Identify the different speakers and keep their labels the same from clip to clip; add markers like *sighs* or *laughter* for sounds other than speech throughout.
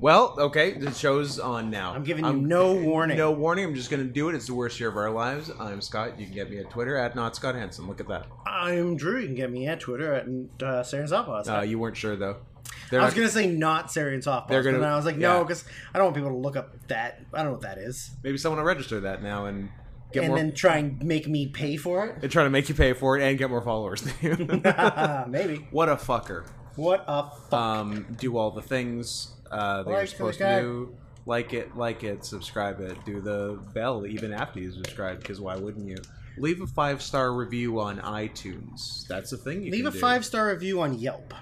Speaker 1: Well, okay, the show's on now.
Speaker 2: I'm giving you no warning.
Speaker 1: No warning. I'm just going to do it. It's the worst year of our lives. I'm Scott. You can get me at Twitter at not Scott Hansen. Look at that.
Speaker 2: I'm Drew. You can get me at Twitter at uh, Sarah and Softball.
Speaker 1: Uh, you weren't sure though. They're
Speaker 2: I was
Speaker 1: not-
Speaker 2: gonna say not Sarah and Softball,
Speaker 1: They're
Speaker 2: but
Speaker 1: gonna-
Speaker 2: then I was like, no,
Speaker 1: yeah.
Speaker 2: because I don't want people to look up that. I don't know what that is,
Speaker 1: Maybe someone will register that now and get
Speaker 2: and
Speaker 1: more.
Speaker 2: then try and make me pay for
Speaker 1: *laughs*
Speaker 2: it.
Speaker 1: They're trying to make you pay for it and get more followers than
Speaker 2: *laughs*
Speaker 1: you.
Speaker 2: Maybe.
Speaker 1: what a fucker.
Speaker 2: What a fuck.
Speaker 1: Um, do all the things uh, that
Speaker 2: Like
Speaker 1: you're
Speaker 2: the
Speaker 1: supposed
Speaker 2: guy.
Speaker 1: to do. Like it, like it, subscribe it, do the bell even after you subscribe, because why wouldn't you? Leave a five star review on iTunes. That's a thing you
Speaker 2: Leave
Speaker 1: can
Speaker 2: a
Speaker 1: do.
Speaker 2: five star review on Yelp,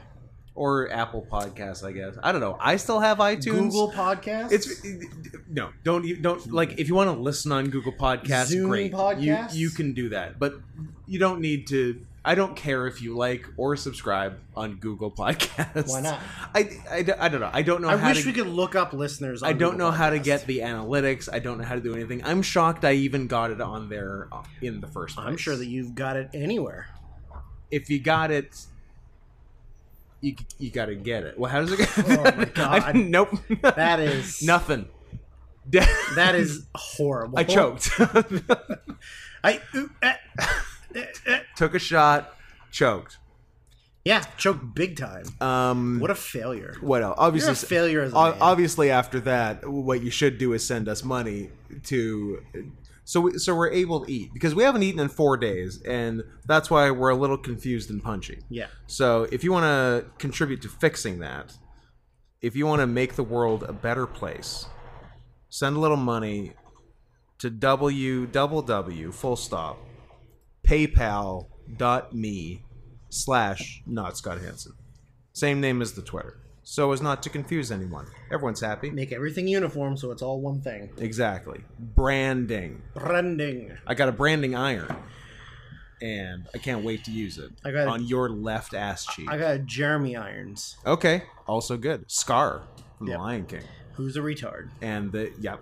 Speaker 1: or Apple Podcasts, I guess. I don't know. I still have iTunes.
Speaker 2: Google Podcasts.
Speaker 1: It's no, don't you don't like if you want to listen on Google Podcasts,
Speaker 2: Zoom
Speaker 1: great.
Speaker 2: Podcasts?
Speaker 1: You you can do that, but you don't need to. I don't care if you like or subscribe on Google Podcasts.
Speaker 2: Why not?
Speaker 1: I, I, d- I don't know. I don't know.
Speaker 2: I
Speaker 1: how
Speaker 2: wish
Speaker 1: to,
Speaker 2: we could look up listeners. On
Speaker 1: I don't
Speaker 2: Google
Speaker 1: know how to
Speaker 2: Podcasts.
Speaker 1: get the analytics. I don't know how to do anything. I'm shocked I even got it on there uh, in the first place.
Speaker 2: I'm sure that you've got it
Speaker 1: *laughs*
Speaker 2: anywhere.
Speaker 1: if you got it, you you got to get it. Well, how does it? Go?
Speaker 2: Oh my
Speaker 1: *laughs* I
Speaker 2: God.
Speaker 1: didn't- nope.
Speaker 2: That
Speaker 1: *laughs*
Speaker 2: is
Speaker 1: Nothing.
Speaker 2: That is horrible.
Speaker 1: I choked. *laughs*
Speaker 2: I ooh, eh,
Speaker 1: Took a shot. Choked.
Speaker 2: *laughs* yeah, choke big time.
Speaker 1: Um,
Speaker 2: What a failure.
Speaker 1: what else?
Speaker 2: You're a
Speaker 1: Obviously,
Speaker 2: failure as a
Speaker 1: o-
Speaker 2: man.
Speaker 1: obviously after that, what you should do is send us money to. So, we, so we're able to eat because we haven't eaten in four days, and that's why we're a little confused and punchy.
Speaker 2: yeah.
Speaker 1: So, if you want to contribute to fixing that, if you want to make the world a better place, send a little money to www full stop paypal.me slash not Scott Hansen. Same name as the Twitter. So as not to confuse anyone. Everyone's happy.
Speaker 2: Make everything uniform so it's all one thing.
Speaker 1: Exactly. Branding.
Speaker 2: Branding.
Speaker 1: I got a branding iron. And I can't wait to use it
Speaker 2: I got a-
Speaker 1: on your left ass cheek.
Speaker 2: I got Jeremy Irons,
Speaker 1: Okay, also good. Scar from
Speaker 2: Yep.
Speaker 1: The Lion King,
Speaker 2: who's a retard.
Speaker 1: and the yeah,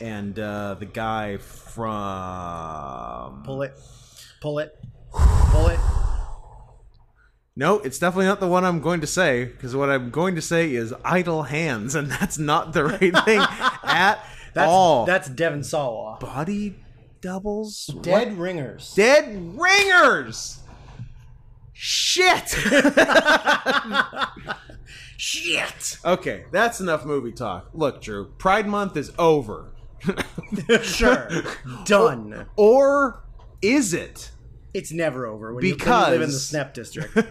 Speaker 1: and uh, the guy from
Speaker 2: Pull it. Pull it. Pull it.
Speaker 1: no, it's definitely not the one I'm going to say because what I'm going to say is idle hands, and *laughs* that's not the right *laughs* thing at
Speaker 2: That's
Speaker 1: all.
Speaker 2: that's Devin Sawa.
Speaker 1: body doubles,
Speaker 2: Dead
Speaker 1: What?
Speaker 2: ringers.
Speaker 1: dead ringers. Shit. *laughs*
Speaker 2: Shit.
Speaker 1: okay, that's enough movie talk. Look, Drew, Pride Month is over. *laughs*
Speaker 2: *laughs* sure. Done.
Speaker 1: Or is it?
Speaker 2: It's never over when you, when you live in the
Speaker 1: Because-
Speaker 2: Snap District.
Speaker 1: *laughs*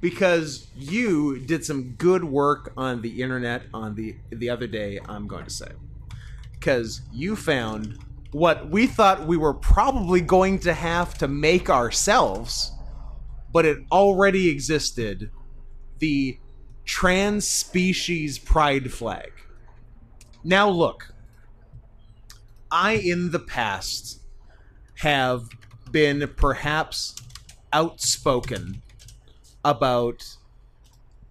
Speaker 1: because you did some good work on the internet on the the other day i'm going to say because you found what we thought we were probably going to have to make ourselves but it already existed the trans species pride flag now look i in the past have been perhaps outspoken about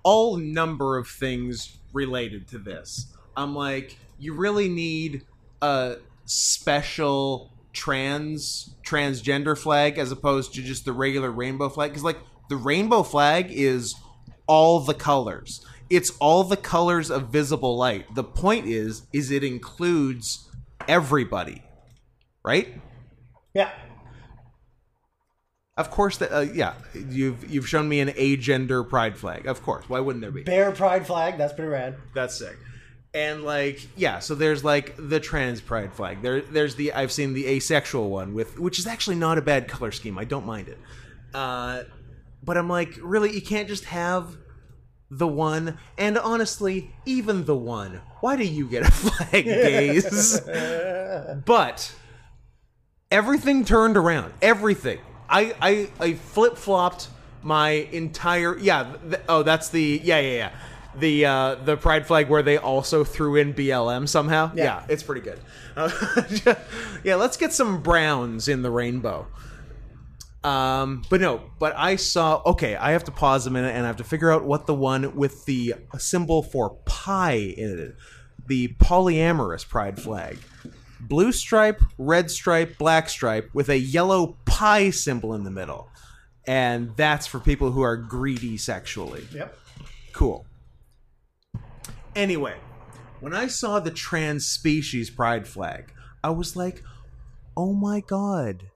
Speaker 1: all number of things related to this. I'm like, you really need a special trans transgender flag as opposed to just the regular rainbow flag because like the rainbow flag is all the colors it's all the colors of visible light the point is is it includes everybody right
Speaker 2: yeah.
Speaker 1: of course that uh, yeah you've you've shown me an agender pride flag of course why wouldn't there be
Speaker 2: Bear pride flag. That's pretty rad.
Speaker 1: That's sick. And like, yeah, so there's like the trans pride flag. There, there's the I've seen the asexual one with, which is actually not a bad color scheme. I don't mind it. Uh, but I'm like, really, you can't just have the one, and honestly, even the one. Why do you get a *laughs* flag, gays? but everything turned around. Everything. I I, I flip flopped my entire. Yeah. Th- oh, that's the. Yeah, yeah, yeah. The uh, the pride flag where they also threw in BLM somehow. Yeah, it's pretty good. *laughs* Uh, yeah, let's get some browns in the rainbow. Um, but no, but I saw. Okay, I have to pause a minute and I have to figure out what the one with the symbol for pi in it, the polyamorous pride flag, blue stripe, red stripe, black stripe with a yellow pi symbol in the middle, and that's for people who are greedy sexually.
Speaker 2: Yep.
Speaker 1: Cool. Anyway, When I saw the trans species pride flag, I was like, oh my god,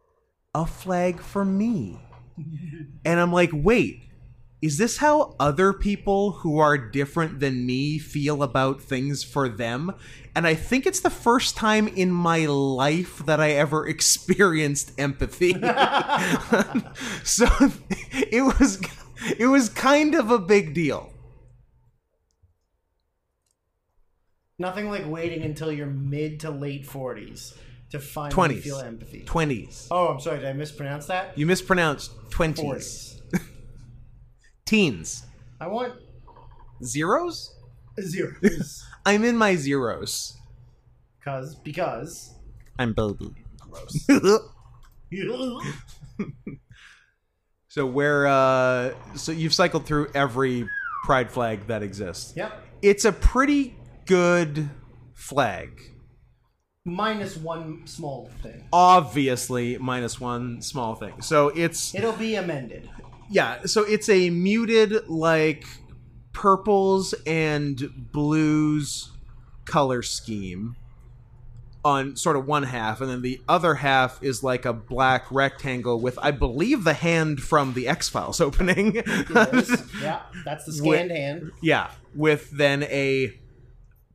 Speaker 1: a flag for me. and I'm like, wait, is this how other people who are different than me feel about things for them? And I think it's the first time in my life that I ever *laughs* experienced empathy. *laughs* so it was it was kind of a big deal.
Speaker 2: Nothing like waiting until your mid to late forties to finally
Speaker 1: 20s.
Speaker 2: feel empathy.
Speaker 1: 20s.
Speaker 2: oh, I'm sorry, did I mispronounce that?
Speaker 1: You mispronounced 20s.
Speaker 2: Forties.
Speaker 1: Teens.
Speaker 2: I want
Speaker 1: Zeros?
Speaker 2: zeros.
Speaker 1: I'm in my zeros.
Speaker 2: Cause because
Speaker 1: I'm Bobby. *laughs*
Speaker 2: gross.
Speaker 1: so where uh so you've cycled through every pride flag that exists.
Speaker 2: *laughs* yep.
Speaker 1: It's a pretty good flag.
Speaker 2: Minus one small thing.
Speaker 1: Obviously, minus one small thing. So it's
Speaker 2: It'll be amended.
Speaker 1: yeah, so it's a muted like purples and blues color scheme on sort of one half and then the other half is like a black rectangle with I believe the hand from the X-Files *laughs* opening.
Speaker 2: Yes. *laughs* yeah, that's the scanned hand.
Speaker 1: *laughs* yeah, with then a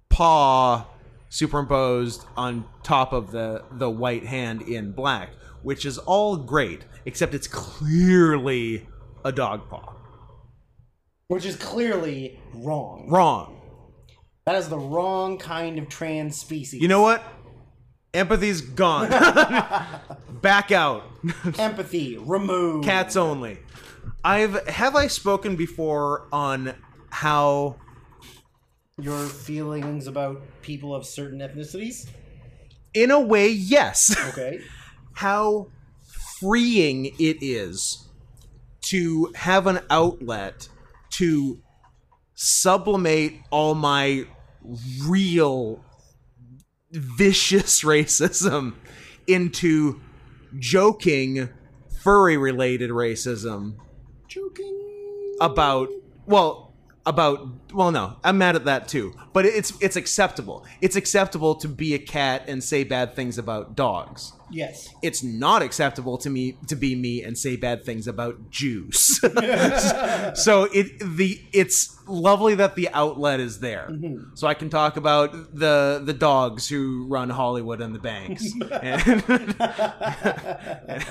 Speaker 1: paw superimposed on top of the the white hand in black, which is all great except it's clearly a dog paw.
Speaker 2: Which is clearly wrong.
Speaker 1: Wrong.
Speaker 2: That is the wrong kind of trans species.
Speaker 1: You know what? Empathy's gone. Back out.
Speaker 2: empathy removed.
Speaker 1: Cats only. I've have I spoken before on how
Speaker 2: Your feelings about people of certain ethnicities.
Speaker 1: in a way yes.
Speaker 2: Okay.
Speaker 1: how freeing it is to have an outlet to sublimate all my real vicious *laughs* racism into joking furry related racism
Speaker 2: Joking.
Speaker 1: about well about well no i'm mad at that too but it's it's acceptable it's acceptable to be a cat and say bad things about dogs
Speaker 2: Yes.
Speaker 1: it's not acceptable to me to be me and say bad things about Jews. *laughs* so it the it's lovely that the outlet is there. So I can talk about the the dogs who run Hollywood and the banks. and,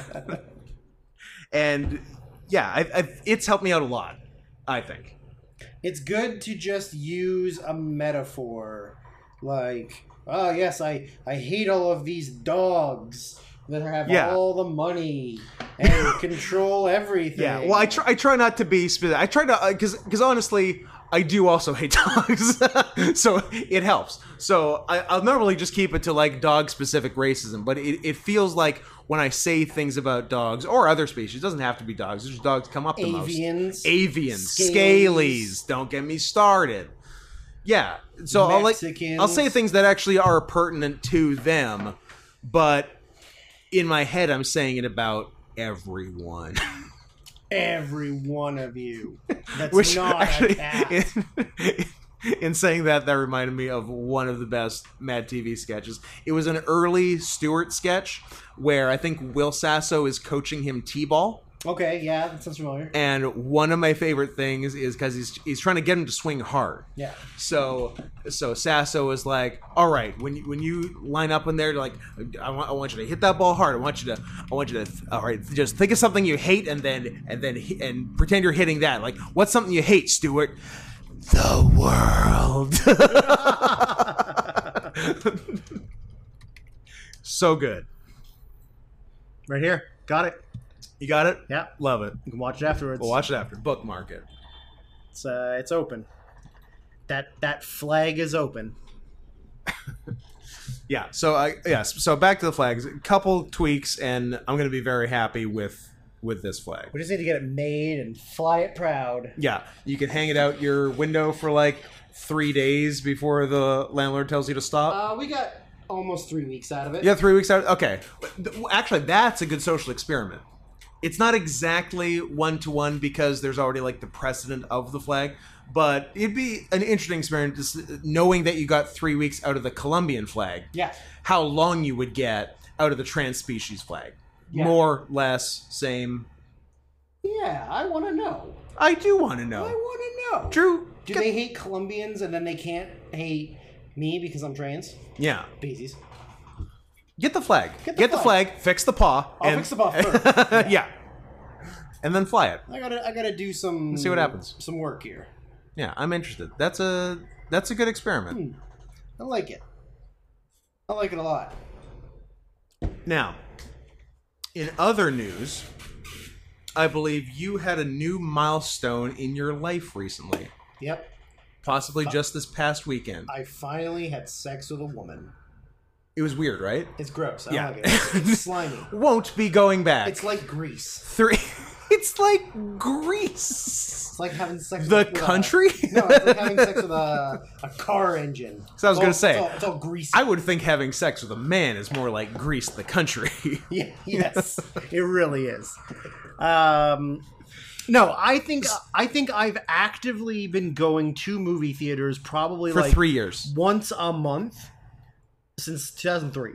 Speaker 1: *laughs* and, yeah, I, I, it's helped me out a lot. I think.
Speaker 2: It's good to just use a metaphor, like, oh yes, I I hate all of these dogs that have
Speaker 1: Yeah.
Speaker 2: all the money *laughs* and control everything.
Speaker 1: Yeah. Well, I try, I try not to be specific. I try to because because honestly, I do also hate *laughs* dogs, so it helps. So I, I'll normally just keep it to like dog specific racism, but it, it feels like when I say things about dogs or other species, it doesn't have to be dogs. It's just dogs come up the most.
Speaker 2: avians,
Speaker 1: Avians,
Speaker 2: Scales.
Speaker 1: scalies. Don't get me started. Yeah. So I'll like I'll say
Speaker 2: Mexicans.
Speaker 1: things that actually are pertinent to them, but in my head, I'm saying it about everyone.
Speaker 2: every one of *laughs* you. That's
Speaker 1: Which
Speaker 2: not a *laughs*
Speaker 1: actually,
Speaker 2: cat.
Speaker 1: in, *laughs* in saying that, that reminded me of one of the best Mad TV sketches. It was an early Stewart sketch where I think Will Sasso is coaching him t-ball,
Speaker 2: okay, yeah, that sounds familiar.
Speaker 1: and one of my favorite things is because he's he's trying to get him to swing hard.
Speaker 2: Yeah.
Speaker 1: So, so Sasso was like, "All right, when you, when you line up in there, like, I want, I want you to hit that ball hard. I want you to, I want you to, all right, just think of something you hate, and then and then hi- and pretend you're hitting that. Like, what's something you hate, Stuart? The world. *laughs* so good.
Speaker 2: Right here. Got it.
Speaker 1: You got it.
Speaker 2: Yeah.
Speaker 1: Love it.
Speaker 2: You can watch it afterwards.
Speaker 1: We'll watch it after. Bookmark it.
Speaker 2: It's uh, it's open. That that flag is open.
Speaker 1: Yeah. So I yes. So back to the flags. A couple tweaks, and I'm going to be very happy with with this flag.
Speaker 2: We just need to get it made and fly it proud.
Speaker 1: Yeah, you can hang it out your window for like three days before the landlord tells you to stop.
Speaker 2: Uh, we got almost three weeks out of it.
Speaker 1: yeah, three weeks out. Okay, actually, that's a good social experiment. It's not exactly one to one because there's already like the precedent of the flag, But it'd be an interesting experiment, just knowing that you got three weeks out of the Colombian flag,
Speaker 2: Yeah.
Speaker 1: how long you would get out of the trans species flag.
Speaker 2: Yeah.
Speaker 1: More, less, same.
Speaker 2: Yeah, I want to know.
Speaker 1: I do want to
Speaker 2: I
Speaker 1: know.
Speaker 2: want to know.
Speaker 1: Drew,
Speaker 2: Do
Speaker 1: get-
Speaker 2: they hate Colombians and then they can't hate me because I'm trans?
Speaker 1: yeah,
Speaker 2: Beesies.
Speaker 1: get the flag,
Speaker 2: Get the
Speaker 1: fix the paw,
Speaker 2: I'll
Speaker 1: *laughs*
Speaker 2: fix the paw first.
Speaker 1: yeah. and then fly it.
Speaker 2: I gotta, I gotta do some.
Speaker 1: see what happens.
Speaker 2: Some work here.
Speaker 1: Yeah, I'm interested. That's a that's a good experiment.
Speaker 2: Hmm. I like it. I like it a lot.
Speaker 1: Now, in other news, I believe you had a new milestone in your life recently,
Speaker 2: Yep.
Speaker 1: possibly just this past weekend.
Speaker 2: I finally had sex with a woman.
Speaker 1: It was weird, right?
Speaker 2: It's gross. I
Speaker 1: Yeah. *laughs*
Speaker 2: don't like it. It's slimy.
Speaker 1: Won't be going back.
Speaker 2: It's like grease.
Speaker 1: three. *laughs* It's like Greece,
Speaker 2: It's like having sex.
Speaker 1: the
Speaker 2: with a-
Speaker 1: country.
Speaker 2: no, it's like having sex with a, a car engine.
Speaker 1: *laughs* So I was
Speaker 2: It's
Speaker 1: gonna
Speaker 2: all-
Speaker 1: say,
Speaker 2: it's all, it's all greasy.
Speaker 1: I would think having sex with a man is more like Greece, the country. *laughs*
Speaker 2: *laughs* Yeah, yes, it really is. Um, no, I think I think I've actively been going to movie theaters probably
Speaker 1: for
Speaker 2: like
Speaker 1: three years.
Speaker 2: once a month since 2003.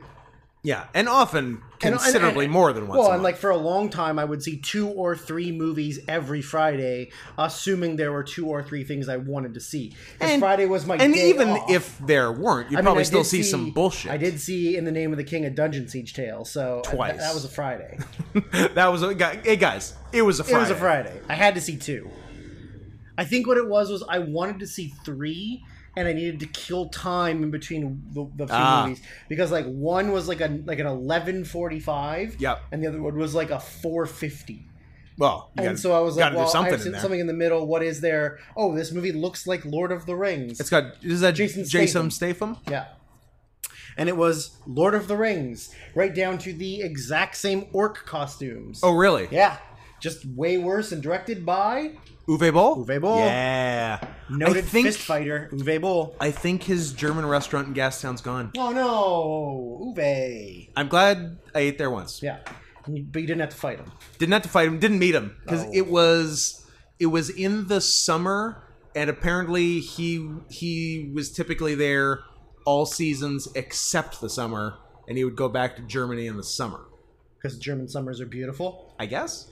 Speaker 1: Yeah, and often
Speaker 2: And- and-
Speaker 1: considerably
Speaker 2: and-
Speaker 1: more than once.
Speaker 2: Well,
Speaker 1: a
Speaker 2: and
Speaker 1: month.
Speaker 2: like for a long time, I would see two or three movies every Friday, assuming there were two or three things I wanted to see. 'Cause
Speaker 1: And-
Speaker 2: Friday was my
Speaker 1: and
Speaker 2: day
Speaker 1: even
Speaker 2: off.
Speaker 1: if there weren't, you'd
Speaker 2: I mean,
Speaker 1: probably
Speaker 2: I
Speaker 1: still
Speaker 2: did
Speaker 1: see, some bullshit. *laughs*
Speaker 2: I did see in the name of the King of Dungeon Siege Tale, so I-
Speaker 1: Twice.
Speaker 2: that, that was a Friday.
Speaker 1: that was a guy. Hey guys, it was a Friday.
Speaker 2: It was a Friday. I had to see two. I think what it was was I wanted to see three, and I needed to kill time in between the, the two
Speaker 1: Ah.
Speaker 2: movies because like one was like a like an eleven forty five,
Speaker 1: Yep.
Speaker 2: and the other one was like a four fifty.
Speaker 1: Well, you
Speaker 2: And
Speaker 1: gotta,
Speaker 2: so I was like,
Speaker 1: gotta
Speaker 2: well,
Speaker 1: do something
Speaker 2: I've
Speaker 1: in
Speaker 2: seen
Speaker 1: there.
Speaker 2: something in the middle. What is there? Oh, this movie looks like Lord of the Rings.
Speaker 1: It's got is that
Speaker 2: Jason
Speaker 1: Jason Jason
Speaker 2: Statham.
Speaker 1: Statham?
Speaker 2: yeah. And it was Lord of the Rings, right down to the exact same orc costumes.
Speaker 1: Oh really?
Speaker 2: yeah. Just way worse and directed by
Speaker 1: Uwe Boll.
Speaker 2: Uwe Boll.
Speaker 1: Yeah.
Speaker 2: noted
Speaker 1: I think
Speaker 2: fist fighter Uwe Boll.
Speaker 1: I think his German restaurant in Gastown's gone.
Speaker 2: Oh no, Uwe.
Speaker 1: I'm glad I ate there once.
Speaker 2: Yeah, but you didn't have to fight him.
Speaker 1: Didn't have to fight him. Didn't meet him because
Speaker 2: Oh.
Speaker 1: it was it was in the summer, and apparently he he was typically there all seasons except the summer, and he would go back to Germany in the summer.
Speaker 2: Because German summers are beautiful.
Speaker 1: I guess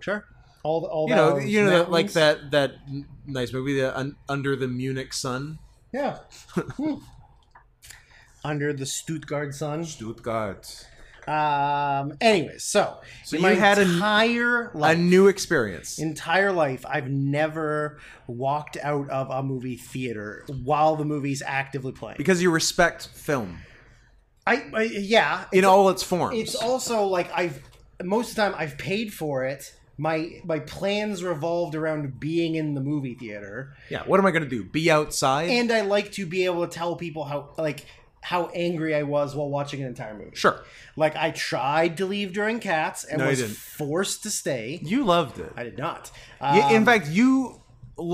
Speaker 2: Sure. All the all
Speaker 1: you know
Speaker 2: those
Speaker 1: you know that, like
Speaker 2: mountains.
Speaker 1: that that n- nice movie the un, Under the Munich Sun. *laughs*
Speaker 2: Yeah. Hmm. Under the Stuttgart sun.
Speaker 1: Stuttgart.
Speaker 2: Um. Anyways, so
Speaker 1: So
Speaker 2: in
Speaker 1: you
Speaker 2: my
Speaker 1: had an-
Speaker 2: entire
Speaker 1: A
Speaker 2: life,
Speaker 1: new experience.
Speaker 2: entire life, I've never walked out of a movie theater while the movie's actively playing.
Speaker 1: because you respect film
Speaker 2: I, I yeah,
Speaker 1: in all its forms.
Speaker 2: it's also like I've most of the time I've paid for it. My my plans revolved around being in the movie theater,
Speaker 1: yeah. What am I going to do? Be outside?
Speaker 2: and I like to be able to tell people how like how angry I was while watching an entire movie.
Speaker 1: sure.
Speaker 2: Like I tried to leave during Cats and
Speaker 1: No, you
Speaker 2: was
Speaker 1: didn't.
Speaker 2: forced to stay.
Speaker 1: You loved it.
Speaker 2: I did not.
Speaker 1: Y-
Speaker 2: Um,
Speaker 1: in fact, you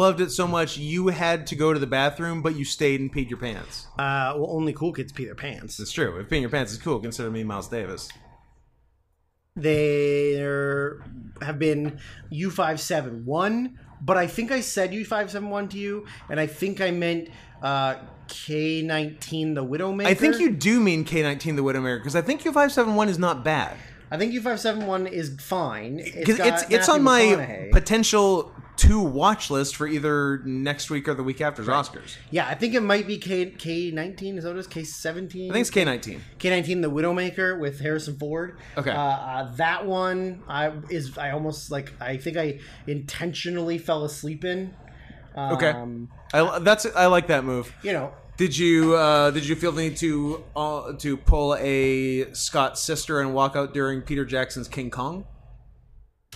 Speaker 1: loved it so much you had to go to the bathroom, but you stayed and peed your pants.
Speaker 2: uh, well, only cool kids pee their pants.
Speaker 1: It's true. If peeing your pants is cool, consider me Miles Davis.
Speaker 2: There have been U five seven one, but I think I said U five seven one to you, and I think I meant uh, K nineteen the Widowmaker.
Speaker 1: I think you do mean K19 the Widowmaker because I think U571 is not bad.
Speaker 2: I think U five seven one is fine. It's
Speaker 1: Because
Speaker 2: got
Speaker 1: it's it's
Speaker 2: Matthew
Speaker 1: on my
Speaker 2: McConaughey.
Speaker 1: potential to watch list for either next week or the week after's Oscars.
Speaker 2: yeah, I think it might be K K nineteen. Is that what it is? K seventeen.
Speaker 1: I think it's K19.
Speaker 2: K nineteen the Widowmaker with Harrison Ford.
Speaker 1: Okay.
Speaker 2: uh, uh, that one I is I almost like I think I intentionally fell asleep in. Um,
Speaker 1: Okay. I, that's I like that move.
Speaker 2: You know,
Speaker 1: Did you uh, did you feel the need to uh, to pull a Scott sister and walk out during Peter Jackson's King Kong?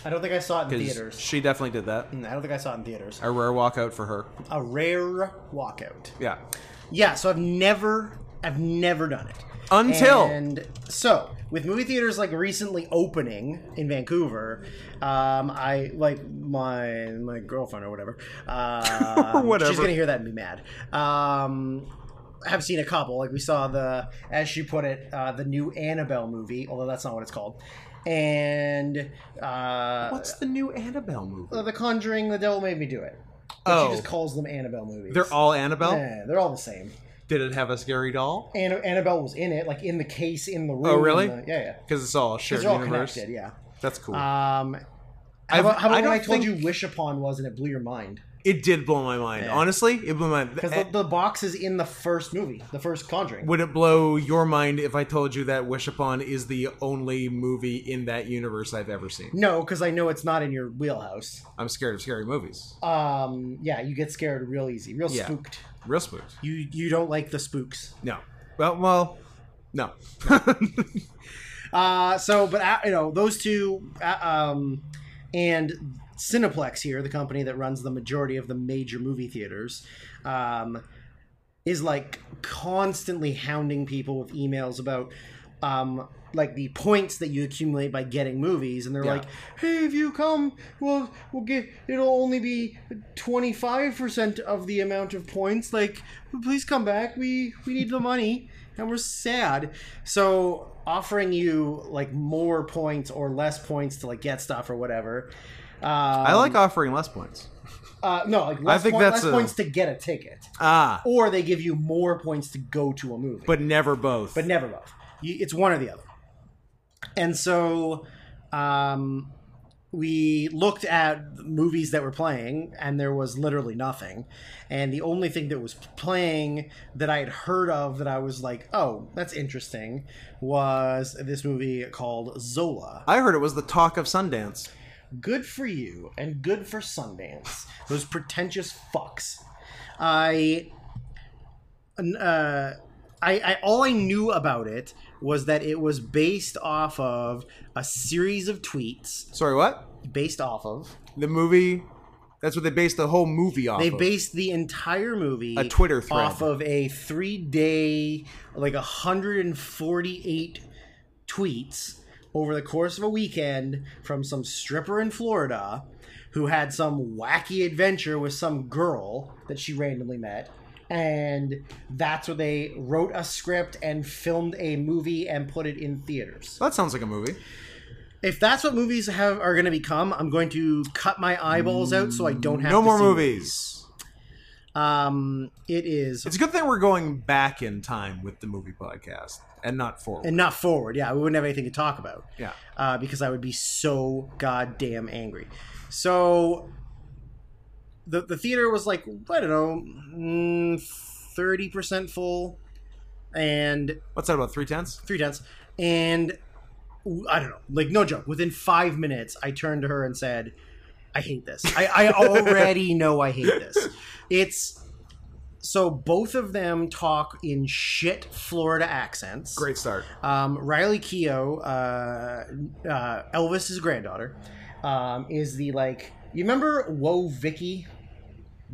Speaker 2: I don't think I saw it in
Speaker 1: 'Cause
Speaker 2: theaters.
Speaker 1: She definitely did that.
Speaker 2: I don't think I saw it in theaters.
Speaker 1: A rare walkout for her.
Speaker 2: A rare walkout.
Speaker 1: Yeah.
Speaker 2: Yeah, so I've never, I've never done it
Speaker 1: Until
Speaker 2: And so, with movie theaters like recently opening in Vancouver, um, I like my my girlfriend
Speaker 1: *laughs*
Speaker 2: or whatever. Uh,
Speaker 1: Whatever.
Speaker 2: She's gonna hear that and be mad. Um, have seen a couple. Like we saw the, as she put it, uh, the new Annabelle movie. Although that's not what it's called. And uh,
Speaker 1: what's the new Annabelle movie?
Speaker 2: Uh, The Conjuring, The Devil Made Me Do It. But
Speaker 1: Oh.
Speaker 2: she just calls them Annabelle movies.
Speaker 1: They're all Annabelle.
Speaker 2: Yeah, they're all the same.
Speaker 1: Did it have a scary doll?
Speaker 2: Anna, Annabelle was in it, like in the case in the room.
Speaker 1: Oh, really?
Speaker 2: and the- yeah, yeah. 'Cause
Speaker 1: Because it's all a shared
Speaker 2: they're all
Speaker 1: universe.
Speaker 2: connected. Yeah.
Speaker 1: That's cool.
Speaker 2: Um, how
Speaker 1: I've-
Speaker 2: about, how about
Speaker 1: I
Speaker 2: when I
Speaker 1: don't
Speaker 2: told
Speaker 1: think-
Speaker 2: you Wish Upon was and it blew your mind?
Speaker 1: it did blow my mind.
Speaker 2: Yeah.
Speaker 1: Honestly, it blew my mind. Eh,
Speaker 2: Because the, the box is in the first movie, the first Conjuring.
Speaker 1: Would it blow your mind if I told you that Wish Upon is the only movie in that universe I've ever seen?
Speaker 2: No, because I know it's not in your wheelhouse.
Speaker 1: I'm scared of scary movies.
Speaker 2: Um, yeah, you get scared real easy, real
Speaker 1: Yeah.
Speaker 2: spooked.
Speaker 1: Real spooked.
Speaker 2: You you don't like the spooks.
Speaker 1: No. Well, well, no. *laughs*
Speaker 2: Uh, so, but uh, you know those two, uh, um, and Cineplex here, the company that runs the majority of the major movie theaters, um, is like constantly hounding people with emails about. Um, like the points that you accumulate by getting movies, and they're
Speaker 1: Yeah.
Speaker 2: like, "Hey, if you come, we'll we'll get it'll only be twenty five percent of the amount of points. Like, please come back. We we need the money, and we're sad. So offering you like more points or less points to like get stuff or whatever. Um,
Speaker 1: I like offering less points.
Speaker 2: uh, no like less,
Speaker 1: think
Speaker 2: point-
Speaker 1: that's
Speaker 2: less
Speaker 1: a-
Speaker 2: points to get a ticket,
Speaker 1: Ah,
Speaker 2: or they give you more points to go to a movie
Speaker 1: but never both.
Speaker 2: but never both. You, it's one or the other. And so, um, we looked at movies that were playing, and there was literally nothing. And the only thing that was playing that I had heard of that I was like, "Oh, that's interesting," was this movie called Zola.
Speaker 1: I heard it was the talk of Sundance.
Speaker 2: Good for you, and good for Sundance. Those pretentious fucks. I, n- uh, I, I, all I knew about it was that it was based off of a series of tweets.
Speaker 1: Sorry, what?
Speaker 2: Based off of,
Speaker 1: The movie. That's what they based the whole movie off.
Speaker 2: they
Speaker 1: of.
Speaker 2: based the entire movie
Speaker 1: A Twitter thread.
Speaker 2: off of a three-day, like 148 tweets over the course of a weekend from some stripper in Florida who had some wacky adventure with some girl that she randomly met. And that's where they wrote a script and filmed a movie and put it in theaters.
Speaker 1: That sounds like a movie.
Speaker 2: If that's what movies have are going to become, I'm going to cut my eyeballs out so I don't have
Speaker 1: no
Speaker 2: to
Speaker 1: more
Speaker 2: see
Speaker 1: movies.
Speaker 2: Um, it is
Speaker 1: It's a good thing we're going back in time with the movie podcast and not forward.
Speaker 2: and not forward. Yeah, we wouldn't have anything to talk about.
Speaker 1: yeah.
Speaker 2: uh, because I would be so goddamn angry. So the the theater was like I don't know, mm, thirty percent full, and
Speaker 1: What's that about? Three tenths?
Speaker 2: three tenths, and w- I don't know, like no joke. Within five minutes, I turned to her and said, "I hate this. I, I already know I hate this. It's." So both of them talk in shit Florida accents.
Speaker 1: Great start.
Speaker 2: Um, Riley Keough, uh, uh, Elvis's granddaughter, um, is the like. You remember Whoa Vicky?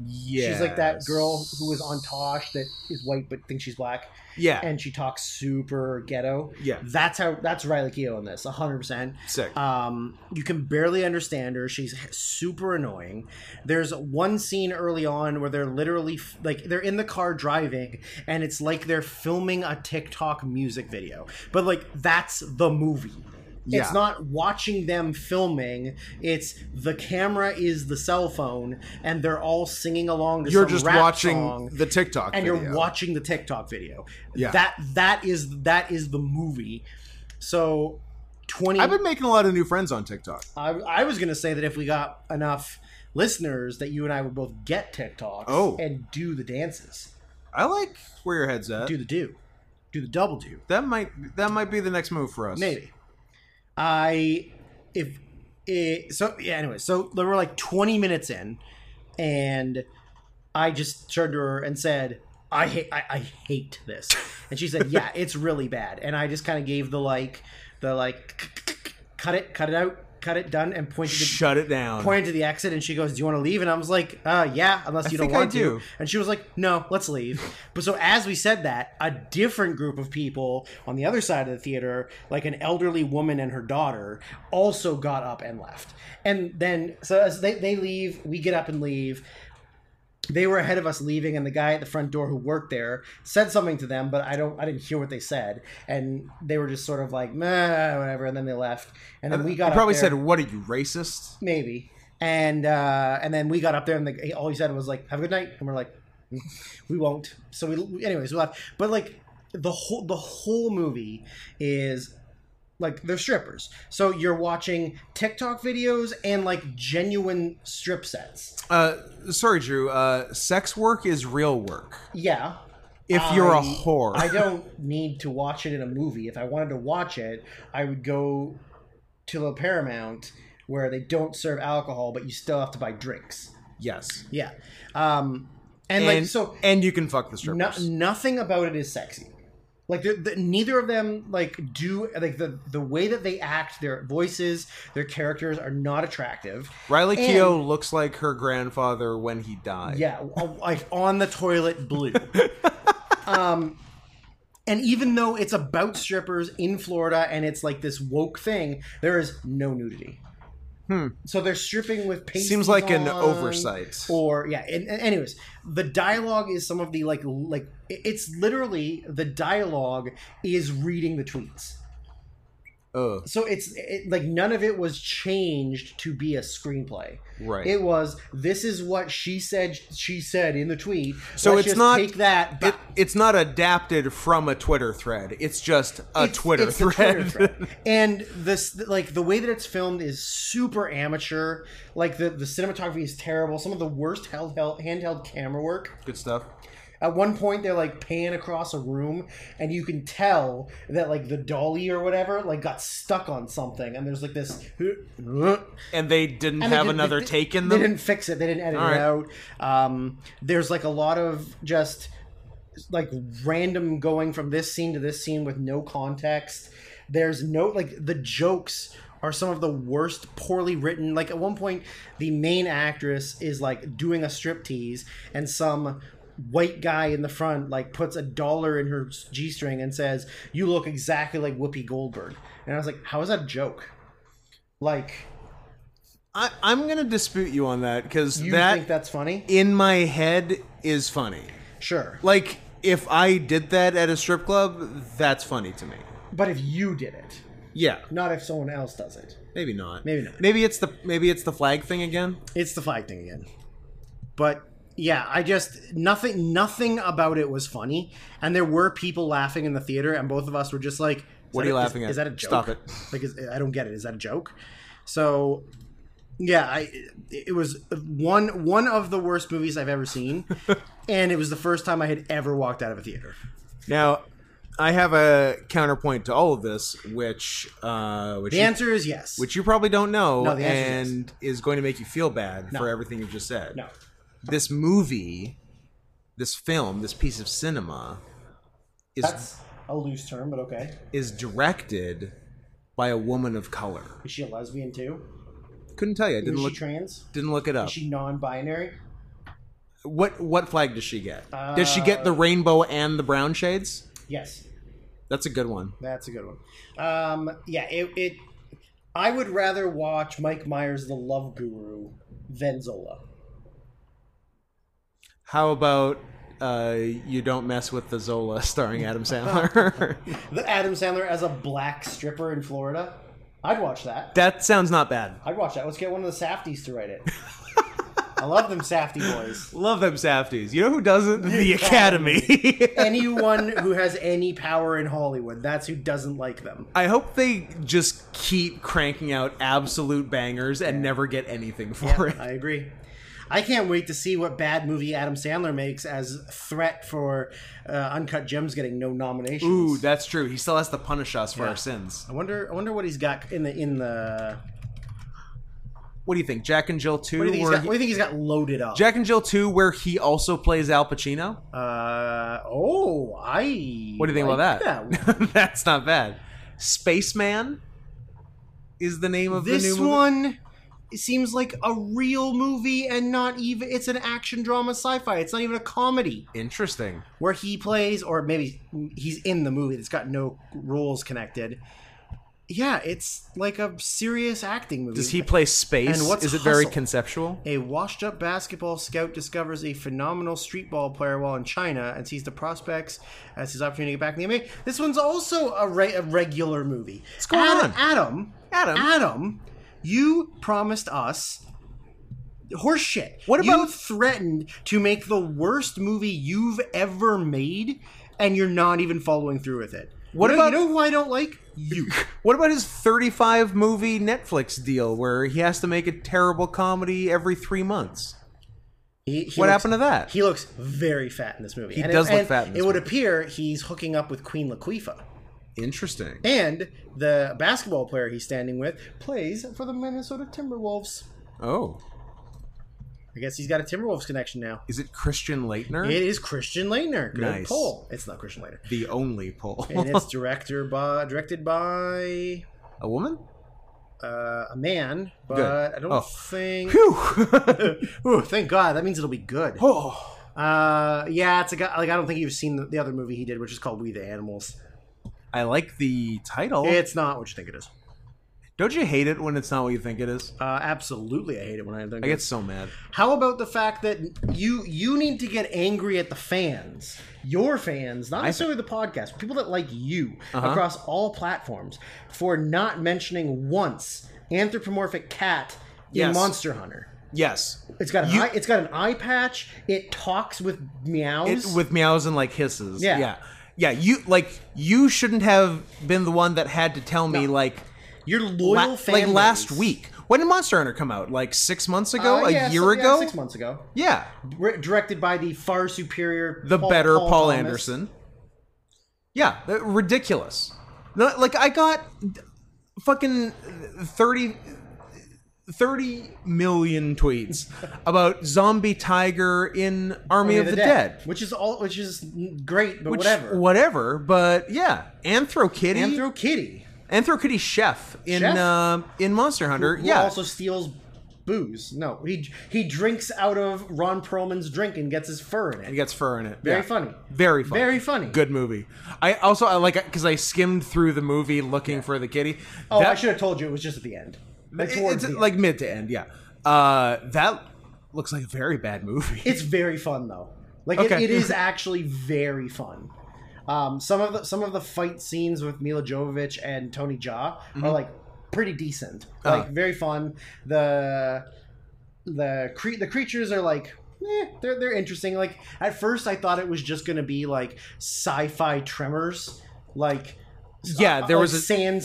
Speaker 1: Yeah.
Speaker 2: She's like that girl who was on Tosh that is white but thinks she's black,
Speaker 1: Yeah.
Speaker 2: and she talks super ghetto.
Speaker 1: yeah.
Speaker 2: That's how. That's Riley Keough in this, hundred percent.
Speaker 1: Sick.
Speaker 2: Um, you can barely understand her. She's super annoying. There's one scene early on where they're literally f- like they're in the car driving, and it's like they're filming a TikTok music video. But like that's the movie.
Speaker 1: Yeah.
Speaker 2: It's not watching them filming. It's the camera is the cell phone, and they're all singing along to
Speaker 1: you're
Speaker 2: some
Speaker 1: just
Speaker 2: rap
Speaker 1: watching
Speaker 2: song
Speaker 1: the TikTok,
Speaker 2: and
Speaker 1: video.
Speaker 2: you're watching the TikTok video.
Speaker 1: Yeah.
Speaker 2: That that is that is the movie. So twenty.
Speaker 1: I've been making a lot of new friends on TikTok.
Speaker 2: I, I was gonna say that if we got enough listeners, that you and I would both get TikToks
Speaker 1: Oh.
Speaker 2: and do the dances,
Speaker 1: I like where your head's at.
Speaker 2: do the do, do the double do,
Speaker 1: That might that might be the next move for us.
Speaker 2: maybe. I if it, so yeah. Anyway, so there were like twenty minutes in, and I just turned to her and said, "I hate, I, I hate this," and she said, "Yeah, it's really bad." And I just kind of gave the like, the like, cut it, cut it out, cut it, done, and pointed. to
Speaker 1: Shut it down.
Speaker 2: pointed to the exit and she goes, "Do you want to leave?" And I was like, "Uh, yeah, unless
Speaker 1: I
Speaker 2: you don't
Speaker 1: think I
Speaker 2: want
Speaker 1: do.
Speaker 2: to." And she was like, "No,
Speaker 1: *laughs*
Speaker 2: let's leave." But so as we said that, a different group of people on the other side of the theater, like an elderly woman and her daughter, also got up and left. And then so as they they leave, we get up and leave. They were ahead of us leaving, and the guy at the front door who worked there said something to them, but I don't, I didn't hear what they said, and they were just sort of like, meh, whatever, and then they left, and then we got
Speaker 1: You
Speaker 2: up
Speaker 1: probably
Speaker 2: there.
Speaker 1: said, "What are you racist?"
Speaker 2: Maybe. and uh, and then we got up there, and the, he- all he said was like, "Have a good night," and we're like, "We won't." So we, anyways, we left. But like the whole the whole movie is like they're strippers, so you're watching TikTok videos and like genuine strip sets.
Speaker 1: Uh, sorry, Drew. Uh, sex work is real work.
Speaker 2: Yeah,
Speaker 1: If you're a
Speaker 2: I-
Speaker 1: whore,
Speaker 2: Uh, I don't need to watch it in a movie. If I wanted to watch it, I would go to the Paramount where they don't serve alcohol, but you still have to buy drinks.
Speaker 1: yes,
Speaker 2: Yeah. Um, and,
Speaker 1: and
Speaker 2: like, so
Speaker 1: and you can fuck the
Speaker 2: no,
Speaker 1: strippers.
Speaker 2: nothing about it is sexy. Like the, the, neither of them like do like the the way that they act, their voices, their characters are not attractive.
Speaker 1: Riley
Speaker 2: and-
Speaker 1: Keough looks like her grandfather when he died.
Speaker 2: Yeah, like on the
Speaker 1: *laughs*
Speaker 2: toilet blue. um, and even though it's about strippers in Florida and it's like this woke thing, there is no nudity.
Speaker 1: Hmm.
Speaker 2: So they're stripping with pasties
Speaker 1: seems like an
Speaker 2: on,
Speaker 1: oversight.
Speaker 2: Or yeah, and, and anyways, the dialogue is some of the like like it- it's literally the dialogue is reading the tweets.
Speaker 1: Ugh,
Speaker 2: So it's it, like none of it was changed to be a screenplay.
Speaker 1: right.
Speaker 2: It was this is what she said she said in the tweet.
Speaker 1: So
Speaker 2: Let's
Speaker 1: it's
Speaker 2: just
Speaker 1: not-
Speaker 2: take that
Speaker 1: it,
Speaker 2: back.
Speaker 1: it's not adapted from a Twitter thread. It's just a
Speaker 2: It's-
Speaker 1: Twitter,
Speaker 2: it's the
Speaker 1: thread.
Speaker 2: Twitter
Speaker 1: *laughs*
Speaker 2: thread. and this like the way that it's filmed is super amateur. Like the, the cinematography is terrible. Some of the worst handheld handheld camera work.
Speaker 1: Good stuff.
Speaker 2: At one point, they're like pan across a room, and you can tell that like the dolly or whatever like got stuck on something, and there's like this. *laughs*
Speaker 1: And they didn't
Speaker 2: And they
Speaker 1: have
Speaker 2: didn't-
Speaker 1: another
Speaker 2: they-
Speaker 1: take in
Speaker 2: They
Speaker 1: them.
Speaker 2: didn't fix it. They didn't edit
Speaker 1: All
Speaker 2: it
Speaker 1: right.
Speaker 2: out. Um, there's like a lot of just like random going from this scene to this scene with no context. There's no like the jokes are some of the worst poorly written like at one point the main actress is like doing a striptease and some white guy in the front like puts a dollar in her g-string and says you look exactly like whoopi goldberg and i was like how is that a joke like
Speaker 1: I, I'm going to dispute you on that because
Speaker 2: you
Speaker 1: that
Speaker 2: think that's funny
Speaker 1: in my head is funny.
Speaker 2: Sure.
Speaker 1: Like if I did that at a strip club, that's funny to me.
Speaker 2: But if you did it,
Speaker 1: Yeah,
Speaker 2: not if someone else does it.
Speaker 1: maybe not.
Speaker 2: Maybe not.
Speaker 1: Maybe it's the maybe it's the flag thing again.
Speaker 2: It's the flag thing again. But yeah, I just nothing nothing about it was funny. And there were people laughing in the theater and both of us were just like
Speaker 1: What
Speaker 2: "Is
Speaker 1: are you
Speaker 2: that-
Speaker 1: laughing
Speaker 2: is,
Speaker 1: at?
Speaker 2: Is that a joke?
Speaker 1: Stop it.
Speaker 2: *laughs* Like is, I don't get it. Is that a joke? So yeah, I it was one one of the worst movies I've ever
Speaker 1: *laughs*
Speaker 2: seen, and it was the first time I had ever walked out of a theater.
Speaker 1: Now, I have a counterpoint to all of this, which uh, which
Speaker 2: The
Speaker 1: you-
Speaker 2: answer is yes.
Speaker 1: which you probably don't know,
Speaker 2: No, the answer is
Speaker 1: and is going to make you feel bad
Speaker 2: No.
Speaker 1: for everything you've just said.
Speaker 2: no,
Speaker 1: This movie, this film, this piece of cinema, is
Speaker 2: that's a loose term, but okay.
Speaker 1: is directed by a woman of color.
Speaker 2: Is she a lesbian too?
Speaker 1: Couldn't tell you. I didn't
Speaker 2: Is
Speaker 1: look.
Speaker 2: she trans?
Speaker 1: didn't look it up.
Speaker 2: Is she non-binary?
Speaker 1: What what flag does she get? does she get the
Speaker 2: Uh,
Speaker 1: rainbow and the brown shades?
Speaker 2: Yes,
Speaker 1: That's a good one.
Speaker 2: that's a good one. Um, yeah, it, it. I would rather watch Mike Myers, the Love Guru, than Zola.
Speaker 1: How about uh, you don't mess with the Zola starring
Speaker 2: *laughs*
Speaker 1: Adam Sandler? *laughs*
Speaker 2: The Adam Sandler as a black stripper in Florida. I'd watch that.
Speaker 1: that sounds not bad.
Speaker 2: I'd watch that. Let's get one of the Safties to *laughs* write it. I love them Safty boys.
Speaker 1: Love them Safties. You know who
Speaker 2: *laughs*
Speaker 1: doesn't? The
Speaker 2: Academy.
Speaker 1: Academy. *laughs*
Speaker 2: Anyone who has any power in Hollywood, that's who doesn't like them.
Speaker 1: I hope they just keep cranking out absolute bangers and never get anything for it.
Speaker 2: *laughs* I agree. I can't wait to see what bad movie Adam Sandler makes as threat for uh, Uncut Gems getting no nominations.
Speaker 1: Ooh, that's true. He still has to punish us for our sins.
Speaker 2: I wonder. I wonder what he's got in the in the.
Speaker 1: What do you think? Jack and Jill 2?
Speaker 2: What do you think he's
Speaker 1: where
Speaker 2: got?
Speaker 1: he-
Speaker 2: What do you think he's got loaded up?
Speaker 1: Jack and Jill 2 where he also plays Al Pacino? *laughs*
Speaker 2: uh oh, I.
Speaker 1: What do you think
Speaker 2: like
Speaker 1: about that? That's not bad. Spaceman is the name of the new
Speaker 2: this
Speaker 1: movie.
Speaker 2: one seems like a real movie and not even. It's an action drama sci-fi. It's not even a comedy
Speaker 1: Interesting.
Speaker 2: where he plays, or maybe he's in the movie. That's got no roles connected. Yeah, it's like a serious acting movie.
Speaker 1: Does he play space?
Speaker 2: And what's
Speaker 1: is it very
Speaker 2: Hustle?
Speaker 1: conceptual?
Speaker 2: A washed up basketball scout discovers a phenomenal street ball player while in China and sees the prospects as his opportunity to get back in the NBA. This one's also a, re- a regular movie. What's
Speaker 1: going
Speaker 2: Adam,
Speaker 1: on?
Speaker 2: Adam,
Speaker 1: Adam.
Speaker 2: Adam, you promised us horse shit.
Speaker 1: What
Speaker 2: You
Speaker 1: about-
Speaker 2: threatened to make the worst movie you've ever made, and you're not even following through with it?
Speaker 1: What
Speaker 2: You know-
Speaker 1: about-
Speaker 2: you know who I don't like? You.
Speaker 1: What about his 35 movie Netflix deal where he has to make a terrible comedy every three months?
Speaker 2: He- he
Speaker 1: What
Speaker 2: looks-
Speaker 1: happened to that?
Speaker 2: He looks very fat in this movie. He
Speaker 1: does
Speaker 2: it,
Speaker 1: look
Speaker 2: and
Speaker 1: fat in this
Speaker 2: it would
Speaker 1: movie.
Speaker 2: appear he's hooking up with Queen Latifah,
Speaker 1: Interesting.
Speaker 2: and the basketball player he's standing with plays for the Minnesota Timberwolves.
Speaker 1: Oh.
Speaker 2: I guess he's got a Timberwolves connection now.
Speaker 1: Is it Christian Leitner?
Speaker 2: It is Christian Leitner. Good
Speaker 1: Nice.
Speaker 2: poll. It's not Christian Leitner.
Speaker 1: the only pole.
Speaker 2: And
Speaker 1: *laughs*
Speaker 2: it's director by directed by
Speaker 1: a woman?
Speaker 2: uh, a man, but
Speaker 1: Good.
Speaker 2: I don't
Speaker 1: Oh. *laughs*
Speaker 2: think. *laughs*
Speaker 1: Phew!
Speaker 2: Ooh, thank God. That means it'll be good.
Speaker 1: oh.
Speaker 2: Uh, yeah, it's a guy. Like I don't think you've seen the, the other movie he did, which is called We the Animals.
Speaker 1: I like the title.
Speaker 2: It's not what you think it is.
Speaker 1: Don't you hate it when it's not what you think it is?
Speaker 2: Uh, absolutely, I hate it when I think.
Speaker 1: I get so mad.
Speaker 2: How about the fact that you you need to get angry at the fans, your fans, not necessarily the podcast, people that like you
Speaker 1: Uh-huh.
Speaker 2: across all platforms for not mentioning once anthropomorphic cat in
Speaker 1: Yes.
Speaker 2: Monster Hunter.
Speaker 1: Yes.
Speaker 2: It's got an
Speaker 1: You-
Speaker 2: eye, it's got an eye patch. It talks with meows.
Speaker 1: It, with meows and like hisses.
Speaker 2: Yeah.
Speaker 1: yeah. Yeah, you like you shouldn't have been the one that had to tell me like
Speaker 2: your loyal
Speaker 1: la-
Speaker 2: fans.
Speaker 1: like last week. When did Monster Hunter come out? Like six months
Speaker 2: Uh,
Speaker 1: ago? a year ago?
Speaker 2: six months ago.
Speaker 1: Yeah.
Speaker 2: Re- directed by the far superior,
Speaker 1: The better Paul,
Speaker 2: Thomas.
Speaker 1: Anderson. Yeah. uh, Ridiculous. No, Like, I got d- fucking 30, 30 million tweets about Zombie Tiger in Army, of, the, Dead.
Speaker 2: which is all, which is great, but
Speaker 1: Which-
Speaker 2: whatever.
Speaker 1: Whatever. But yeah. Anthro Kitty. Anthro,
Speaker 2: Anthro Kitty,
Speaker 1: Kitty Chef in
Speaker 2: Chef?
Speaker 1: um in Monster Hunter.
Speaker 2: who
Speaker 1: yeah.
Speaker 2: also steals booze. No, he he drinks out of Ron Perlman's drink and gets his fur in
Speaker 1: It
Speaker 2: it.
Speaker 1: gets fur in it.
Speaker 2: Very
Speaker 1: Yeah.
Speaker 2: funny.
Speaker 1: Very funny.
Speaker 2: Very funny.
Speaker 1: Good movie. I also I like because I skimmed through the movie looking for the kitty.
Speaker 2: Oh, I
Speaker 1: That-
Speaker 2: should have told you it was just at the end. Like
Speaker 1: it-
Speaker 2: towards
Speaker 1: it's
Speaker 2: the end.
Speaker 1: like mid to end. Yeah. Uh, that looks like a very bad movie.
Speaker 2: *laughs* It's very fun though. Like
Speaker 1: Okay. *laughs*
Speaker 2: it, it is actually very fun. Um, some of the some of the fight scenes with Mila Jovovich and Tony Jaa are like pretty decent. Like
Speaker 1: Mm-hmm. Uh-huh.
Speaker 2: very fun. The the cre- the creatures are like eh, they're they're interesting. Like at first I thought it was just going to be like sci-fi tremors like uh,
Speaker 1: yeah, there
Speaker 2: like
Speaker 1: was a
Speaker 2: sand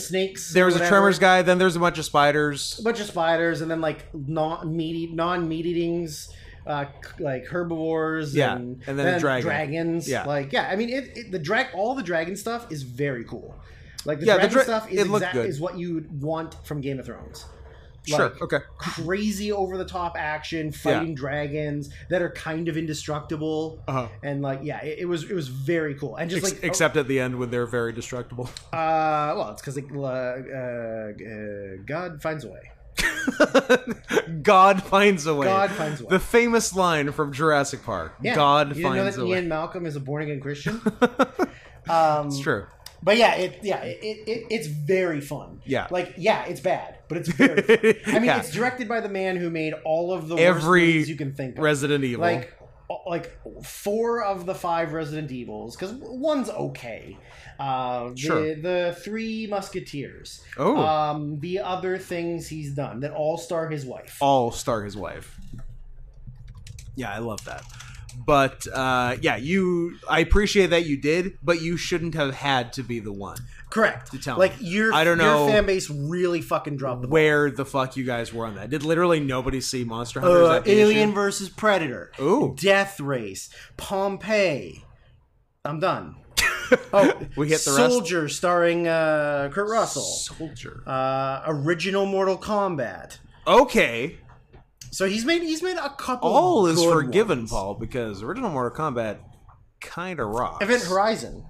Speaker 1: *laughs*
Speaker 2: snakes.
Speaker 1: there
Speaker 2: or
Speaker 1: was a
Speaker 2: whatever.
Speaker 1: Tremors guy. Then there's a bunch of
Speaker 2: A
Speaker 1: spiders.
Speaker 2: bunch of spiders and then like non meat non meat eatings uh, c- like herbivores
Speaker 1: Yeah,
Speaker 2: and,
Speaker 1: and then a dragon.
Speaker 2: dragons
Speaker 1: Yeah.
Speaker 2: like yeah i mean it, it the drag all the dragon stuff is very cool like the
Speaker 1: Yeah, the
Speaker 2: dragon
Speaker 1: dra-
Speaker 2: stuff is,
Speaker 1: it looked
Speaker 2: exact-
Speaker 1: good.
Speaker 2: is what you would want from game of thrones
Speaker 1: sure.
Speaker 2: like-
Speaker 1: Okay.
Speaker 2: crazy over the top action fighting dragons that are kind of indestructible
Speaker 1: Uh-huh.
Speaker 2: and like yeah it, it was it was very cool and just
Speaker 1: Ex-
Speaker 2: like oh,
Speaker 1: except at the end when they're very destructible. *laughs*
Speaker 2: uh well it's because like uh, uh, god finds a way
Speaker 1: God finds a way.
Speaker 2: God finds a way.
Speaker 1: The famous line from Jurassic Park.
Speaker 2: Yeah.
Speaker 1: God
Speaker 2: you didn't
Speaker 1: finds
Speaker 2: know
Speaker 1: a
Speaker 2: that
Speaker 1: way.
Speaker 2: Ian Malcolm is a born
Speaker 1: *laughs*
Speaker 2: again Christian. um,
Speaker 1: it's true.
Speaker 2: But yeah, it yeah it, it, it it's very fun.
Speaker 1: Yeah.
Speaker 2: like yeah, it's bad, but it's very. Fun.
Speaker 1: *laughs*
Speaker 2: I mean,
Speaker 1: Yeah.
Speaker 2: it's directed by the man who made all of the
Speaker 1: Every
Speaker 2: worst movies you can think of.
Speaker 1: Resident Evil.
Speaker 2: like o- like four of the five Resident Evils because one's okay. Uh, the,
Speaker 1: Sure.
Speaker 2: the Three Musketeers.
Speaker 1: Oh.
Speaker 2: Um, the other things he's done that all star his wife.
Speaker 1: all star his wife. Yeah, I love that. But uh, yeah, you. I appreciate that you did, but you shouldn't have had to be the one.
Speaker 2: Correct. To
Speaker 1: tell
Speaker 2: like
Speaker 1: me.
Speaker 2: your
Speaker 1: I don't know-
Speaker 2: your fan base really fucking dropped the ball.
Speaker 1: Where the fuck you guys were on that? Did literally nobody see Monster Hunter? Is
Speaker 2: Uh,
Speaker 1: that the
Speaker 2: Alien
Speaker 1: issue?
Speaker 2: versus Predator.
Speaker 1: Ooh.
Speaker 2: Death Race. Pompeii. I'm
Speaker 1: *laughs*
Speaker 2: done. Oh,
Speaker 1: We hit the rest?
Speaker 2: Soldier starring uh, Kurt Russell.
Speaker 1: Soldier.
Speaker 2: Uh, original Mortal Kombat.
Speaker 1: Okay,
Speaker 2: So he's made he's made a couple.
Speaker 1: all is
Speaker 2: good
Speaker 1: forgiven,
Speaker 2: ones.
Speaker 1: Paul, because original Mortal Kombat kind of rocks.
Speaker 2: Event Horizon.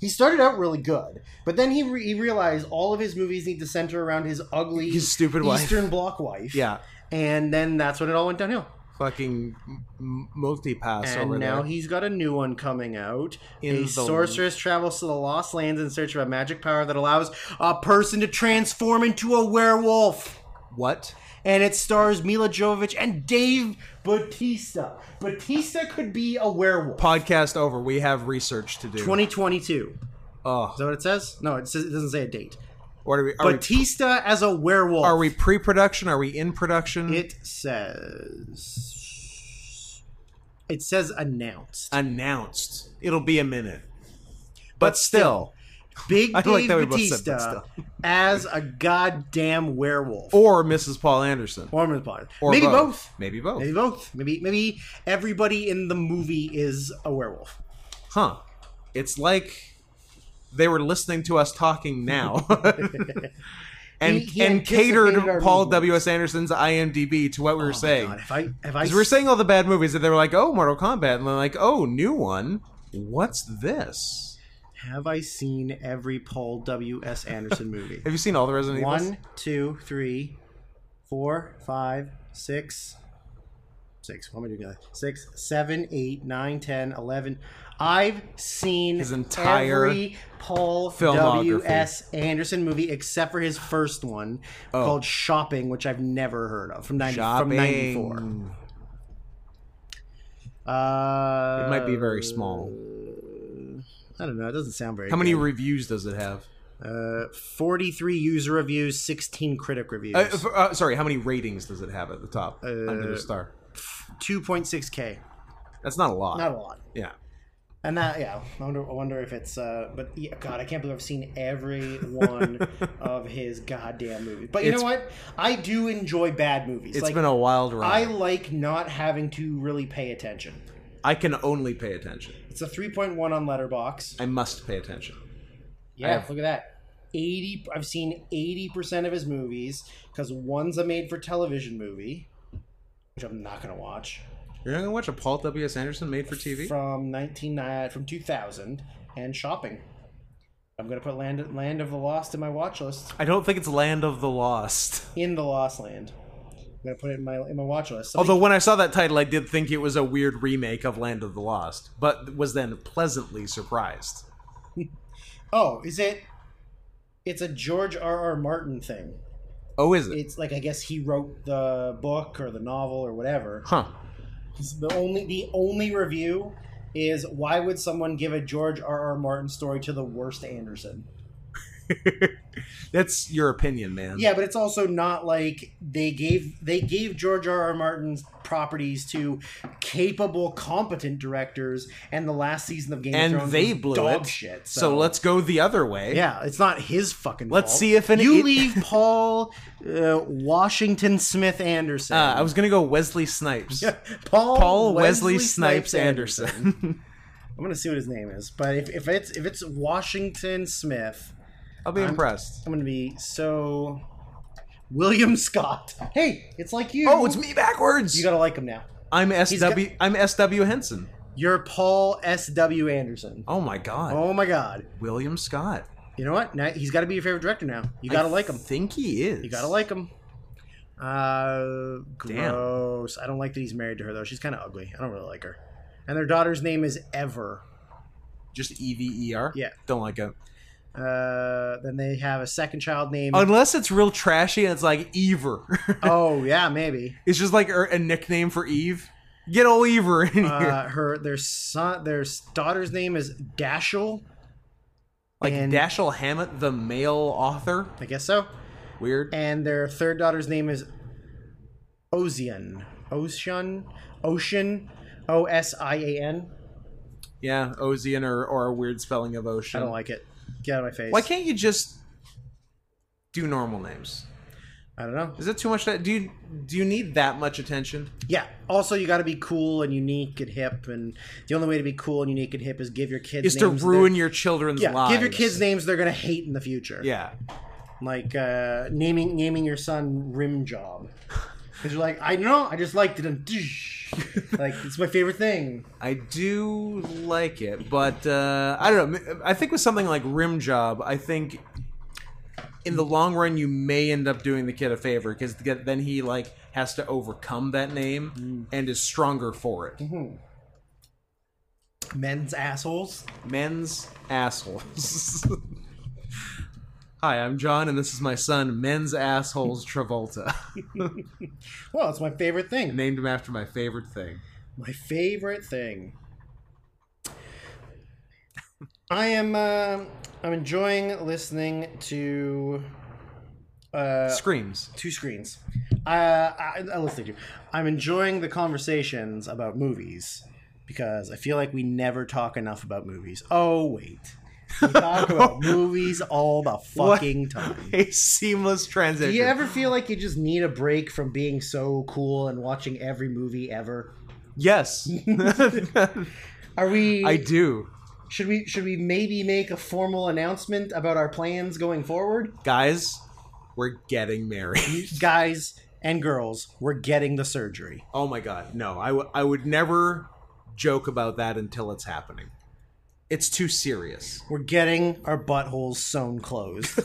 Speaker 2: He started out really good, but then he, re- he realized all of his movies need to center around his ugly,
Speaker 1: His stupid wife.
Speaker 2: Eastern Bloc wife.
Speaker 1: Yeah,
Speaker 2: and then that's when it all went downhill.
Speaker 1: fucking m- m- multi-pass
Speaker 2: and
Speaker 1: over
Speaker 2: now
Speaker 1: there.
Speaker 2: he's got a new one coming out.
Speaker 1: In
Speaker 2: a
Speaker 1: the-
Speaker 2: sorceress travels to the Lost Lands in search of a magic power that allows a person to transform into a werewolf.
Speaker 1: what?
Speaker 2: And it stars Mila Jovovich and Dave Batista. Batista could be a werewolf.
Speaker 1: Podcast over. We have research to do.
Speaker 2: 2022. Is
Speaker 1: Oh,
Speaker 2: that what it says? No, it, says, it doesn't say a date.
Speaker 1: Or are we, are, we,
Speaker 2: Batista as a werewolf.
Speaker 1: are we pre-production? Are we in production?
Speaker 2: It says. It says announced.
Speaker 1: announced. It'll be a minute. But, still,
Speaker 2: Big
Speaker 1: *laughs* I
Speaker 2: Dave
Speaker 1: like that we both said, but
Speaker 2: Batista as a goddamn werewolf.
Speaker 1: or Mrs. Paul Anderson.
Speaker 2: Or Ms. Bond.
Speaker 1: Or
Speaker 2: maybe both.
Speaker 1: Maybe both.
Speaker 2: Maybe both. Maybe maybe everybody in the movie is a werewolf.
Speaker 1: Huh. It's like they were listening to us talking
Speaker 2: *laughs*
Speaker 1: now. *laughs* and
Speaker 2: He- he
Speaker 1: and catered
Speaker 2: anticipated our
Speaker 1: Paul
Speaker 2: movements.
Speaker 1: W.S. Anderson's IMDb to what we were
Speaker 2: Oh my
Speaker 1: saying.
Speaker 2: God, if I if I
Speaker 1: Because we're saying all the bad movies that they were like, oh, Mortal Kombat. And they're like, oh, new one. What's this?
Speaker 2: Have I seen every Paul W. S. Anderson
Speaker 1: *laughs*
Speaker 2: movie?
Speaker 1: Have you seen all the Resident Evil?
Speaker 2: One, two, three, four, five, six, six. What am I doing? together? Six, seven, eight, nine, ten, eleven. I've seen
Speaker 1: His entire
Speaker 2: every Paul
Speaker 1: filmography. Oh.
Speaker 2: W. S. Anderson movie except for his first one called Shopping, which I've never heard of from ninety from ninety four.
Speaker 1: Shopping.
Speaker 2: Uh,
Speaker 1: It might be very small.
Speaker 2: I don't know. It doesn't sound very.
Speaker 1: How many
Speaker 2: good.
Speaker 1: reviews does it have?
Speaker 2: Uh, Forty-three user reviews, sixteen critic reviews,
Speaker 1: Uh, f- uh, sorry, how many ratings does it have at the top
Speaker 2: Uh,
Speaker 1: under the star?
Speaker 2: two point six k.
Speaker 1: That's not a lot.
Speaker 2: Not a lot.
Speaker 1: yeah.
Speaker 2: And that, yeah, I wonder, I wonder if it's. Uh, but yeah, God, I can't believe I've seen every
Speaker 1: *laughs*
Speaker 2: one of his goddamn movies. But you
Speaker 1: It's-
Speaker 2: know what? I do enjoy bad movies.
Speaker 1: It's
Speaker 2: like
Speaker 1: been a wild ride.
Speaker 2: I like not having to really pay attention.
Speaker 1: I can only pay attention.
Speaker 2: It's a three point one on Letterbox.
Speaker 1: I must pay attention.
Speaker 2: Yeah,
Speaker 1: have-
Speaker 2: look at that. Eighty. I've seen eighty percent of his movies because one's a made for television movie, which I'm not gonna watch.
Speaker 1: You're not gonna watch a Paul W. S. Anderson made for TV?
Speaker 2: from 19 uh, from 2000 and shopping i'm gonna put land, land of the lost in my watch list
Speaker 1: I don't think it's Land of the Lost.
Speaker 2: in the lost land i'm gonna put it in my in my watch list Somebody-
Speaker 1: Although when I saw that title, I did think it was a weird remake of Land of the Lost, but was then pleasantly surprised.
Speaker 2: oh is it it's a george r r martin thing
Speaker 1: Oh, is it?
Speaker 2: it's like i guess he wrote the book or the novel or whatever
Speaker 1: Huh.
Speaker 2: the only the only review is why would someone give a george r r martin story to the worst anderson
Speaker 1: That's your opinion, man.
Speaker 2: Yeah, but it's also not like they gave they gave George R. R. Martin's properties to capable, competent directors, and the last season of Game
Speaker 1: And
Speaker 2: of Thrones
Speaker 1: they
Speaker 2: was
Speaker 1: blew
Speaker 2: dog
Speaker 1: it.
Speaker 2: shit. So,
Speaker 1: So, let's go the other way.
Speaker 2: yeah, it's not his fucking.
Speaker 1: Let's
Speaker 2: fault.
Speaker 1: see if an
Speaker 2: you
Speaker 1: it- *laughs*
Speaker 2: leave Paul uh, Washington Smith Anderson.
Speaker 1: Uh,
Speaker 2: *laughs*
Speaker 1: I was gonna go Wesley Snipes.
Speaker 2: Paul
Speaker 1: Paul Wesley, Snipes, Anderson.
Speaker 2: I'm gonna see what his name is, but if, if it's if it's Washington Smith,
Speaker 1: I'll be impressed.
Speaker 2: I'm gonna be so. William Scott. Hey, it's like you.
Speaker 1: Oh, it's me backwards.
Speaker 2: You gotta like him now.
Speaker 1: I'm SW.
Speaker 2: got-
Speaker 1: I'm SW Henson.
Speaker 2: You're Paul S. W. Anderson.
Speaker 1: Oh my god.
Speaker 2: Oh my God!
Speaker 1: William Scott.
Speaker 2: You know what? Now he's got to be your favorite director now. You gotta
Speaker 1: I
Speaker 2: like him.
Speaker 1: Think he is.
Speaker 2: You gotta like him. Uh, gross. I don't like that he's married to her though. She's kind of ugly. I don't really like her. And their daughter's name is Ever.
Speaker 1: just E V E R.
Speaker 2: Yeah.
Speaker 1: Don't like him.
Speaker 2: Uh, then they have a second child named.
Speaker 1: Unless it's real trashy and it's like Ever.
Speaker 2: *laughs*
Speaker 1: *laughs*
Speaker 2: oh yeah, maybe.
Speaker 1: it's just like er, a nickname for Eve. Get old Ever in here,
Speaker 2: Uh, her their son their daughter's name is Dashiell.
Speaker 1: like
Speaker 2: and-
Speaker 1: Dashiell Hammett, the male author.
Speaker 2: I guess so.
Speaker 1: Weird.
Speaker 2: and their third daughter's name is Ocean. Ocean? Ocean? O S I A N?
Speaker 1: yeah, Ozian or or a weird spelling of
Speaker 2: I
Speaker 1: ocean.
Speaker 2: don't like it. Get out of my face.
Speaker 1: Why can't you just do normal names?
Speaker 2: I don't know.
Speaker 1: Is it too much? That do you do you need that much attention?
Speaker 2: Yeah. Also, you got to be cool and unique and hip. And the only way to be cool and unique and hip is give your kids
Speaker 1: Is to
Speaker 2: names they're-
Speaker 1: ruin your children's
Speaker 2: yeah,
Speaker 1: lives.
Speaker 2: give your kids names they're gonna hate in the future.
Speaker 1: Yeah.
Speaker 2: like uh, naming naming your son Rim Job, because you're like, I know, I just liked it, and *laughs* like it's my favorite thing.
Speaker 1: I do like it, but uh, I don't know. I think with something like Rim Job, I think in the long run you may end up doing the kid a favor because then he like has to overcome that name
Speaker 2: Mm.
Speaker 1: and is stronger for it.
Speaker 2: Mm-hmm. Men's assholes.
Speaker 1: Men's assholes. *laughs* Hi, I'm John, and this is my son, Men's Assholes Travolta, *laughs*
Speaker 2: Well, it's my favorite thing.
Speaker 1: named him after my favorite thing.
Speaker 2: My favorite thing. I am. Uh, I'm enjoying listening to uh,
Speaker 1: Screams. *laughs*
Speaker 2: two screens. Uh, I, I listen to. I'm enjoying the conversations about movies because I feel like we never talk enough about movies. Oh wait, we talk *laughs* about movies all the fucking time.
Speaker 1: A seamless transition.
Speaker 2: Do you ever feel like you just need a break from being so cool and watching every movie ever? *laughs*
Speaker 1: Yes.
Speaker 2: Are we?
Speaker 1: I do.
Speaker 2: should we? Should we maybe make a formal announcement about our plans going forward,
Speaker 1: Guys, we're getting married. *laughs*
Speaker 2: guys and girls? We're getting the surgery.
Speaker 1: Oh my god. No, I, w- I would never joke about that until it's happening. It's too serious.
Speaker 2: We're getting our buttholes
Speaker 1: *laughs*
Speaker 2: sewn closed.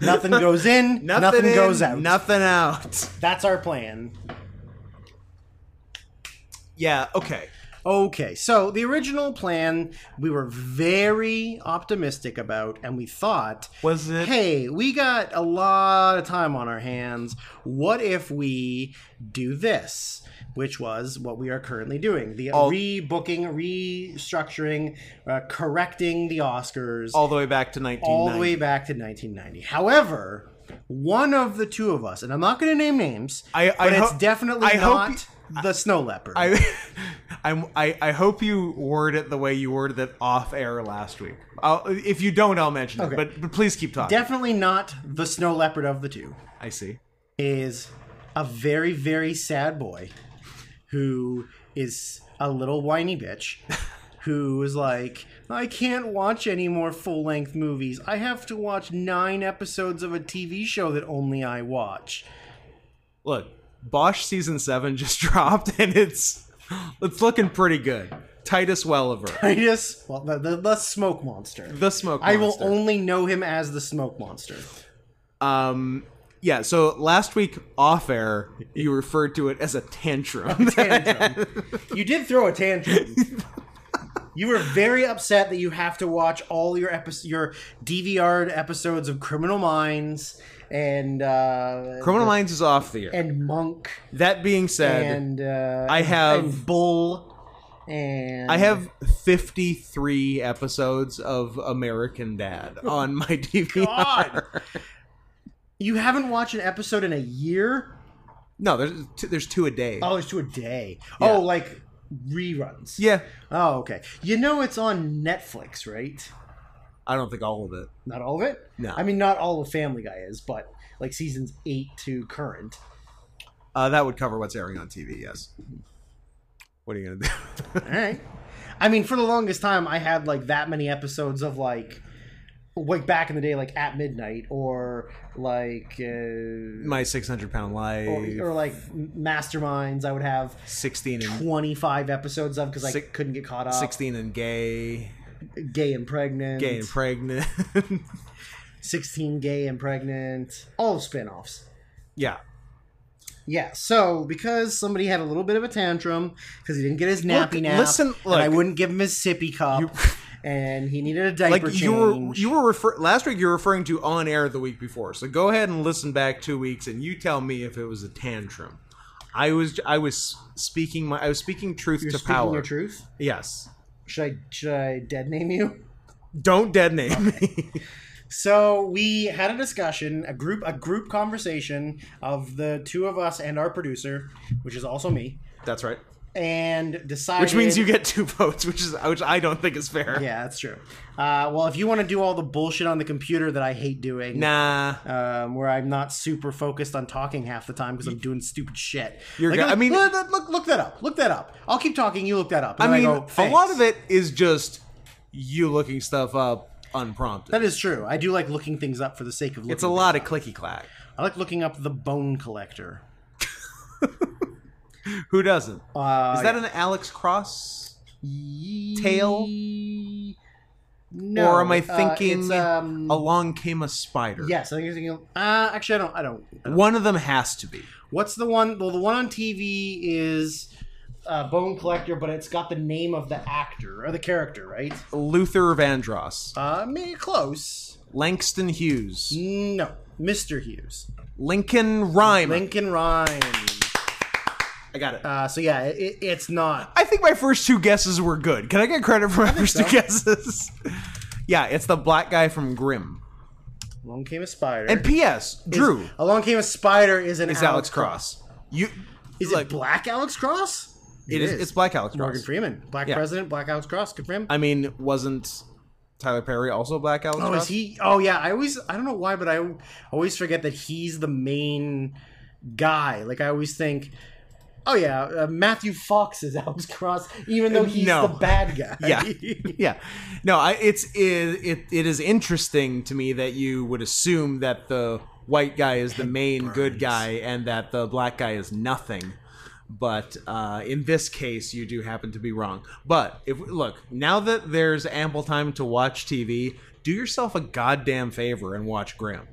Speaker 2: nothing goes in, nothing,
Speaker 1: in,
Speaker 2: goes out.
Speaker 1: Nothing out. *laughs*
Speaker 2: That's our plan.
Speaker 1: Yeah, okay.
Speaker 2: Okay, so the original plan we were very optimistic about, and we thought,
Speaker 1: Was it
Speaker 2: hey, we got a lot of time on our hands. What if we do this? Which was what we are currently doing the
Speaker 1: All-
Speaker 2: rebooking, restructuring, uh, correcting the Oscars.
Speaker 1: all the way back to 1990?
Speaker 2: all the way back to 1990. However, one of the two of us, and I'm not going to name names,
Speaker 1: I- I
Speaker 2: but it's
Speaker 1: ho-
Speaker 2: definitely
Speaker 1: I hope
Speaker 2: not the snow leopard.
Speaker 1: I, *laughs* I'm, I, I hope you word it the way you worded it off air last week. I'll, if you don't, I'll mention
Speaker 2: Okay.
Speaker 1: it. But, but please keep talking.
Speaker 2: definitely not the snow leopard of the two.
Speaker 1: I see.
Speaker 2: Is a very very sad boy who is a little whiny
Speaker 1: *laughs*
Speaker 2: bitch who is like I can't watch any more full-length movies. I have to watch 9 episodes of a TV show that only I watch. *laughs*
Speaker 1: Look, Bosch season seven *laughs* just dropped, and it's it's looking pretty good. Titus Welliver,
Speaker 2: Titus, well the, the, the smoke monster.
Speaker 1: the smoke.
Speaker 2: I will
Speaker 1: Monster.
Speaker 2: only know him as the
Speaker 1: *laughs*
Speaker 2: smoke monster.
Speaker 1: Um, yeah. So last week off air, you referred to it as a tantrum. *laughs*
Speaker 2: Tantrum. you did throw a tantrum. You were very upset that you have to watch all your epi- your DVR episodes of Criminal Minds and uh,
Speaker 1: Criminal Minds is off the air.
Speaker 2: and Monk
Speaker 1: That being said,
Speaker 2: and uh,
Speaker 1: I have-
Speaker 2: and Bull and
Speaker 1: I have 53 episodes of American
Speaker 2: *laughs*
Speaker 1: Dad on my DVR.
Speaker 2: God. You haven't watched an episode in a year.
Speaker 1: No, there's two, there's two a day.
Speaker 2: Oh, it's to a day.
Speaker 1: Yeah.
Speaker 2: Oh, like reruns.
Speaker 1: Yeah,
Speaker 2: Oh, okay. You know it's on Netflix, right?
Speaker 1: I don't think all of it.
Speaker 2: Not all of it.
Speaker 1: No,
Speaker 2: I mean, not all of Family Guy is, but like seasons eight to
Speaker 1: *laughs*
Speaker 2: current.
Speaker 1: uh, that would cover what's airing on TV. Yes. What are you gonna do?
Speaker 2: All right. I mean, for the longest time, I had like that many episodes of like, like back in the day, like At Midnight or like, uh,
Speaker 1: my 600 pound life,
Speaker 2: or, or like Masterminds. I would have
Speaker 1: 16 and
Speaker 2: twenty five episodes of because I
Speaker 1: Six-
Speaker 2: couldn't get caught up.
Speaker 1: 16 and gay,
Speaker 2: Gay and pregnant.
Speaker 1: gay and pregnant. *laughs*
Speaker 2: Sixteen gay and pregnant. All spin offs.
Speaker 1: yeah,
Speaker 2: Yeah, so because somebody had a little bit of a tantrum because he didn't get his nappy
Speaker 1: Look,
Speaker 2: nap,
Speaker 1: listen,
Speaker 2: and I
Speaker 1: look.
Speaker 2: wouldn't give him his sippy cup,
Speaker 1: You-
Speaker 2: *laughs* and he needed a diaper
Speaker 1: like
Speaker 2: change.
Speaker 1: you were you were refer- last week. You were referring to on air the week before. So go ahead and listen back two weeks, and you tell me if it was a tantrum. I was I was speaking my I was speaking truth
Speaker 2: You're
Speaker 1: to
Speaker 2: speaking
Speaker 1: power.
Speaker 2: your truth.
Speaker 1: Yes.
Speaker 2: Should I should I dead name you?
Speaker 1: Don't dead name me. *laughs*
Speaker 2: So we had a discussion, a group a group conversation of the two of us and our producer, which is also me,
Speaker 1: That's right.
Speaker 2: and decided
Speaker 1: Which means you get two votes, which is which I don't think is fair.
Speaker 2: Yeah, that's true. Uh, well, if you want to do all the bullshit on the computer that I hate doing,
Speaker 1: Nah.
Speaker 2: um, where I'm not super focused on talking half the time because I'm doing stupid shit.
Speaker 1: You're go- I mean-
Speaker 2: look, look- look- look that up. Look that up. I'll keep talking. You look that up.
Speaker 1: I
Speaker 2: And then
Speaker 1: mean,
Speaker 2: go,
Speaker 1: a
Speaker 2: "Thanks."
Speaker 1: lot of it is just you looking stuff up unprompted.
Speaker 2: That is true. I do like looking things up for the sake of looking.
Speaker 1: it's a lot of clicky clack.
Speaker 2: I like looking up the bone collector.
Speaker 1: Who doesn't?
Speaker 2: Uh,
Speaker 1: is that an Alex Cross?
Speaker 2: a
Speaker 1: tail?
Speaker 2: No.
Speaker 1: Or am I
Speaker 2: uh,
Speaker 1: thinking
Speaker 2: it's, um,
Speaker 1: Along came a spider.
Speaker 2: Yes, I think you're thinking. Uh, actually, I don't. I don't. I don't.
Speaker 1: One of them has to be.
Speaker 2: What's the one? Well, the one on TV is uh, Bone Collector, but it's got the name of the actor or the character, right?
Speaker 1: Luther Vandross.
Speaker 2: Uh, maybe close.
Speaker 1: Langston Hughes.
Speaker 2: No, Mr. Hughes,
Speaker 1: Lincoln Rhyme.
Speaker 2: Lincoln Rhyme.
Speaker 1: I got it.
Speaker 2: Uh, so yeah, it, it's not.
Speaker 1: I think my first two guesses *laughs* were good. Can I get credit for my first
Speaker 2: so.
Speaker 1: two guesses? Yeah, it's the black guy from Grimm.
Speaker 2: Along Came a Spider.
Speaker 1: And P.S. Drew
Speaker 2: Is- Along Came a Spider is an
Speaker 1: is Alex Cross. You
Speaker 2: Is
Speaker 1: like
Speaker 2: it Black Alex Cross?
Speaker 1: it is, It's black Alex
Speaker 2: Morgan
Speaker 1: Cross.
Speaker 2: Freeman, Black
Speaker 1: Yeah.
Speaker 2: President, Black Alex Cross. Good for him.
Speaker 1: I mean, wasn't Tyler Perry also black Alex
Speaker 2: Oh,
Speaker 1: Cross?
Speaker 2: is he? Oh, yeah. I always, I don't know why, but I always forget that he's the main guy. Like I always think, oh yeah, uh, Matthew Fox is *laughs* Alex Cross, even though he's
Speaker 1: No.
Speaker 2: the bad guy.
Speaker 1: Yeah.
Speaker 2: *laughs*
Speaker 1: *laughs* yeah. No, I, it's it, it it is interesting to me that you would assume that the white guy is the main good guy and that the black guy is nothing. But uh, in this case, you do happen to be wrong. But if look now that there's ample time to watch TV, do yourself a goddamn favor and watch Grimm.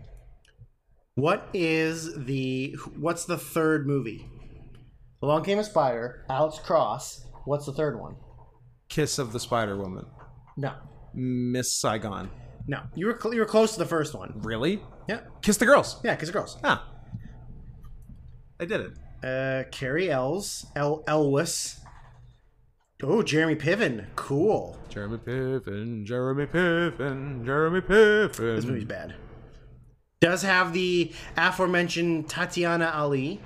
Speaker 2: what is the? What's the third movie? Along Came a Spider, Alex Cross. What's the third one?
Speaker 1: Kiss of the Spider Woman,
Speaker 2: No,
Speaker 1: Miss Saigon.
Speaker 2: no. You were cl- you were close to the first one.
Speaker 1: Really?
Speaker 2: Yeah,
Speaker 1: Kiss the girls.
Speaker 2: yeah. Because girls.
Speaker 1: Ah, I did it.
Speaker 2: Uh, Carrie Ells, El Elwes. Oh, Jeremy Piven. Cool.
Speaker 1: Jeremy Piven, Jeremy Piven, Jeremy
Speaker 2: This movie's
Speaker 1: Piven.
Speaker 2: bad. Does have the aforementioned Tatiana Ali,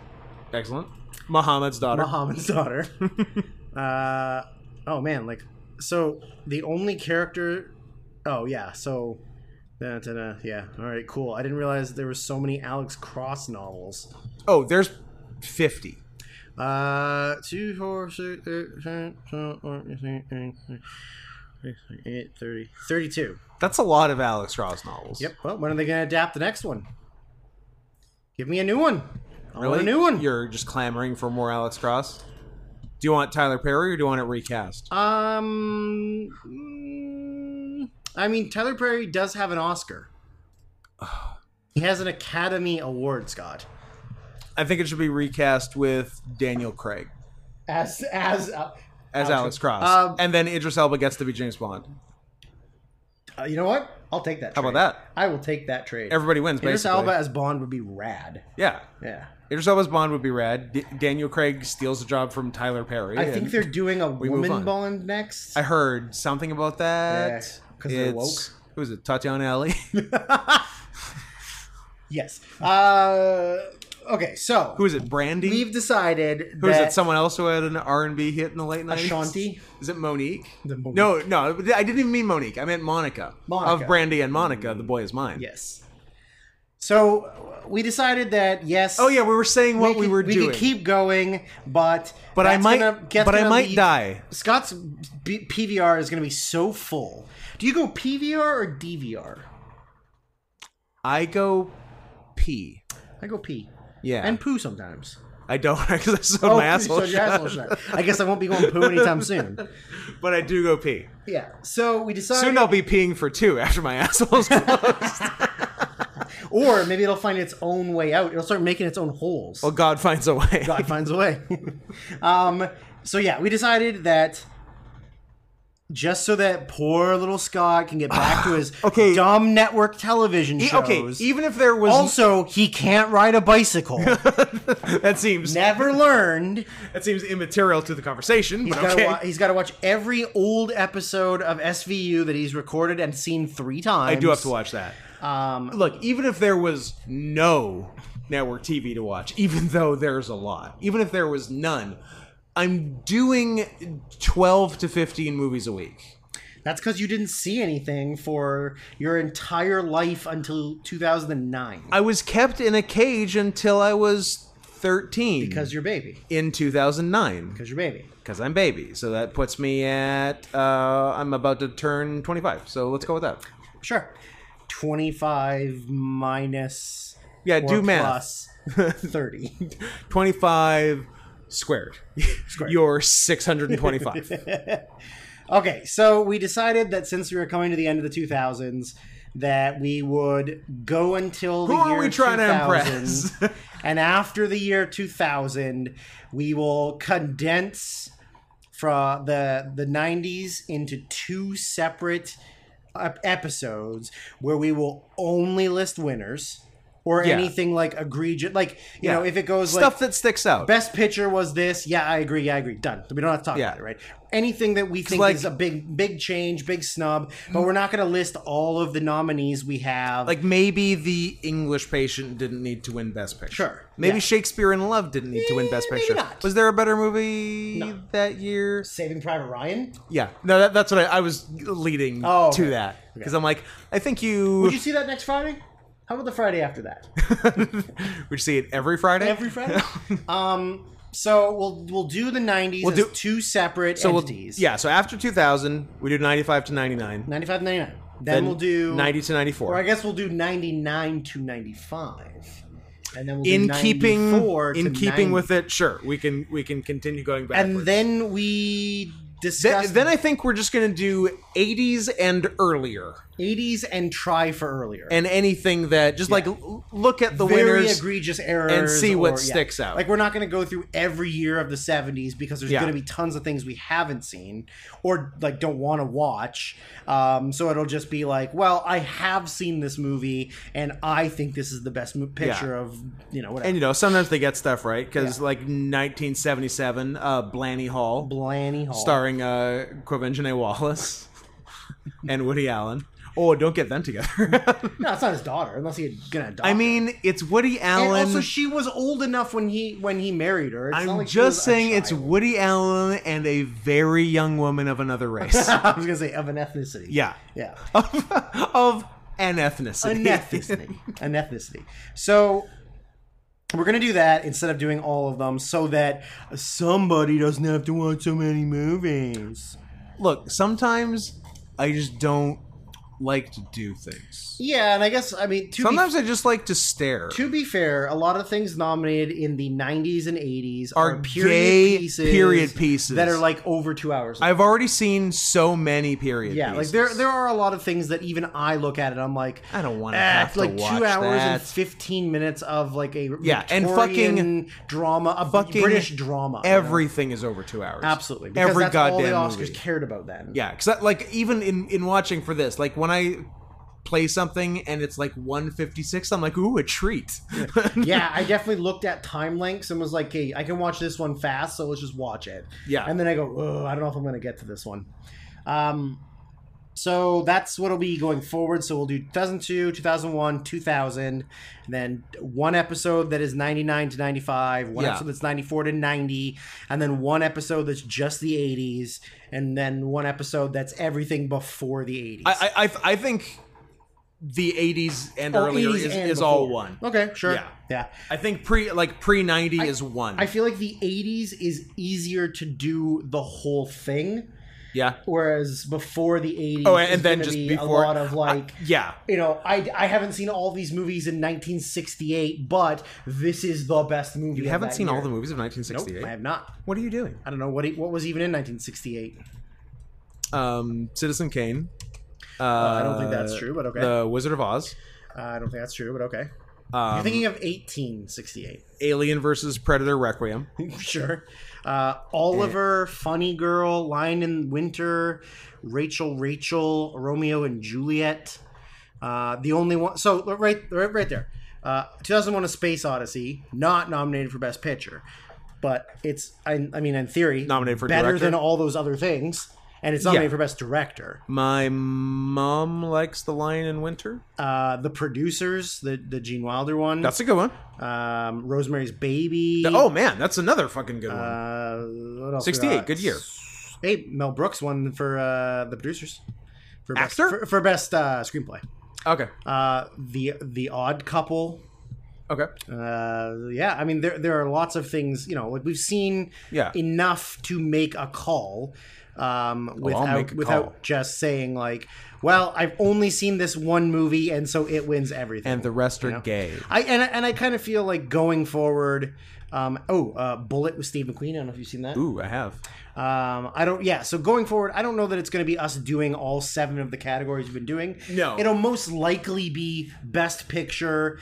Speaker 1: Excellent. Muhammad's daughter.
Speaker 2: Muhammad's daughter. *laughs* uh, oh man, like so the only character. Oh yeah, so. da, da, da, Yeah. All right. Cool. I didn't realize there were so many Alex Cross novels.
Speaker 1: Oh, there's 50.
Speaker 2: Uh, two, four, six, eight, ten, twelve, fourteen, fifteen, sixteen, eight, thirty. 32.
Speaker 1: That's a lot of Alex Ross novels.
Speaker 2: Yep. Well, when are they going to adapt the next one? Give me a new one. I
Speaker 1: Really?
Speaker 2: want a new one.
Speaker 1: You're just clamoring for more Alex Cross? Do you want Tyler Perry or do you want it recast?
Speaker 2: Um, mm, I mean, Tyler Perry does have an Oscar. He has an Academy Award, Scott.
Speaker 1: I think it should be recast with Daniel Craig
Speaker 2: As as uh,
Speaker 1: as Alex,
Speaker 2: Alex-
Speaker 1: Cross.
Speaker 2: Um,
Speaker 1: and then Idris Elba gets to be James Bond.
Speaker 2: uh, you know what? I'll take that.
Speaker 1: How
Speaker 2: trade.
Speaker 1: about that?
Speaker 2: I will take that trade.
Speaker 1: Everybody wins,
Speaker 2: Idris
Speaker 1: basically.
Speaker 2: Elba as Bond would be rad.
Speaker 1: Yeah.
Speaker 2: Yeah.
Speaker 1: Idris Elba's Bond would be rad. D- Daniel Craig steals a job from Tyler Perry.
Speaker 2: I
Speaker 1: and-
Speaker 2: think they're doing a
Speaker 1: move
Speaker 2: woman
Speaker 1: on.
Speaker 2: Bond next.
Speaker 1: I heard something about that.
Speaker 2: Yeah, 'cause they're
Speaker 1: It's- Who is it? Tatiana Alley.
Speaker 2: yes. Uh, okay. So
Speaker 1: *laughs* who is it? Brandy.
Speaker 2: we've decided
Speaker 1: who is
Speaker 2: that
Speaker 1: it? Someone else who had an R and B hit in the late nineties.
Speaker 2: Ashanti?
Speaker 1: Is it Monique?
Speaker 2: The Monique.
Speaker 1: No, no. I didn't even mean Monique. I meant Monica.
Speaker 2: Monica.
Speaker 1: Of Brandy and Monica, the boy is mine.
Speaker 2: Yes. So we decided that yes.
Speaker 1: Oh yeah, we were saying what we,
Speaker 2: could-
Speaker 1: were doing.
Speaker 2: could keep going, but
Speaker 1: but I
Speaker 2: that's
Speaker 1: might.
Speaker 2: gonna- that's
Speaker 1: but I
Speaker 2: gonna
Speaker 1: might
Speaker 2: leave-
Speaker 1: die.
Speaker 2: Scott's B- PVR is going to be so full. Do you go PVR or DVR?
Speaker 1: I go pee.
Speaker 2: I go pee
Speaker 1: Yeah.
Speaker 2: and poo sometimes. Oh,
Speaker 1: I don't *laughs* because I sewed my asshole
Speaker 2: *laughs* so your asshole
Speaker 1: shut.
Speaker 2: shut. I guess I won't be going poo anytime soon.
Speaker 1: *laughs* But I do go pee.
Speaker 2: Yeah. So we decided,
Speaker 1: Soon I'll be peeing for two after my *laughs*
Speaker 2: *laughs*
Speaker 1: asshole's closed.
Speaker 2: or maybe it'll find its own way out. It'll start making its own holes.
Speaker 1: well, God finds a way.
Speaker 2: God finds a way. *laughs* um, so yeah, we decided that just so that poor little Scott can get
Speaker 1: *sighs*
Speaker 2: back to his
Speaker 1: Okay.
Speaker 2: dumb network television
Speaker 1: E- *laughs*
Speaker 2: shows.
Speaker 1: okay, even if there was
Speaker 2: also, he can't ride a
Speaker 1: *laughs*
Speaker 2: bicycle.
Speaker 1: that seems
Speaker 2: Never learned.
Speaker 1: that seems immaterial to the conversation,
Speaker 2: He's
Speaker 1: but
Speaker 2: gotta
Speaker 1: okay.
Speaker 2: wa- he's got to watch every old episode of SVU that he's recorded and seen three times.
Speaker 1: I do have to watch that.
Speaker 2: Um,
Speaker 1: Look, even if there was no network TV to watch, even though there's a lot, even if there was none, I'm doing 12 to 15 movies a week.
Speaker 2: that's because you didn't see anything for your entire life until 2009
Speaker 1: I was kept in a cage until I was 13
Speaker 2: because you're baby.
Speaker 1: in 2009
Speaker 2: Because you're baby.
Speaker 1: because I'm baby. So that puts me at uh, I'm about to turn 25. So let's go with that.
Speaker 2: Sure. 25 minus
Speaker 1: Yeah,
Speaker 2: or
Speaker 1: do math.
Speaker 2: plus
Speaker 1: *laughs*
Speaker 2: 30.
Speaker 1: 25 squared. You're
Speaker 2: *laughs*
Speaker 1: 625.
Speaker 2: okay, so we decided that since we were coming to the end of the 2000s, that we would go until the
Speaker 1: Who are
Speaker 2: year
Speaker 1: we trying to
Speaker 2: 2000,
Speaker 1: *laughs*
Speaker 2: and after the year 2000, we will condense from the the 90s into two separate ep- episodes where we will only list winners or
Speaker 1: Yeah.
Speaker 2: anything like egregious. Like you
Speaker 1: Yeah.
Speaker 2: know, if it goes like
Speaker 1: Stuff that sticks out.
Speaker 2: best picture was this. Yeah, I agree. Yeah, I agree. Done. We don't have to talk
Speaker 1: Yeah.
Speaker 2: about it, right? Anything that we think
Speaker 1: like-
Speaker 2: is a big, big change, big snub, but we're not going to list all of the nominees we have.
Speaker 1: like maybe the English Patient didn't need to win Best Picture.
Speaker 2: Sure,
Speaker 1: Maybe
Speaker 2: yeah. Eh,
Speaker 1: Shakespeare in Love didn't need to win Best
Speaker 2: maybe
Speaker 1: Picture.
Speaker 2: not.
Speaker 1: Was there a better movie
Speaker 2: No.
Speaker 1: that year?
Speaker 2: Saving Private Ryan.
Speaker 1: Yeah. No, that, that's what I, I was leading
Speaker 2: Oh, okay.
Speaker 1: to that because I'm like, I think you *laughs*
Speaker 2: Would you see that next Friday? How about the Friday after that?
Speaker 1: we see it every Friday.
Speaker 2: Every Friday. um. So we'll we'll do the '90s
Speaker 1: We'll
Speaker 2: as
Speaker 1: do-
Speaker 2: two separate
Speaker 1: so we'll,
Speaker 2: entities.
Speaker 1: yeah. So after 2000, we do 95 to 99.
Speaker 2: 95 to 99. Then, we'll do
Speaker 1: 90 to 94.
Speaker 2: Or I guess we'll do 99 to 95. And then we'll
Speaker 1: in
Speaker 2: do
Speaker 1: keeping
Speaker 2: 94 to
Speaker 1: in keeping
Speaker 2: 90.
Speaker 1: with it, sure. We can we can continue going back.
Speaker 2: And then we discuss
Speaker 1: then, then I think we're just going to do 80s and earlier.
Speaker 2: 80s and try for earlier.
Speaker 1: and anything that just like l- look at the
Speaker 2: Very
Speaker 1: winners.
Speaker 2: egregious errors
Speaker 1: see what
Speaker 2: or- yeah.
Speaker 1: sticks out.
Speaker 2: Like we're not going to go through every year of the 70s because there's
Speaker 1: Yeah.
Speaker 2: going to be tons of things we haven't seen or like don't want to watch. Um, so it'll just be like, well, I have seen this movie and I think this is the best mo- picture of you know whatever.
Speaker 1: And you know, sometimes they get stuff right because
Speaker 2: Yeah.
Speaker 1: like 1977, uh, Blaney Hall,
Speaker 2: Blaney Hall.
Speaker 1: starring uh, Quvenzhané Wallace *laughs* and Woody Allen. Oh, don't get them together. *laughs*
Speaker 2: No, it's not his daughter, unless he had gonna adopt.
Speaker 1: I
Speaker 2: her.
Speaker 1: mean, it's Woody
Speaker 2: and
Speaker 1: Allen.
Speaker 2: also she was old enough when he when he married her. It's not
Speaker 1: I'm
Speaker 2: like she was
Speaker 1: just
Speaker 2: a
Speaker 1: saying it's
Speaker 2: child.
Speaker 1: Woody Allen and a very young woman of another *laughs* race.
Speaker 2: *laughs* I was gonna say of an ethnicity.
Speaker 1: yeah.
Speaker 2: *laughs* yeah,
Speaker 1: Of, of an ethnicity.
Speaker 2: an ethnicity, an ethnicity. So we're gonna do that instead of doing all of them, so that somebody doesn't have to watch so many movies.
Speaker 1: Look, sometimes I just don't like to do things.
Speaker 2: Yeah, and I guess I mean to be
Speaker 1: Sometimes I just like to stare.
Speaker 2: to be fair, a lot of things nominated in the '90s and '80s are,
Speaker 1: Are
Speaker 2: period
Speaker 1: gay
Speaker 2: pieces,
Speaker 1: period pieces.
Speaker 2: that are like over two hours.
Speaker 1: I've already seen so many period.
Speaker 2: Yeah, like
Speaker 1: pieces.
Speaker 2: there there are a lot of things that even I look at and I'm like,
Speaker 1: I don't want
Speaker 2: "Ah,
Speaker 1: to have
Speaker 2: it's
Speaker 1: to
Speaker 2: like
Speaker 1: watch
Speaker 2: two hours
Speaker 1: that.
Speaker 2: and fifteen minutes of like a
Speaker 1: Yeah, and
Speaker 2: Victorian
Speaker 1: fucking-
Speaker 2: drama, a
Speaker 1: fucking
Speaker 2: British drama. you know?
Speaker 1: Everything is over two hours.
Speaker 2: absolutely because
Speaker 1: Every
Speaker 2: that's
Speaker 1: goddamn
Speaker 2: all the Oscars
Speaker 1: movie.
Speaker 2: cared about then.
Speaker 1: yeah, because like even in in watching for this, like when I play something and it's like one fifty six, I'm like, ooh, a treat. *laughs*
Speaker 2: yeah, I definitely looked at time lengths and was like, "Hey, I can watch this one fast, so let's just watch it."
Speaker 1: Yeah.
Speaker 2: and then I go, "Oh, I don't know if I'm going to get to this one." Um, so that's what'll be going forward. So we'll do 2002, 2001, 2000, and then one episode that is 99 to 95, one
Speaker 1: Yeah.
Speaker 2: episode that's 94 to 90, and then one episode that's just the 80s, and then one episode that's everything before the 80s.
Speaker 1: I I I, I think the eighties and
Speaker 2: Or
Speaker 1: earlier
Speaker 2: 80s
Speaker 1: is,
Speaker 2: Oh, and
Speaker 1: is all
Speaker 2: before.
Speaker 1: one.
Speaker 2: Okay, sure.
Speaker 1: Yeah.
Speaker 2: yeah.
Speaker 1: I think pre like pre ninety is one.
Speaker 2: I feel like the 80s is easier to do the whole thing,
Speaker 1: yeah.
Speaker 2: whereas before the 80s,
Speaker 1: Oh, and,
Speaker 2: is
Speaker 1: and then
Speaker 2: gonna
Speaker 1: just
Speaker 2: be
Speaker 1: before
Speaker 2: a lot of like.
Speaker 1: I- yeah.
Speaker 2: you know, I, I haven't seen all these movies in 1968, but this is the best movie.
Speaker 1: You
Speaker 2: of
Speaker 1: haven't
Speaker 2: that
Speaker 1: seen
Speaker 2: year.
Speaker 1: all the movies of
Speaker 2: Nope,
Speaker 1: 1968.
Speaker 2: I have not.
Speaker 1: what are you doing?
Speaker 2: I don't know what it, what was even in 1968.
Speaker 1: um, Citizen Kane. Uh,
Speaker 2: Oh, I don't think that's true, but okay.
Speaker 1: The Wizard of Oz.
Speaker 2: Uh, I don't think that's true, but okay.
Speaker 1: Um,
Speaker 2: You're thinking of 1868.
Speaker 1: Alien versus Predator
Speaker 2: *laughs*
Speaker 1: Requiem.
Speaker 2: sure. Uh, Oliver, Funny Girl, Lion in Winter, Rachel, Rachel, Romeo and Juliet. Uh, the only one. So right, right, right there. Uh, 2001: A Space Odyssey, not nominated for Best Picture, but it's. I, I mean, in theory,
Speaker 1: Nominated for
Speaker 2: better
Speaker 1: director?
Speaker 2: than all those other things, and it's nominated
Speaker 1: Yeah.
Speaker 2: for Best Director.
Speaker 1: My mom likes The Lion in Winter.
Speaker 2: Uh, the producers, the the Gene Wilder one,
Speaker 1: That's a good
Speaker 2: *laughs*
Speaker 1: one.
Speaker 2: um, Rosemary's Baby.
Speaker 1: Oh man, that's another fucking good one.
Speaker 2: Uh, what else we
Speaker 1: 68,
Speaker 2: got?
Speaker 1: good year.
Speaker 2: Hey, Mel Brooks won for uh, the producers for best
Speaker 1: Actor?
Speaker 2: for, for best uh, screenplay.
Speaker 1: okay,
Speaker 2: Uh, the The Odd Couple.
Speaker 1: okay,
Speaker 2: Uh, yeah, I mean there there are lots of things you know like we've seen
Speaker 1: yeah.
Speaker 2: enough to make a call um,
Speaker 1: Oh, make
Speaker 2: without
Speaker 1: a
Speaker 2: without
Speaker 1: call.
Speaker 2: just saying like, well, I've only seen this one movie and so it wins everything.
Speaker 1: and the rest are gay.
Speaker 2: I and, I- and I kind of feel like going forward. Um, oh, uh, Bullet with Steve McQueen. I don't know if you've seen that.
Speaker 1: Ooh, I have.
Speaker 2: Um, I don't. Yeah. So going forward, I don't know that it's going to be us doing all seven of the categories we've been doing.
Speaker 1: No.
Speaker 2: It'll most likely be Best Picture,